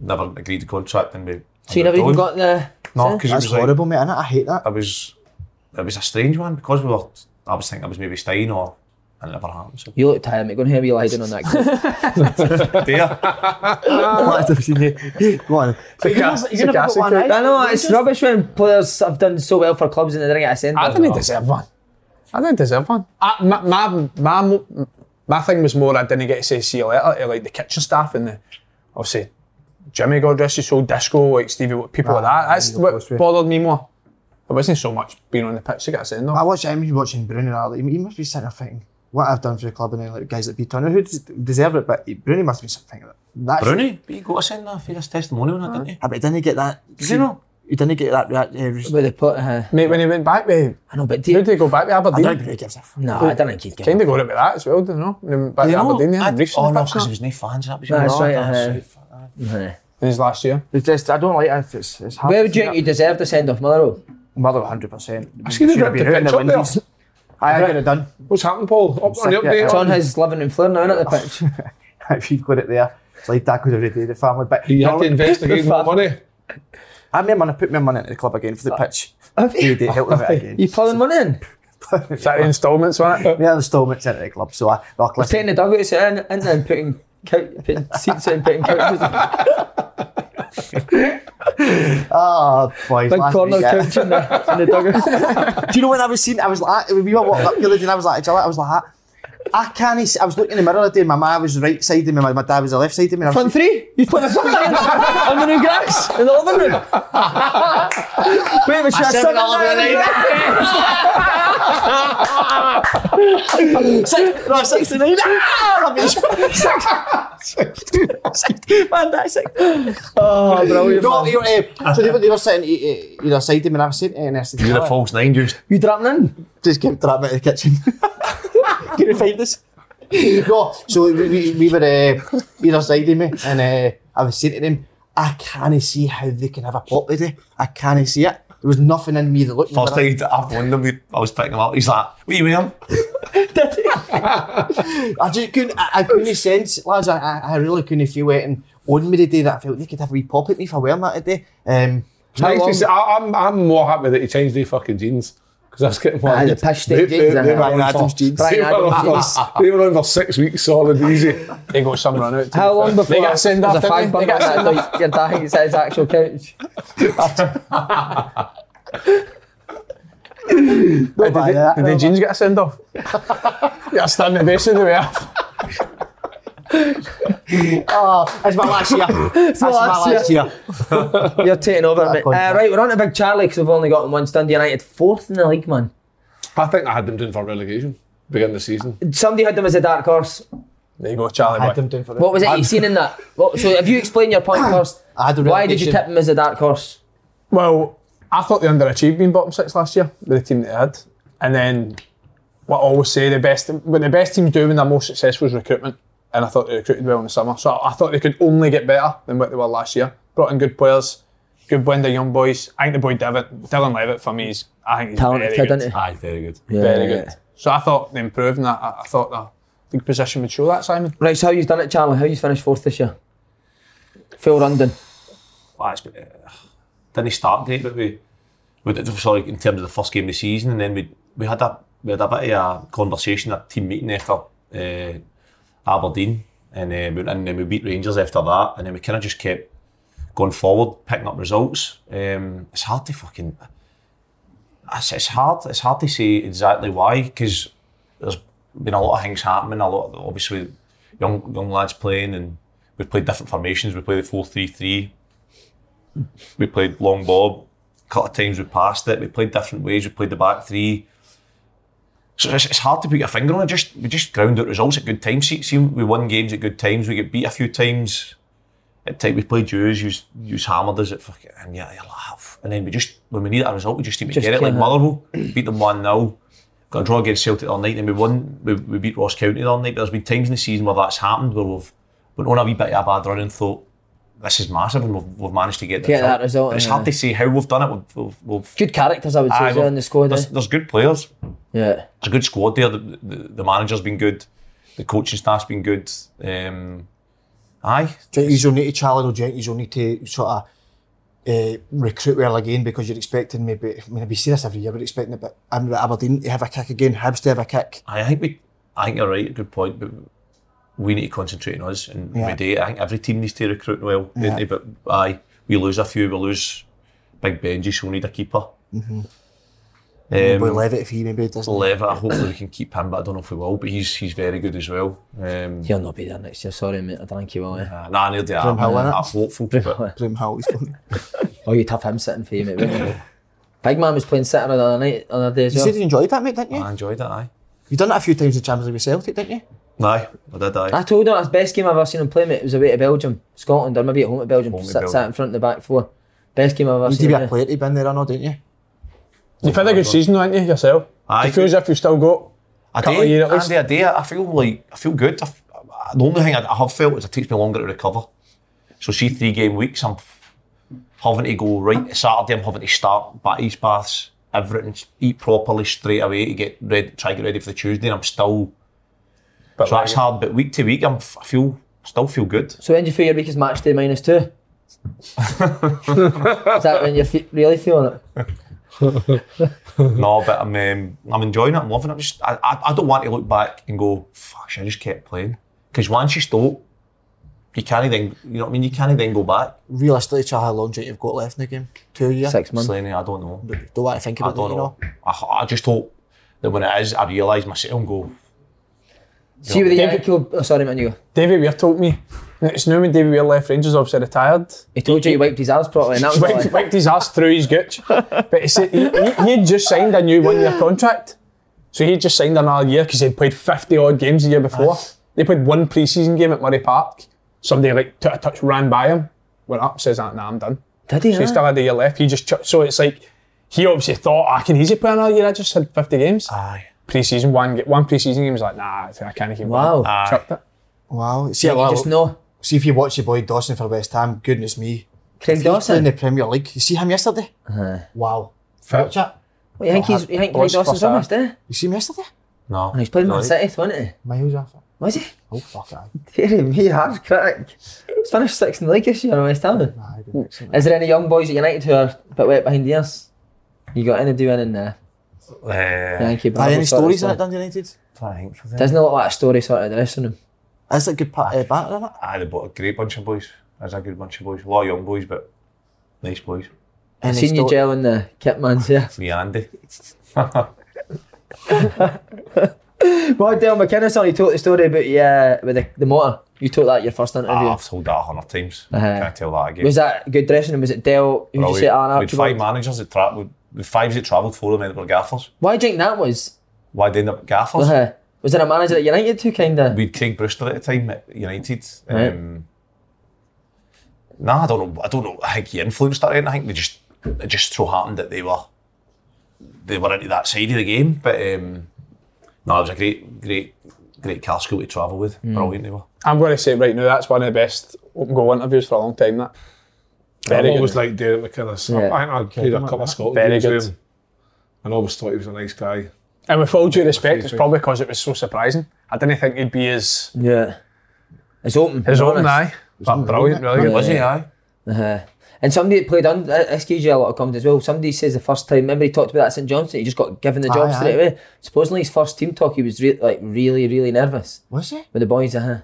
[SPEAKER 4] never agreed the contract, and we.
[SPEAKER 1] So you never even got the.
[SPEAKER 4] No, because it
[SPEAKER 2] That's
[SPEAKER 4] was like,
[SPEAKER 2] horrible, mate, innit? I hate that.
[SPEAKER 4] I was, it was a strange one because we were. I was thinking I was maybe staying or, and it never happened. So
[SPEAKER 1] You look tired, mate. Go and have you hiding on that. clip.
[SPEAKER 4] there,
[SPEAKER 2] Go on. So you never- you never got one,
[SPEAKER 1] I
[SPEAKER 2] eh?
[SPEAKER 1] know it's rubbish when players have done so well for clubs and they don't get a send
[SPEAKER 5] I
[SPEAKER 1] off.
[SPEAKER 5] didn't deserve one. I didn't deserve one. I, my, my my mo- my thing was more I didn't get to say see you later to like the kitchen staff and the obviously Jimmy God rest his soul, disco like Stevie people like that. That's what bothered me more. It wasn't so much being on the pitch to get a send
[SPEAKER 2] I
[SPEAKER 5] off.
[SPEAKER 2] watched him he's watching Bruno and like, he must be sitting there thinking, what I've done for the club and then like guys like Peter, who des- deserve it, but Bruno must be something that that's
[SPEAKER 4] Brownie, but you got to send a fierce testimonial on that, didn't you?
[SPEAKER 2] I bet didn't get that
[SPEAKER 4] Did you know?
[SPEAKER 2] you didn't get that react uh, res-
[SPEAKER 1] With the put, uh,
[SPEAKER 5] Mate, when he went back with
[SPEAKER 1] I know, but do
[SPEAKER 5] who
[SPEAKER 1] you,
[SPEAKER 5] did he go back with
[SPEAKER 2] I don't
[SPEAKER 5] Aberdeen?
[SPEAKER 2] think he gives a f-
[SPEAKER 1] no, I don't think he'd get
[SPEAKER 5] Kind of got it with that as well, didn't know? When he went back
[SPEAKER 4] You
[SPEAKER 5] to
[SPEAKER 4] know,
[SPEAKER 5] Aberdeen, they
[SPEAKER 4] I-
[SPEAKER 5] had briefs
[SPEAKER 4] oh
[SPEAKER 5] on the
[SPEAKER 4] no,
[SPEAKER 5] pitch
[SPEAKER 4] because
[SPEAKER 5] and
[SPEAKER 4] there
[SPEAKER 5] that
[SPEAKER 4] was no fans. That was
[SPEAKER 1] That's
[SPEAKER 4] no,
[SPEAKER 1] right,
[SPEAKER 4] that's
[SPEAKER 1] uh,
[SPEAKER 4] right, fuck that.
[SPEAKER 1] it.
[SPEAKER 5] in his last year.
[SPEAKER 2] It's just I don't like it. It's, it's hard
[SPEAKER 1] Where
[SPEAKER 2] to
[SPEAKER 1] would you
[SPEAKER 2] see
[SPEAKER 1] think
[SPEAKER 2] that.
[SPEAKER 1] you deserved a send off, Motherwell?
[SPEAKER 2] Mother 100 percent I
[SPEAKER 5] see they dropped the pitch up there.
[SPEAKER 2] I could have done
[SPEAKER 5] What's happened, Paul? Up on the
[SPEAKER 2] Sick, yeah.
[SPEAKER 5] update.
[SPEAKER 2] It's
[SPEAKER 1] It's on his living and flare now, isn't it, the pitch?
[SPEAKER 2] if you've got it there. It's like that could have repaid the family. But
[SPEAKER 3] You
[SPEAKER 2] No,
[SPEAKER 3] had to investigate more money.
[SPEAKER 2] I made money put my money into the club again for the pitch.
[SPEAKER 1] Have you?
[SPEAKER 2] They did help with it again.
[SPEAKER 1] You pulling money in?
[SPEAKER 5] Saturday installments, wasn't it?
[SPEAKER 2] Yeah, the installments into the club. So I look,
[SPEAKER 1] Taking
[SPEAKER 2] listen,
[SPEAKER 1] the dugouts in and then putting, cou- putting seats in, putting couches in.
[SPEAKER 2] oh boys,
[SPEAKER 1] Big
[SPEAKER 2] last
[SPEAKER 1] corner
[SPEAKER 2] week, yeah.
[SPEAKER 1] couch in the, in the dugout.
[SPEAKER 2] Do you know when I was seeing? I was like, we were walking up the other day, and I was like, Gillette, I was like, I can't. See, I was looking in the mirror the other day, and my mum was right side of me, my, my dad was the left side of me. And I was
[SPEAKER 1] Front three? You put the front three in on the new grass in the living room? Wait, we should have sung it
[SPEAKER 2] Six, no, 69. Ah, rubbish. Man, that's it.
[SPEAKER 1] Oh, brilliant.
[SPEAKER 2] No,
[SPEAKER 1] man.
[SPEAKER 2] you know, uh, so they were, they were sitting uh, uh, either side of me, and I was sitting and I said,
[SPEAKER 4] You had a
[SPEAKER 2] "Gillette,
[SPEAKER 4] false nine, just
[SPEAKER 1] You dropping in?
[SPEAKER 2] just kept trapped out of the kitchen. Can you find this? No, so we, we, we were uh, either side of me, and uh, I was saying to them, I can't see how they can have a pop today. I can't see it. There was nothing in me that looked
[SPEAKER 4] first time I've won them. we- I was picking him up. He's like, "What are you wearing?"
[SPEAKER 2] I just couldn't. I, I couldn't sense, lads. I, I, I really couldn't feel it. And on me the day that I felt they could have a wee pop at me for wearing that today. Um,
[SPEAKER 3] Nice to see- I, am I'm more happy that he changed the fucking jeans because I was getting
[SPEAKER 5] Ah,
[SPEAKER 1] Aye,
[SPEAKER 3] one.
[SPEAKER 1] the pish state jeans, aye.
[SPEAKER 2] Brian
[SPEAKER 3] on for-
[SPEAKER 2] Adams jeans.
[SPEAKER 3] They
[SPEAKER 1] Brian
[SPEAKER 3] were on
[SPEAKER 1] Adams
[SPEAKER 3] for- they were on for six weeks solid, easy.
[SPEAKER 5] They got some run out. to
[SPEAKER 1] How
[SPEAKER 5] be
[SPEAKER 1] long
[SPEAKER 5] fair.
[SPEAKER 1] before
[SPEAKER 5] they got sent off?
[SPEAKER 1] there's a
[SPEAKER 5] didn't
[SPEAKER 1] fag
[SPEAKER 5] they?
[SPEAKER 1] burn
[SPEAKER 5] They got sent
[SPEAKER 1] outside
[SPEAKER 5] off.
[SPEAKER 1] like, your dad sits at his actual couch?
[SPEAKER 2] Did that,
[SPEAKER 5] Did the jeans get a send off? You're standing the best of the way up.
[SPEAKER 2] oh, it's my last year. That's my
[SPEAKER 1] last
[SPEAKER 2] last year.
[SPEAKER 1] You're taking over, mate. Uh,
[SPEAKER 2] contract.
[SPEAKER 1] right, we're on to Big Charlie because we've only got him once. Dundee United fourth in the league, man.
[SPEAKER 3] I think I had them doing for relegation beginning of the season.
[SPEAKER 1] Somebody had them as a dark horse.
[SPEAKER 5] There you go, Charlie.
[SPEAKER 2] I had
[SPEAKER 5] Boy.
[SPEAKER 2] them down for
[SPEAKER 1] What was it you've seen in that? What, so, if you explain your point first,
[SPEAKER 2] I had a
[SPEAKER 1] why did you
[SPEAKER 2] relegation.
[SPEAKER 1] tip him as a dark horse?
[SPEAKER 5] Well, I thought they underachieved being bottom six last year with the team that they had, and then what I always say the best what the best teams do when they're most successful is recruitment. And I thought they recruited well in the summer, so I, I thought they could only get better than what they were last year. Brought in good players, good blend of young boys. I think the boy Dylan, Dylan Levitt for me is I think he's
[SPEAKER 1] Talented
[SPEAKER 5] very
[SPEAKER 1] kid,
[SPEAKER 5] good.
[SPEAKER 1] isn't he?
[SPEAKER 4] Aye, very good.
[SPEAKER 5] Very good. So I thought they improved, and I, I- I thought the league position would show that Simon.
[SPEAKER 1] Right, so how you done it, Charlie? How you finished fourth this year? Phil Rundon.
[SPEAKER 4] Well, it's, uh, didn't start great, but we, we did, sorry in terms of the first game of the season, and then we we had a we had a bit of a conversation at team meeting after uh, Aberdeen, and uh, we, and then we beat Rangers after that, and then we kind of just kept going forward, picking up results. Um, it's hard to fucking. It's, it's hard. It's hard to say exactly why because there's been a lot of things happening. A lot, of, obviously, young young lads playing, and we've played different formations. We played the four three three. We played long bob. A couple of times we passed it. We played different ways. We played the back three. So it's, it's hard to put your finger on it. Just we just ground out results at good times. See, see, we won games at good times. We get beat a few times. At time we played Jews, you yous hammered us at fucking and yeah, you laugh. And then we just when we need a result, we just need to
[SPEAKER 1] Just
[SPEAKER 4] get it. Like
[SPEAKER 1] get it.
[SPEAKER 4] Motherwell, beat them one 0 Got a draw against Celtic the other night, and we won. We, we beat Ross County the other night. But there's been times in the season where that's happened, where we've went on a wee bit of a bad run and thought this is massive, and we've, we've managed to get, the
[SPEAKER 1] Get that result,
[SPEAKER 4] But it's
[SPEAKER 1] yeah.
[SPEAKER 4] hard to say how we've done it. We've, we've, we've
[SPEAKER 1] Good characters, I would say,
[SPEAKER 4] Aye,
[SPEAKER 1] is there
[SPEAKER 4] well,
[SPEAKER 1] in the squad.
[SPEAKER 4] there's,
[SPEAKER 1] eh?
[SPEAKER 4] there's good players.
[SPEAKER 1] Yeah.
[SPEAKER 4] There's a good squad there. The, the, the manager's been good. The coaching staff's been good. Um, aye,
[SPEAKER 2] Do you think you'll need to challenge or do you think you'll need to sort of uh, recruit well again because you're expecting maybe, I mean, we see this every year, we're expecting it, but I mean, Aberdeen to have a kick again, Hibs to have a kick.
[SPEAKER 4] I think we. I think you're right. Good point. But we need to concentrate on us, and
[SPEAKER 2] Yeah.
[SPEAKER 4] we do. I think every team needs to recruit well, don't
[SPEAKER 2] Yeah.
[SPEAKER 4] they? But aye, we lose a few. We lose big Benji, so we need a keeper. Mm-hmm.
[SPEAKER 2] Boy
[SPEAKER 4] Um,
[SPEAKER 2] Levitt, if he maybe doesn't.
[SPEAKER 4] Levitt, hopefully we can keep him, but I don't know if we will. But he's he's very good as well. Um,
[SPEAKER 1] He'll not be there next year. Sorry, mate. I drank you all. eh?
[SPEAKER 4] uh, nah, near the
[SPEAKER 2] Broom Hill, innit?
[SPEAKER 4] I'm hopeful. But
[SPEAKER 2] Broom Hill, he's going.
[SPEAKER 1] Oh, you'd have him sitting for you, mate. wouldn't you? Big man was playing sitter the other night, the other day as
[SPEAKER 2] You
[SPEAKER 1] well.
[SPEAKER 2] said you enjoyed that, mate, didn't you?
[SPEAKER 4] I enjoyed it. Aye,
[SPEAKER 2] You've done that a few times in Champions League with Celtic, didn't you?
[SPEAKER 4] aye, I did. Aye.
[SPEAKER 1] I told him that's the best game I've ever seen him play, mate. It was away to Belgium, Scotland, or maybe at home to Belgium.
[SPEAKER 4] Home to
[SPEAKER 1] sat,
[SPEAKER 4] Belgium.
[SPEAKER 1] sat in front of the back four. Best game I've ever
[SPEAKER 2] You need to
[SPEAKER 1] seen.
[SPEAKER 2] be
[SPEAKER 1] yeah.
[SPEAKER 2] a player to be in there, I know, didn't you?
[SPEAKER 5] You've had a good season, haven't you, yourself?
[SPEAKER 4] Aye.
[SPEAKER 5] It feels as if you've still got.
[SPEAKER 4] I
[SPEAKER 5] Couple of
[SPEAKER 4] do.
[SPEAKER 5] years at
[SPEAKER 4] Andy,
[SPEAKER 5] least.
[SPEAKER 4] I do. I feel like I feel good. I f the only thing I, I have felt is it takes me longer to recover. So see, three game weeks, I'm f- having to go right Saturday. I'm having to start batties baths, everything, eat properly straight away to get ready, try to get ready for the Tuesday. And I'm still. so that's hard. But week to week, I'm f- I feel still feel good.
[SPEAKER 1] So when do you feel your weakest match day minus two? is that when you're fe- really feeling it?
[SPEAKER 4] no, but I'm um, I'm enjoying it. I'm loving it. I'm just I, I, I don't want to look back and go fuck. I just kept playing because once you stop, you can't then you know what I mean. You can't then go back.
[SPEAKER 2] Realistically, Charlie, how long do you think you've got left in the game? Two years?
[SPEAKER 1] Six months.
[SPEAKER 4] Slaney, I don't know.
[SPEAKER 2] Don't want to think
[SPEAKER 4] I
[SPEAKER 2] about that,
[SPEAKER 4] don't
[SPEAKER 2] you
[SPEAKER 4] know.
[SPEAKER 2] know.
[SPEAKER 4] I, I just hope that when it is, I realise myself and go,
[SPEAKER 1] See with the
[SPEAKER 5] David-
[SPEAKER 1] Yankee club. Oh, sorry, man. You go.
[SPEAKER 5] David Weir told me. It's now when David Weir left Rangers, obviously retired.
[SPEAKER 1] He told you he wiped his ass properly, and that was
[SPEAKER 5] wiped,
[SPEAKER 1] all.
[SPEAKER 5] wiped his ass through his gooch. But he said he, he, he had just signed a new one year contract. So he had just signed another year because he'd played 50 odd games the year before. They played one pre season game at Murray Park. Somebody like took a touch, ran by him, went up, says, ah, nah, I'm done.
[SPEAKER 1] Did he?
[SPEAKER 5] So he
[SPEAKER 1] huh?
[SPEAKER 5] still had a year left. He just chucked. So it's like, he obviously thought, I can easily play another year. I just had 50 games.
[SPEAKER 4] aye.
[SPEAKER 5] Pre season, one, ge- one pre season game was like, nah, I can't keep
[SPEAKER 1] Wow.
[SPEAKER 5] going. Chucked it.
[SPEAKER 2] Wow. See,
[SPEAKER 1] You
[SPEAKER 2] well,
[SPEAKER 1] just know.
[SPEAKER 2] see if you watch your boy Dawson for West Ham, goodness me.
[SPEAKER 1] Craig
[SPEAKER 2] He's playing
[SPEAKER 1] Dawson. Uh-huh.
[SPEAKER 2] the Premier League. You see him yesterday? Wow. Watch it.
[SPEAKER 1] What, you think he's? You think Craig
[SPEAKER 5] Watch
[SPEAKER 1] Dawson's
[SPEAKER 5] for that.
[SPEAKER 1] honest, eh? And
[SPEAKER 2] You see him yesterday?
[SPEAKER 4] no.
[SPEAKER 1] he's playing Man
[SPEAKER 4] Right.
[SPEAKER 1] City, wasn't he?
[SPEAKER 2] Miles off it.
[SPEAKER 1] Was he?
[SPEAKER 2] Oh, fuck, aye.
[SPEAKER 1] Dear me, harsh critic. He's finished sixth in the league this year, West Ham.
[SPEAKER 2] Aye, good, excellent.
[SPEAKER 1] Is there any young boys at United who are a bit wet behind the ears? You got anybody winning there?
[SPEAKER 4] Uh,
[SPEAKER 1] Thank you.
[SPEAKER 2] Are there any stories in it,
[SPEAKER 1] that?
[SPEAKER 2] Dundee United?
[SPEAKER 4] trying to think for them.
[SPEAKER 1] Doesn't look like a story sort of dressing room.
[SPEAKER 2] Is it good pa- uh, batter in it?
[SPEAKER 4] Aye, they bought a great bunch of boys. There's a good bunch of boys. A lot of young boys, but nice boys.
[SPEAKER 2] Any
[SPEAKER 1] Seen you
[SPEAKER 2] sto-
[SPEAKER 1] gel in the kit man's here.
[SPEAKER 4] Me Andy.
[SPEAKER 1] What Dale McInnes on? You told the story about yeah with the, the motor. You told that at your first interview.
[SPEAKER 4] Ah, I've told that a hundred times.
[SPEAKER 1] Uh-huh.
[SPEAKER 4] Can't tell that again.
[SPEAKER 1] was that good dressing room? Was it Dale? Who did
[SPEAKER 4] Well,
[SPEAKER 1] you
[SPEAKER 4] we-
[SPEAKER 1] say Alan
[SPEAKER 4] we had five
[SPEAKER 1] Archibald?
[SPEAKER 4] managers that travelled, with fives that travelled, four of them ended up at gaffers.
[SPEAKER 1] Why do you think that was?
[SPEAKER 4] Why'd they end up at gaffers?
[SPEAKER 1] Uh, was there a manager at United who kind of?
[SPEAKER 4] we had Craig Brewster at the time at United.
[SPEAKER 1] Right.
[SPEAKER 4] Um, nah, I don't know. I don't know. I think he influenced that. or anything. I think they just it just so happened that they were they were into that side of the game. But um, no, it was a great, great, great car school to travel with.
[SPEAKER 1] Hmm.
[SPEAKER 4] Brilliant they were.
[SPEAKER 5] I'm going to say right now, that's one of the best open goal interviews for a long time. That
[SPEAKER 3] I've
[SPEAKER 5] very good.
[SPEAKER 3] always liked Derek McInnes.
[SPEAKER 1] Yeah.
[SPEAKER 3] I, I think I played a couple of Scotland
[SPEAKER 5] Very
[SPEAKER 3] games
[SPEAKER 5] good.
[SPEAKER 3] with him, and always thought he was a nice guy.
[SPEAKER 5] And with all due respect,
[SPEAKER 3] free
[SPEAKER 5] it's
[SPEAKER 3] kick.
[SPEAKER 5] probably because it was so surprising. I didn't think he'd be as
[SPEAKER 1] Yeah. It's open.
[SPEAKER 5] as
[SPEAKER 1] I'm
[SPEAKER 5] open
[SPEAKER 1] honest.
[SPEAKER 5] eye. But brilliant, really
[SPEAKER 4] It
[SPEAKER 5] good.
[SPEAKER 4] was he? Aye.
[SPEAKER 1] Uh-huh. And somebody that played under this gives you a lot of confidence as well. Somebody says the first time, remember he talked about that St Johnson, he just got given the job
[SPEAKER 2] Aye,
[SPEAKER 1] straight
[SPEAKER 2] aye.
[SPEAKER 1] away. Supposedly his first team talk, he was re- like really, really nervous
[SPEAKER 2] Was it?
[SPEAKER 1] with the boys. Uh-huh.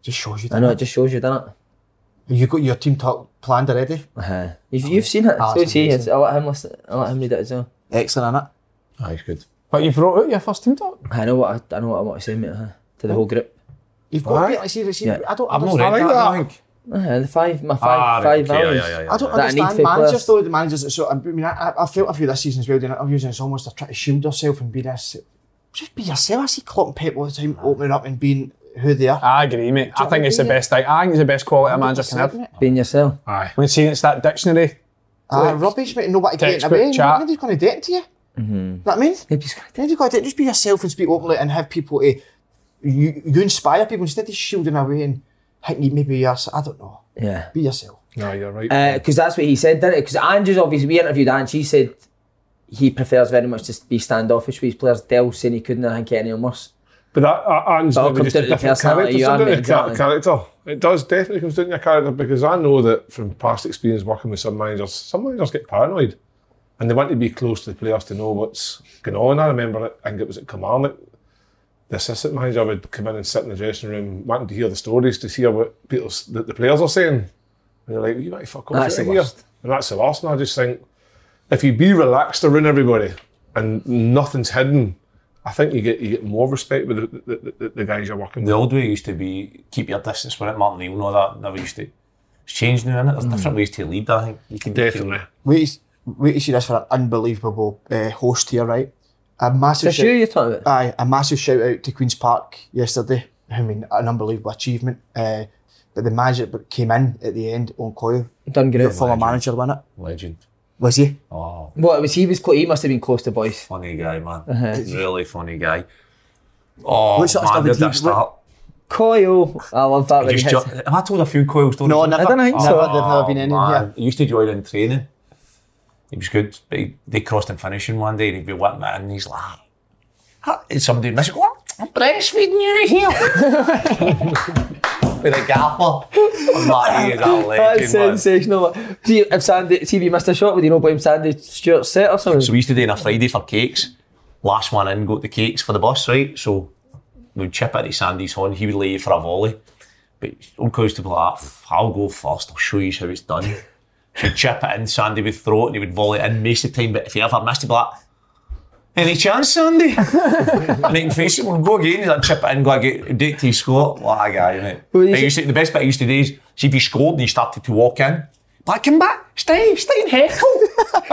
[SPEAKER 2] Just shows you.
[SPEAKER 1] I know it
[SPEAKER 2] doesn't
[SPEAKER 1] just shows you, doesn't it?
[SPEAKER 2] it? You got your team talk planned already.
[SPEAKER 1] Uh-huh. You've, you've seen it.
[SPEAKER 2] Ah,
[SPEAKER 1] so
[SPEAKER 2] it's
[SPEAKER 1] see,
[SPEAKER 2] amazing.
[SPEAKER 1] I let him listen. I let him read it as well.
[SPEAKER 2] Excellent, innit?
[SPEAKER 3] Aye, it's good.
[SPEAKER 5] But you've wrote out your first team talk.
[SPEAKER 1] I know what I, I know what I want to say, mate. Uh-huh. To the whole group.
[SPEAKER 2] You've got
[SPEAKER 3] Aye.
[SPEAKER 2] it. Like, see, see,
[SPEAKER 1] Yeah.
[SPEAKER 2] I don't.
[SPEAKER 4] I've not
[SPEAKER 2] understand
[SPEAKER 4] read
[SPEAKER 2] that,
[SPEAKER 4] that.
[SPEAKER 2] I don't think.
[SPEAKER 1] Uh, the five, my
[SPEAKER 4] Ah,
[SPEAKER 1] five,
[SPEAKER 4] right,
[SPEAKER 1] five
[SPEAKER 4] okay, yeah,
[SPEAKER 1] values.
[SPEAKER 4] yeah, yeah,
[SPEAKER 2] I don't
[SPEAKER 1] That I need
[SPEAKER 2] understand
[SPEAKER 1] for
[SPEAKER 2] managers
[SPEAKER 1] players.
[SPEAKER 2] though. The managers that sort of, I mean, I, I- I felt a few this season as well doing interviews, and it's almost they're trying to shield yourself and be this. Just be yourself. I see Klopp and Pep all the time opening up and being who they are.
[SPEAKER 5] I agree, mate. I think it's the best. thing. I think it's the best quality a manager can have.
[SPEAKER 1] Being yourself.
[SPEAKER 3] Aye.
[SPEAKER 5] When seeing it's that dictionary,
[SPEAKER 2] Ah, rubbish, mate. Nobody can get in
[SPEAKER 5] textbook
[SPEAKER 2] away.
[SPEAKER 5] chat.
[SPEAKER 2] Nobody's going to do it to you. Know what I mean?
[SPEAKER 1] Nobody's gonna
[SPEAKER 2] Nobody's going to do it. Just be yourself and speak openly and have people to. You, you inspire people instead of shielding away and thinking maybe you're, I don't know.
[SPEAKER 1] Yeah.
[SPEAKER 2] Be yourself.
[SPEAKER 3] No, you're right.
[SPEAKER 1] because Uh, that's what he said, didn't it? Because Andrew's obviously we interviewed Ange. He said he prefers very much to be standoffish with his players. Dell saying he couldn't, I think, get anyone worse.
[SPEAKER 3] But that uh, Anne's
[SPEAKER 1] That all
[SPEAKER 3] maybe
[SPEAKER 1] comes
[SPEAKER 3] just a
[SPEAKER 1] down to the personality
[SPEAKER 3] different
[SPEAKER 1] you
[SPEAKER 3] character.
[SPEAKER 1] are,
[SPEAKER 3] doesn't it?
[SPEAKER 1] mate,
[SPEAKER 3] Char-
[SPEAKER 1] exactly.
[SPEAKER 3] character. oh, It does definitely comes down to your character because I know that from past experience working with some managers, some managers get paranoid and they want to be close to the players to know what's going on. I remember it, I think it was at Kilmarnock. The assistant manager would come in and sit in the dressing room wanting to hear the stories to hear what people, s- that the players are saying. And they're like, you might fuck off
[SPEAKER 1] That's
[SPEAKER 3] out of
[SPEAKER 1] the
[SPEAKER 3] here.
[SPEAKER 1] worst.
[SPEAKER 3] And that's the worst. And I just think if you be relaxed around everybody and nothing's hidden, I think you get you get more respect with the, the, the, the guys you're working
[SPEAKER 4] The
[SPEAKER 3] with.
[SPEAKER 4] old way used to be keep your distance when it Martin Neal and all that never used to. It's changed now, innit? There's
[SPEAKER 2] Mm-hmm.
[SPEAKER 4] different ways to lead, I think. You can
[SPEAKER 3] Definitely.
[SPEAKER 2] Wait, to- wait to see this for an unbelievable uh, host here, right? A massive.
[SPEAKER 1] For sure, you're talking about.
[SPEAKER 2] Aye, a massive shout out to Queen's Park yesterday. I mean, an unbelievable achievement. Uh, but the manager that came in at the end on Coyle,
[SPEAKER 1] Done good
[SPEAKER 2] the
[SPEAKER 1] out for.
[SPEAKER 2] former manager, wasn't it?
[SPEAKER 4] Legend.
[SPEAKER 2] Was he?
[SPEAKER 4] Oh,
[SPEAKER 1] What it was he was close, he must have been close to boys.
[SPEAKER 4] funny guy, man. Really funny guy. Oh,
[SPEAKER 2] Uh-huh. What sort of stuff
[SPEAKER 4] man, where
[SPEAKER 2] did
[SPEAKER 4] did
[SPEAKER 2] he-
[SPEAKER 4] that start?
[SPEAKER 1] Coil, I love that. when he
[SPEAKER 4] Just
[SPEAKER 1] hits-
[SPEAKER 4] jo- have I told a few coil stories?
[SPEAKER 2] No, never.
[SPEAKER 1] I don't think
[SPEAKER 2] never,
[SPEAKER 1] so.
[SPEAKER 2] They've never been in here.
[SPEAKER 4] He used to join in training. He was good, but he, they crossed in finishing one day and he'd be whipping it in and he's like, "Ah, and somebody would miss it, go, "What? I'm breastfeeding you here. With a gaffer. I'm like, he is a legend,
[SPEAKER 1] That's
[SPEAKER 4] man.
[SPEAKER 1] sensational. See if Sandy, see if he missed a shot, would you know blame Sandy Stewart's set or something?
[SPEAKER 4] So we used to do in a Friday for cakes. Last one in got the cakes for the bus, right? So we'd chip it to Sandy's horn. He would lay it for a volley. But Uncle used to be like, "F- I'll go first. I'll show you how it's done. so he'd chip it in, Sandy would throw it and he would volley it in most of the time. But if he ever missed, he'd be like, any chance, Sandy? and he can face it, we'll go again. He'd like, chip it in, go again, do it till he scored. What a guy, mate.
[SPEAKER 1] Well, you
[SPEAKER 4] But he
[SPEAKER 1] see-
[SPEAKER 4] used to- the best bit I used to do is, see if he scored and he started to walk in, like, come back, stay, stay in heckle.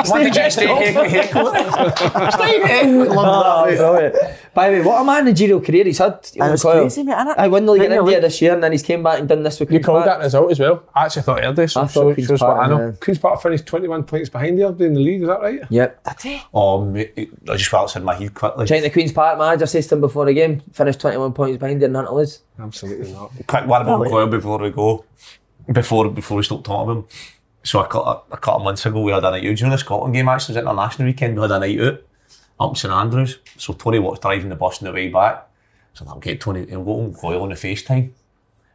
[SPEAKER 4] Why did you stay in heckle? stay in heckle.
[SPEAKER 1] Oh, brilliant. By the way, what a managerial career he's had.
[SPEAKER 2] it's
[SPEAKER 1] Coyle.
[SPEAKER 2] crazy, mate, innit?
[SPEAKER 1] I won the league in
[SPEAKER 5] Premier
[SPEAKER 1] India
[SPEAKER 5] League.
[SPEAKER 1] this year, and then he's came back and done this with.
[SPEAKER 5] you
[SPEAKER 1] Queen's
[SPEAKER 5] called
[SPEAKER 1] Park.
[SPEAKER 5] that result as well. I actually thought earlier, so,
[SPEAKER 1] I
[SPEAKER 5] so
[SPEAKER 1] thought
[SPEAKER 5] it
[SPEAKER 1] Queen's
[SPEAKER 5] shows what I
[SPEAKER 1] Park.
[SPEAKER 5] know.
[SPEAKER 1] man.
[SPEAKER 3] Queen's Park finished 21 points behind you in the league, is that right?
[SPEAKER 1] Yep.
[SPEAKER 4] Oh, mate, I just felt in my head quickly.
[SPEAKER 1] Do you think the Queen's Park manager says to him before the game, finish 21 points behind you and nothing to lose?
[SPEAKER 3] Absolutely not.
[SPEAKER 4] Quick one about Coyle before we go. Before before we stop talking about him. So I cut a, a couple of months ago we had a night out during the Scotland game actually, it was international weekend, we had a night out up in St Andrews. So Tony Watt's driving the bus on the way back. So I'll get Tony he'll go on Coyle on the FaceTime.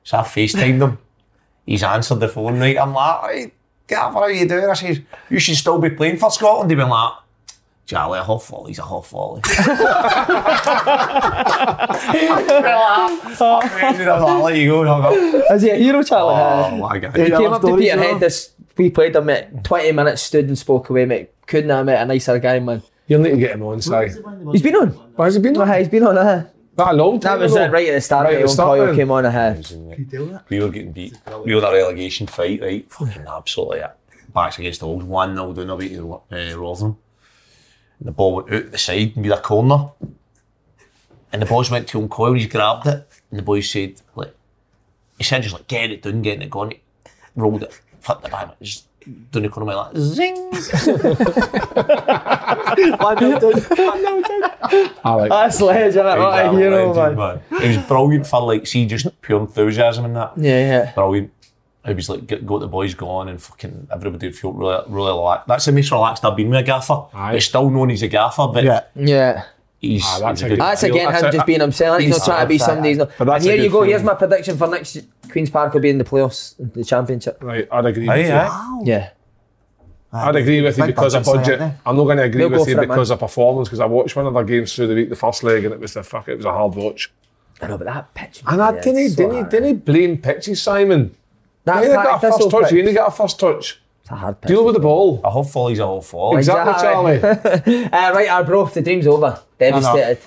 [SPEAKER 4] So I FaceTimed him. He's answered the phone right. I'm like, hey, Gavin, how you doing? I says, You should still be playing for Scotland. He been like, Charlie, a hot volley's a hot volley. I'll let you go. And I'll go,
[SPEAKER 1] Is he a hero, Charlie? Uh,
[SPEAKER 4] Oh, what a guy.
[SPEAKER 1] he came up to
[SPEAKER 2] stories,
[SPEAKER 1] Peterhead
[SPEAKER 2] no?
[SPEAKER 1] this, we played him, mate, 20 minutes stood and spoke away, mate. Couldn't have met a nicer guy, man.
[SPEAKER 3] You'll need to get him on, side.
[SPEAKER 1] He's been on.
[SPEAKER 3] Why has he been
[SPEAKER 1] Aye,
[SPEAKER 3] on?
[SPEAKER 1] he's been on, uh,
[SPEAKER 3] That a long
[SPEAKER 1] That
[SPEAKER 3] time
[SPEAKER 1] was
[SPEAKER 3] ago.
[SPEAKER 1] it, right at the start,
[SPEAKER 3] Right
[SPEAKER 1] right
[SPEAKER 3] at
[SPEAKER 1] when
[SPEAKER 3] the start
[SPEAKER 1] Coyle
[SPEAKER 3] then.
[SPEAKER 1] came on, uh,
[SPEAKER 4] We were getting beat. We were in a relegation fight, right? Fucking absolutely it. Backs against the walls, 1 0 down away to uh, Rotherham. And the ball went out the side and we had a corner. And the boys went to him, Coyle, he grabbed it. And the boys said, like, he said, just like, get it done, getting it gone. Rolled it, flipped it back, just done the corner, went like, zing.
[SPEAKER 3] I like
[SPEAKER 1] That's legend, innit? what a hero, man.
[SPEAKER 4] It was brilliant for like, see, just pure enthusiasm and that.
[SPEAKER 1] Yeah, yeah.
[SPEAKER 4] brilliant. It was like, got got the boys going and fucking everybody felt really, really relaxed. That's the most relaxed I've been with a gaffer.
[SPEAKER 3] Aye.
[SPEAKER 4] But still known he's a gaffer, but
[SPEAKER 2] Yeah.
[SPEAKER 1] Yeah.
[SPEAKER 4] he's,
[SPEAKER 3] Ah, that's
[SPEAKER 4] he's a good
[SPEAKER 3] a good-
[SPEAKER 1] That's
[SPEAKER 3] feel-
[SPEAKER 1] again
[SPEAKER 3] that's
[SPEAKER 1] him
[SPEAKER 3] a-
[SPEAKER 1] just being himself. He's not trying to be somebody. He's not.
[SPEAKER 3] But that's
[SPEAKER 1] And
[SPEAKER 3] a
[SPEAKER 1] here you
[SPEAKER 3] good
[SPEAKER 1] go. Here's
[SPEAKER 3] feeling.
[SPEAKER 1] my prediction for next Queen's Park will be in the playoffs, the championship.
[SPEAKER 3] Right, I'd agree
[SPEAKER 4] Aye,
[SPEAKER 3] with you.
[SPEAKER 4] aye.
[SPEAKER 1] Yeah.
[SPEAKER 3] I'd agree with you
[SPEAKER 2] Big
[SPEAKER 3] because of
[SPEAKER 2] budget's
[SPEAKER 3] budget.
[SPEAKER 2] like that,
[SPEAKER 3] I'm not going to agree
[SPEAKER 1] They'll eh? go
[SPEAKER 3] with you
[SPEAKER 1] for it, man.
[SPEAKER 3] because of performance. Because I watched one of their games through the week, the first leg, and it was the fuck. It was a hard watch.
[SPEAKER 1] I know, but that pitch.
[SPEAKER 3] And I didn't, didn't, didn't blame pitches, Simon.
[SPEAKER 1] That
[SPEAKER 3] You didn't get a first touch. You didn't get a first touch.
[SPEAKER 1] It's a hard pitch.
[SPEAKER 3] Deal with the ball.
[SPEAKER 4] A whole volley's a whole volley.
[SPEAKER 3] Exactly,
[SPEAKER 1] Exactly.
[SPEAKER 3] Charlie.
[SPEAKER 1] Uh, right, Arbroath, the dream's over. Devastated.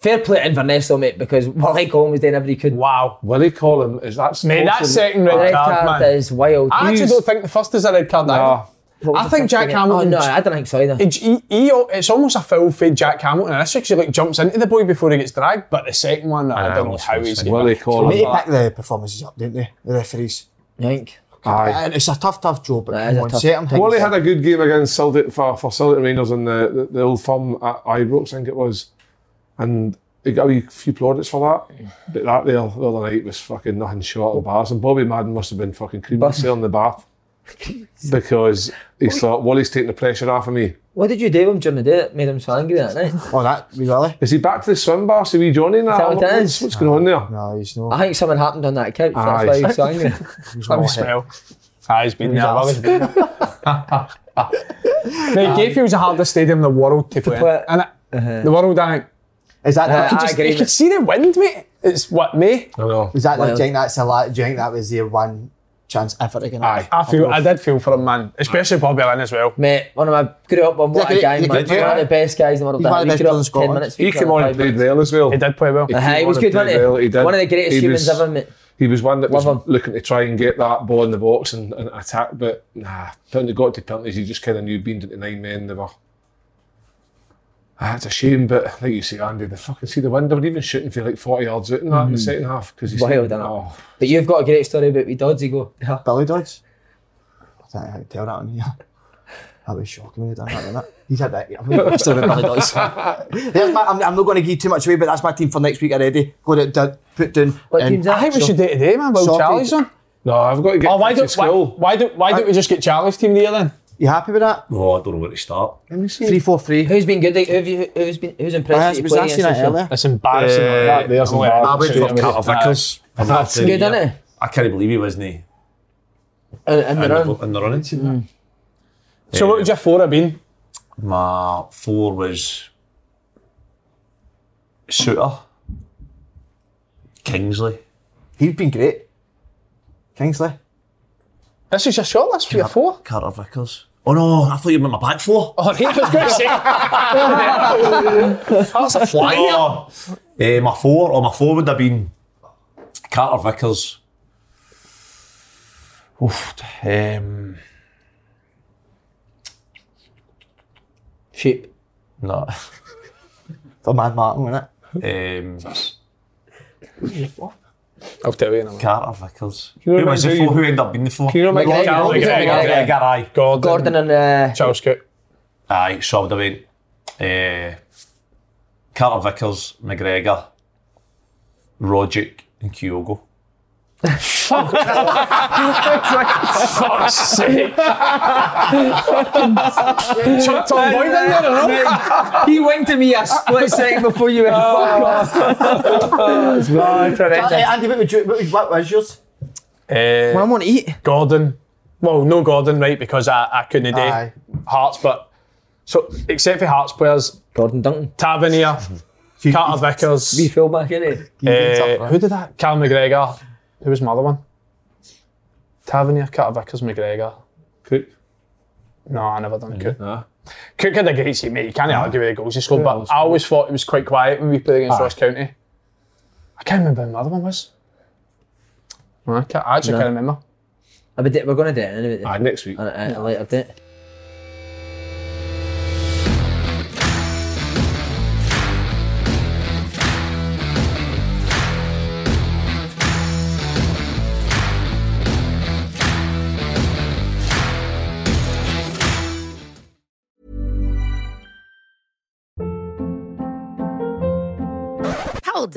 [SPEAKER 1] Fair play to Inverness though, mate, because Willie Collins was doing everything he could.
[SPEAKER 5] Wow.
[SPEAKER 3] What do you call him? Is that
[SPEAKER 5] Mate, that
[SPEAKER 3] sporting?
[SPEAKER 5] second
[SPEAKER 1] The
[SPEAKER 5] red,
[SPEAKER 1] red
[SPEAKER 5] card,
[SPEAKER 1] card
[SPEAKER 5] man.
[SPEAKER 1] is wild.
[SPEAKER 5] I actually
[SPEAKER 1] Hughes-
[SPEAKER 5] don't think the first is a red card either.
[SPEAKER 3] Ah,
[SPEAKER 1] what was
[SPEAKER 5] I
[SPEAKER 1] the
[SPEAKER 5] think
[SPEAKER 1] first
[SPEAKER 5] Jack
[SPEAKER 1] thing?
[SPEAKER 5] Hamilton-
[SPEAKER 1] Oh, no, I don't think so either.
[SPEAKER 5] He, he, he- it's almost a foul fade Jack Hamilton and this actually like jumps into the boy before he gets dragged but the second one I,
[SPEAKER 4] I
[SPEAKER 5] don't know
[SPEAKER 4] almost
[SPEAKER 5] how
[SPEAKER 4] was
[SPEAKER 5] he's
[SPEAKER 4] thinking
[SPEAKER 3] what do you call
[SPEAKER 2] They
[SPEAKER 3] him?
[SPEAKER 2] pick the performances up, didn't they? The referees.
[SPEAKER 1] I think.
[SPEAKER 3] Aye.
[SPEAKER 2] And it's a tough, tough job, but
[SPEAKER 1] That is
[SPEAKER 2] come
[SPEAKER 1] a
[SPEAKER 2] on,
[SPEAKER 1] tough-
[SPEAKER 2] certain things.
[SPEAKER 3] Wally had a good game against Celtic for, for Celtic Rangers in the, the, the old firm at Ibrox, I think it was. And he got a wee few plaudits for that. But that there the other night was fucking nothing short of bars. And Bobby Madden must have been fucking creaming himself in the bath because he thought, Wally's taking the pressure off of me.
[SPEAKER 1] What did you do with him during the day that made him so angry that night?
[SPEAKER 2] Oh, that, really?
[SPEAKER 3] Is he back to the swim bar? See wee Johnny now?
[SPEAKER 1] that what it
[SPEAKER 3] What's,
[SPEAKER 1] is?
[SPEAKER 3] what's going on there?
[SPEAKER 2] No, he's
[SPEAKER 1] I
[SPEAKER 2] not.
[SPEAKER 1] think something happened on that couch. That's
[SPEAKER 3] Aye.
[SPEAKER 1] why he was so angry.
[SPEAKER 2] He's
[SPEAKER 5] Let
[SPEAKER 2] not
[SPEAKER 5] me
[SPEAKER 2] hit.
[SPEAKER 5] smell. Ah, he's been there.
[SPEAKER 2] Yeah.
[SPEAKER 5] Well, he's been there. Now, Gayfield's the hardest stadium in the world to, play,
[SPEAKER 1] play.
[SPEAKER 5] in. innit? The world, I think.
[SPEAKER 2] Is that,
[SPEAKER 1] Uh,
[SPEAKER 2] the-
[SPEAKER 1] I
[SPEAKER 5] Just-
[SPEAKER 1] agree
[SPEAKER 5] you can
[SPEAKER 1] with
[SPEAKER 5] see the wind, mate. It's what, May?
[SPEAKER 3] I know.
[SPEAKER 2] is that the
[SPEAKER 1] Wild.
[SPEAKER 2] drink? That's a lot. Drink that was their one chance ever to get it.
[SPEAKER 3] Aye.
[SPEAKER 5] I feel, I did feel for him, man. Especially Bobby Lynn as well.
[SPEAKER 1] Mate, one of my grew up on what
[SPEAKER 2] Yeah,
[SPEAKER 1] a guy,
[SPEAKER 2] he- he
[SPEAKER 1] man. One
[SPEAKER 2] did play
[SPEAKER 1] of the
[SPEAKER 2] well.
[SPEAKER 1] best guys in the world.
[SPEAKER 2] He's one of the
[SPEAKER 1] He
[SPEAKER 2] best
[SPEAKER 1] grew up
[SPEAKER 2] players in
[SPEAKER 1] 10
[SPEAKER 2] Scotland.
[SPEAKER 1] minutes.
[SPEAKER 3] He came on and played well as well.
[SPEAKER 5] He did play well.
[SPEAKER 1] Aye, he was good, wasn't he? One of the greatest humans
[SPEAKER 3] was-
[SPEAKER 1] ever, mate.
[SPEAKER 3] He was one that was
[SPEAKER 1] Love him.
[SPEAKER 3] looking to try and get that ball in the box and, and attack, but nah, when they got to penalties, you just kind of knew being into nine men, they were. Ah, it's a shame, but like you say, Andy, they fucking see the wind. They were even shooting for like 40 yards out in that in the second half. because
[SPEAKER 1] Wild, innit?
[SPEAKER 3] oh,
[SPEAKER 1] But you've got a great story about we Dodds, you go. Yeah.
[SPEAKER 2] Billy Dodds. I don't know how to tell that on here. That was shocking when he done that, wasn't it? He did that. I'm not still with Billy Dodds. There's my, I'm, I'm not going to give too much away, but that's my team for next week already. Got it done, put down.
[SPEAKER 1] What
[SPEAKER 2] and-
[SPEAKER 1] team's
[SPEAKER 5] I think we
[SPEAKER 1] So-
[SPEAKER 5] should do it today, man. Will
[SPEAKER 2] Sorted.
[SPEAKER 5] Charlie's on.
[SPEAKER 3] No, I've got to get
[SPEAKER 5] Oh, why
[SPEAKER 3] back to
[SPEAKER 5] don't, why,
[SPEAKER 3] school.
[SPEAKER 5] why, don't, why don't we just get Charlie's team there then?
[SPEAKER 2] You happy with that?
[SPEAKER 4] Oh, I don't know where to start.
[SPEAKER 3] Let me see.
[SPEAKER 2] Three four three.
[SPEAKER 1] Who's been good? Who have you, who's been who's
[SPEAKER 2] I
[SPEAKER 1] impressed? that you
[SPEAKER 2] was
[SPEAKER 1] played against
[SPEAKER 2] asking that
[SPEAKER 1] this year?
[SPEAKER 2] earlier.
[SPEAKER 5] It's embarrassing.
[SPEAKER 3] Uh, there's
[SPEAKER 5] Oh, yeah.
[SPEAKER 4] I
[SPEAKER 3] embarrassing.
[SPEAKER 4] went for Carter Vickers. I'm
[SPEAKER 1] Good,
[SPEAKER 4] not telling you.
[SPEAKER 1] isn't it?
[SPEAKER 4] I can't believe he wasn't he,
[SPEAKER 1] In, in the
[SPEAKER 4] in
[SPEAKER 1] run.
[SPEAKER 4] the, in the running.
[SPEAKER 5] So, what would your four have been?
[SPEAKER 4] My four was Suter, Kingsley.
[SPEAKER 2] He'd been great. Kingsley.
[SPEAKER 5] This is your shortlist for your four.
[SPEAKER 4] Carter Vickers. Oh no, I thought you meant my back four.
[SPEAKER 5] Oh, he was going to say. That's a fly.
[SPEAKER 4] Oh, eh, my four or my four would have been Carter Vickers. Oof, um,
[SPEAKER 1] Sheep.
[SPEAKER 4] no.
[SPEAKER 2] The man Martin, wasn't it?
[SPEAKER 4] Um,
[SPEAKER 5] I'll tell you in a minute.
[SPEAKER 4] Carter Vickers.
[SPEAKER 3] know
[SPEAKER 4] Who
[SPEAKER 3] what
[SPEAKER 4] was
[SPEAKER 3] I
[SPEAKER 4] the
[SPEAKER 3] mean?
[SPEAKER 4] four? Who ended up being the four?
[SPEAKER 3] You know, my
[SPEAKER 1] McGregor.
[SPEAKER 3] guy,
[SPEAKER 5] Charlie,
[SPEAKER 1] Gordon,
[SPEAKER 5] McGregor,
[SPEAKER 1] McGregor.
[SPEAKER 4] McGregor, aye.
[SPEAKER 5] Gordon.
[SPEAKER 1] Gordon and uh,
[SPEAKER 5] Charles Cook.
[SPEAKER 4] Aye, so I would have went eh, Carter Vickers, McGregor, Roderick and Kyogo.
[SPEAKER 5] Tom Boyd in there, or not?
[SPEAKER 1] he winked at me a split second before you went.
[SPEAKER 2] Hey, Andy, what, would you, what, would- what was yours?
[SPEAKER 5] Eh,
[SPEAKER 1] I want to eat.
[SPEAKER 5] Gordon. Well, no Gordon, right? Because I, I couldn't do
[SPEAKER 2] Aye.
[SPEAKER 5] Hearts, but so except for Hearts players,
[SPEAKER 1] Gordon Duncan.
[SPEAKER 5] Tavernier, Carter
[SPEAKER 1] Be
[SPEAKER 5] Vickers,
[SPEAKER 1] full back in it.
[SPEAKER 5] eh, who did that? Cal McGregor. Who was my other one? Tavernier, Carter Vickers, McGregor.
[SPEAKER 3] Cook.
[SPEAKER 5] No, I never done Cook.
[SPEAKER 3] Nah.
[SPEAKER 5] Cook had a great season, mate. You can't argue with the goals he scored, but I always thought it was quite quiet when we played against Ross County. I can't remember who my other one was. No, I, can't, I actually
[SPEAKER 1] No.
[SPEAKER 5] can't remember.
[SPEAKER 1] I would do- We're going to do it anyway.
[SPEAKER 3] Aye, next week.
[SPEAKER 1] On a- at a later date.
[SPEAKER 7] Hold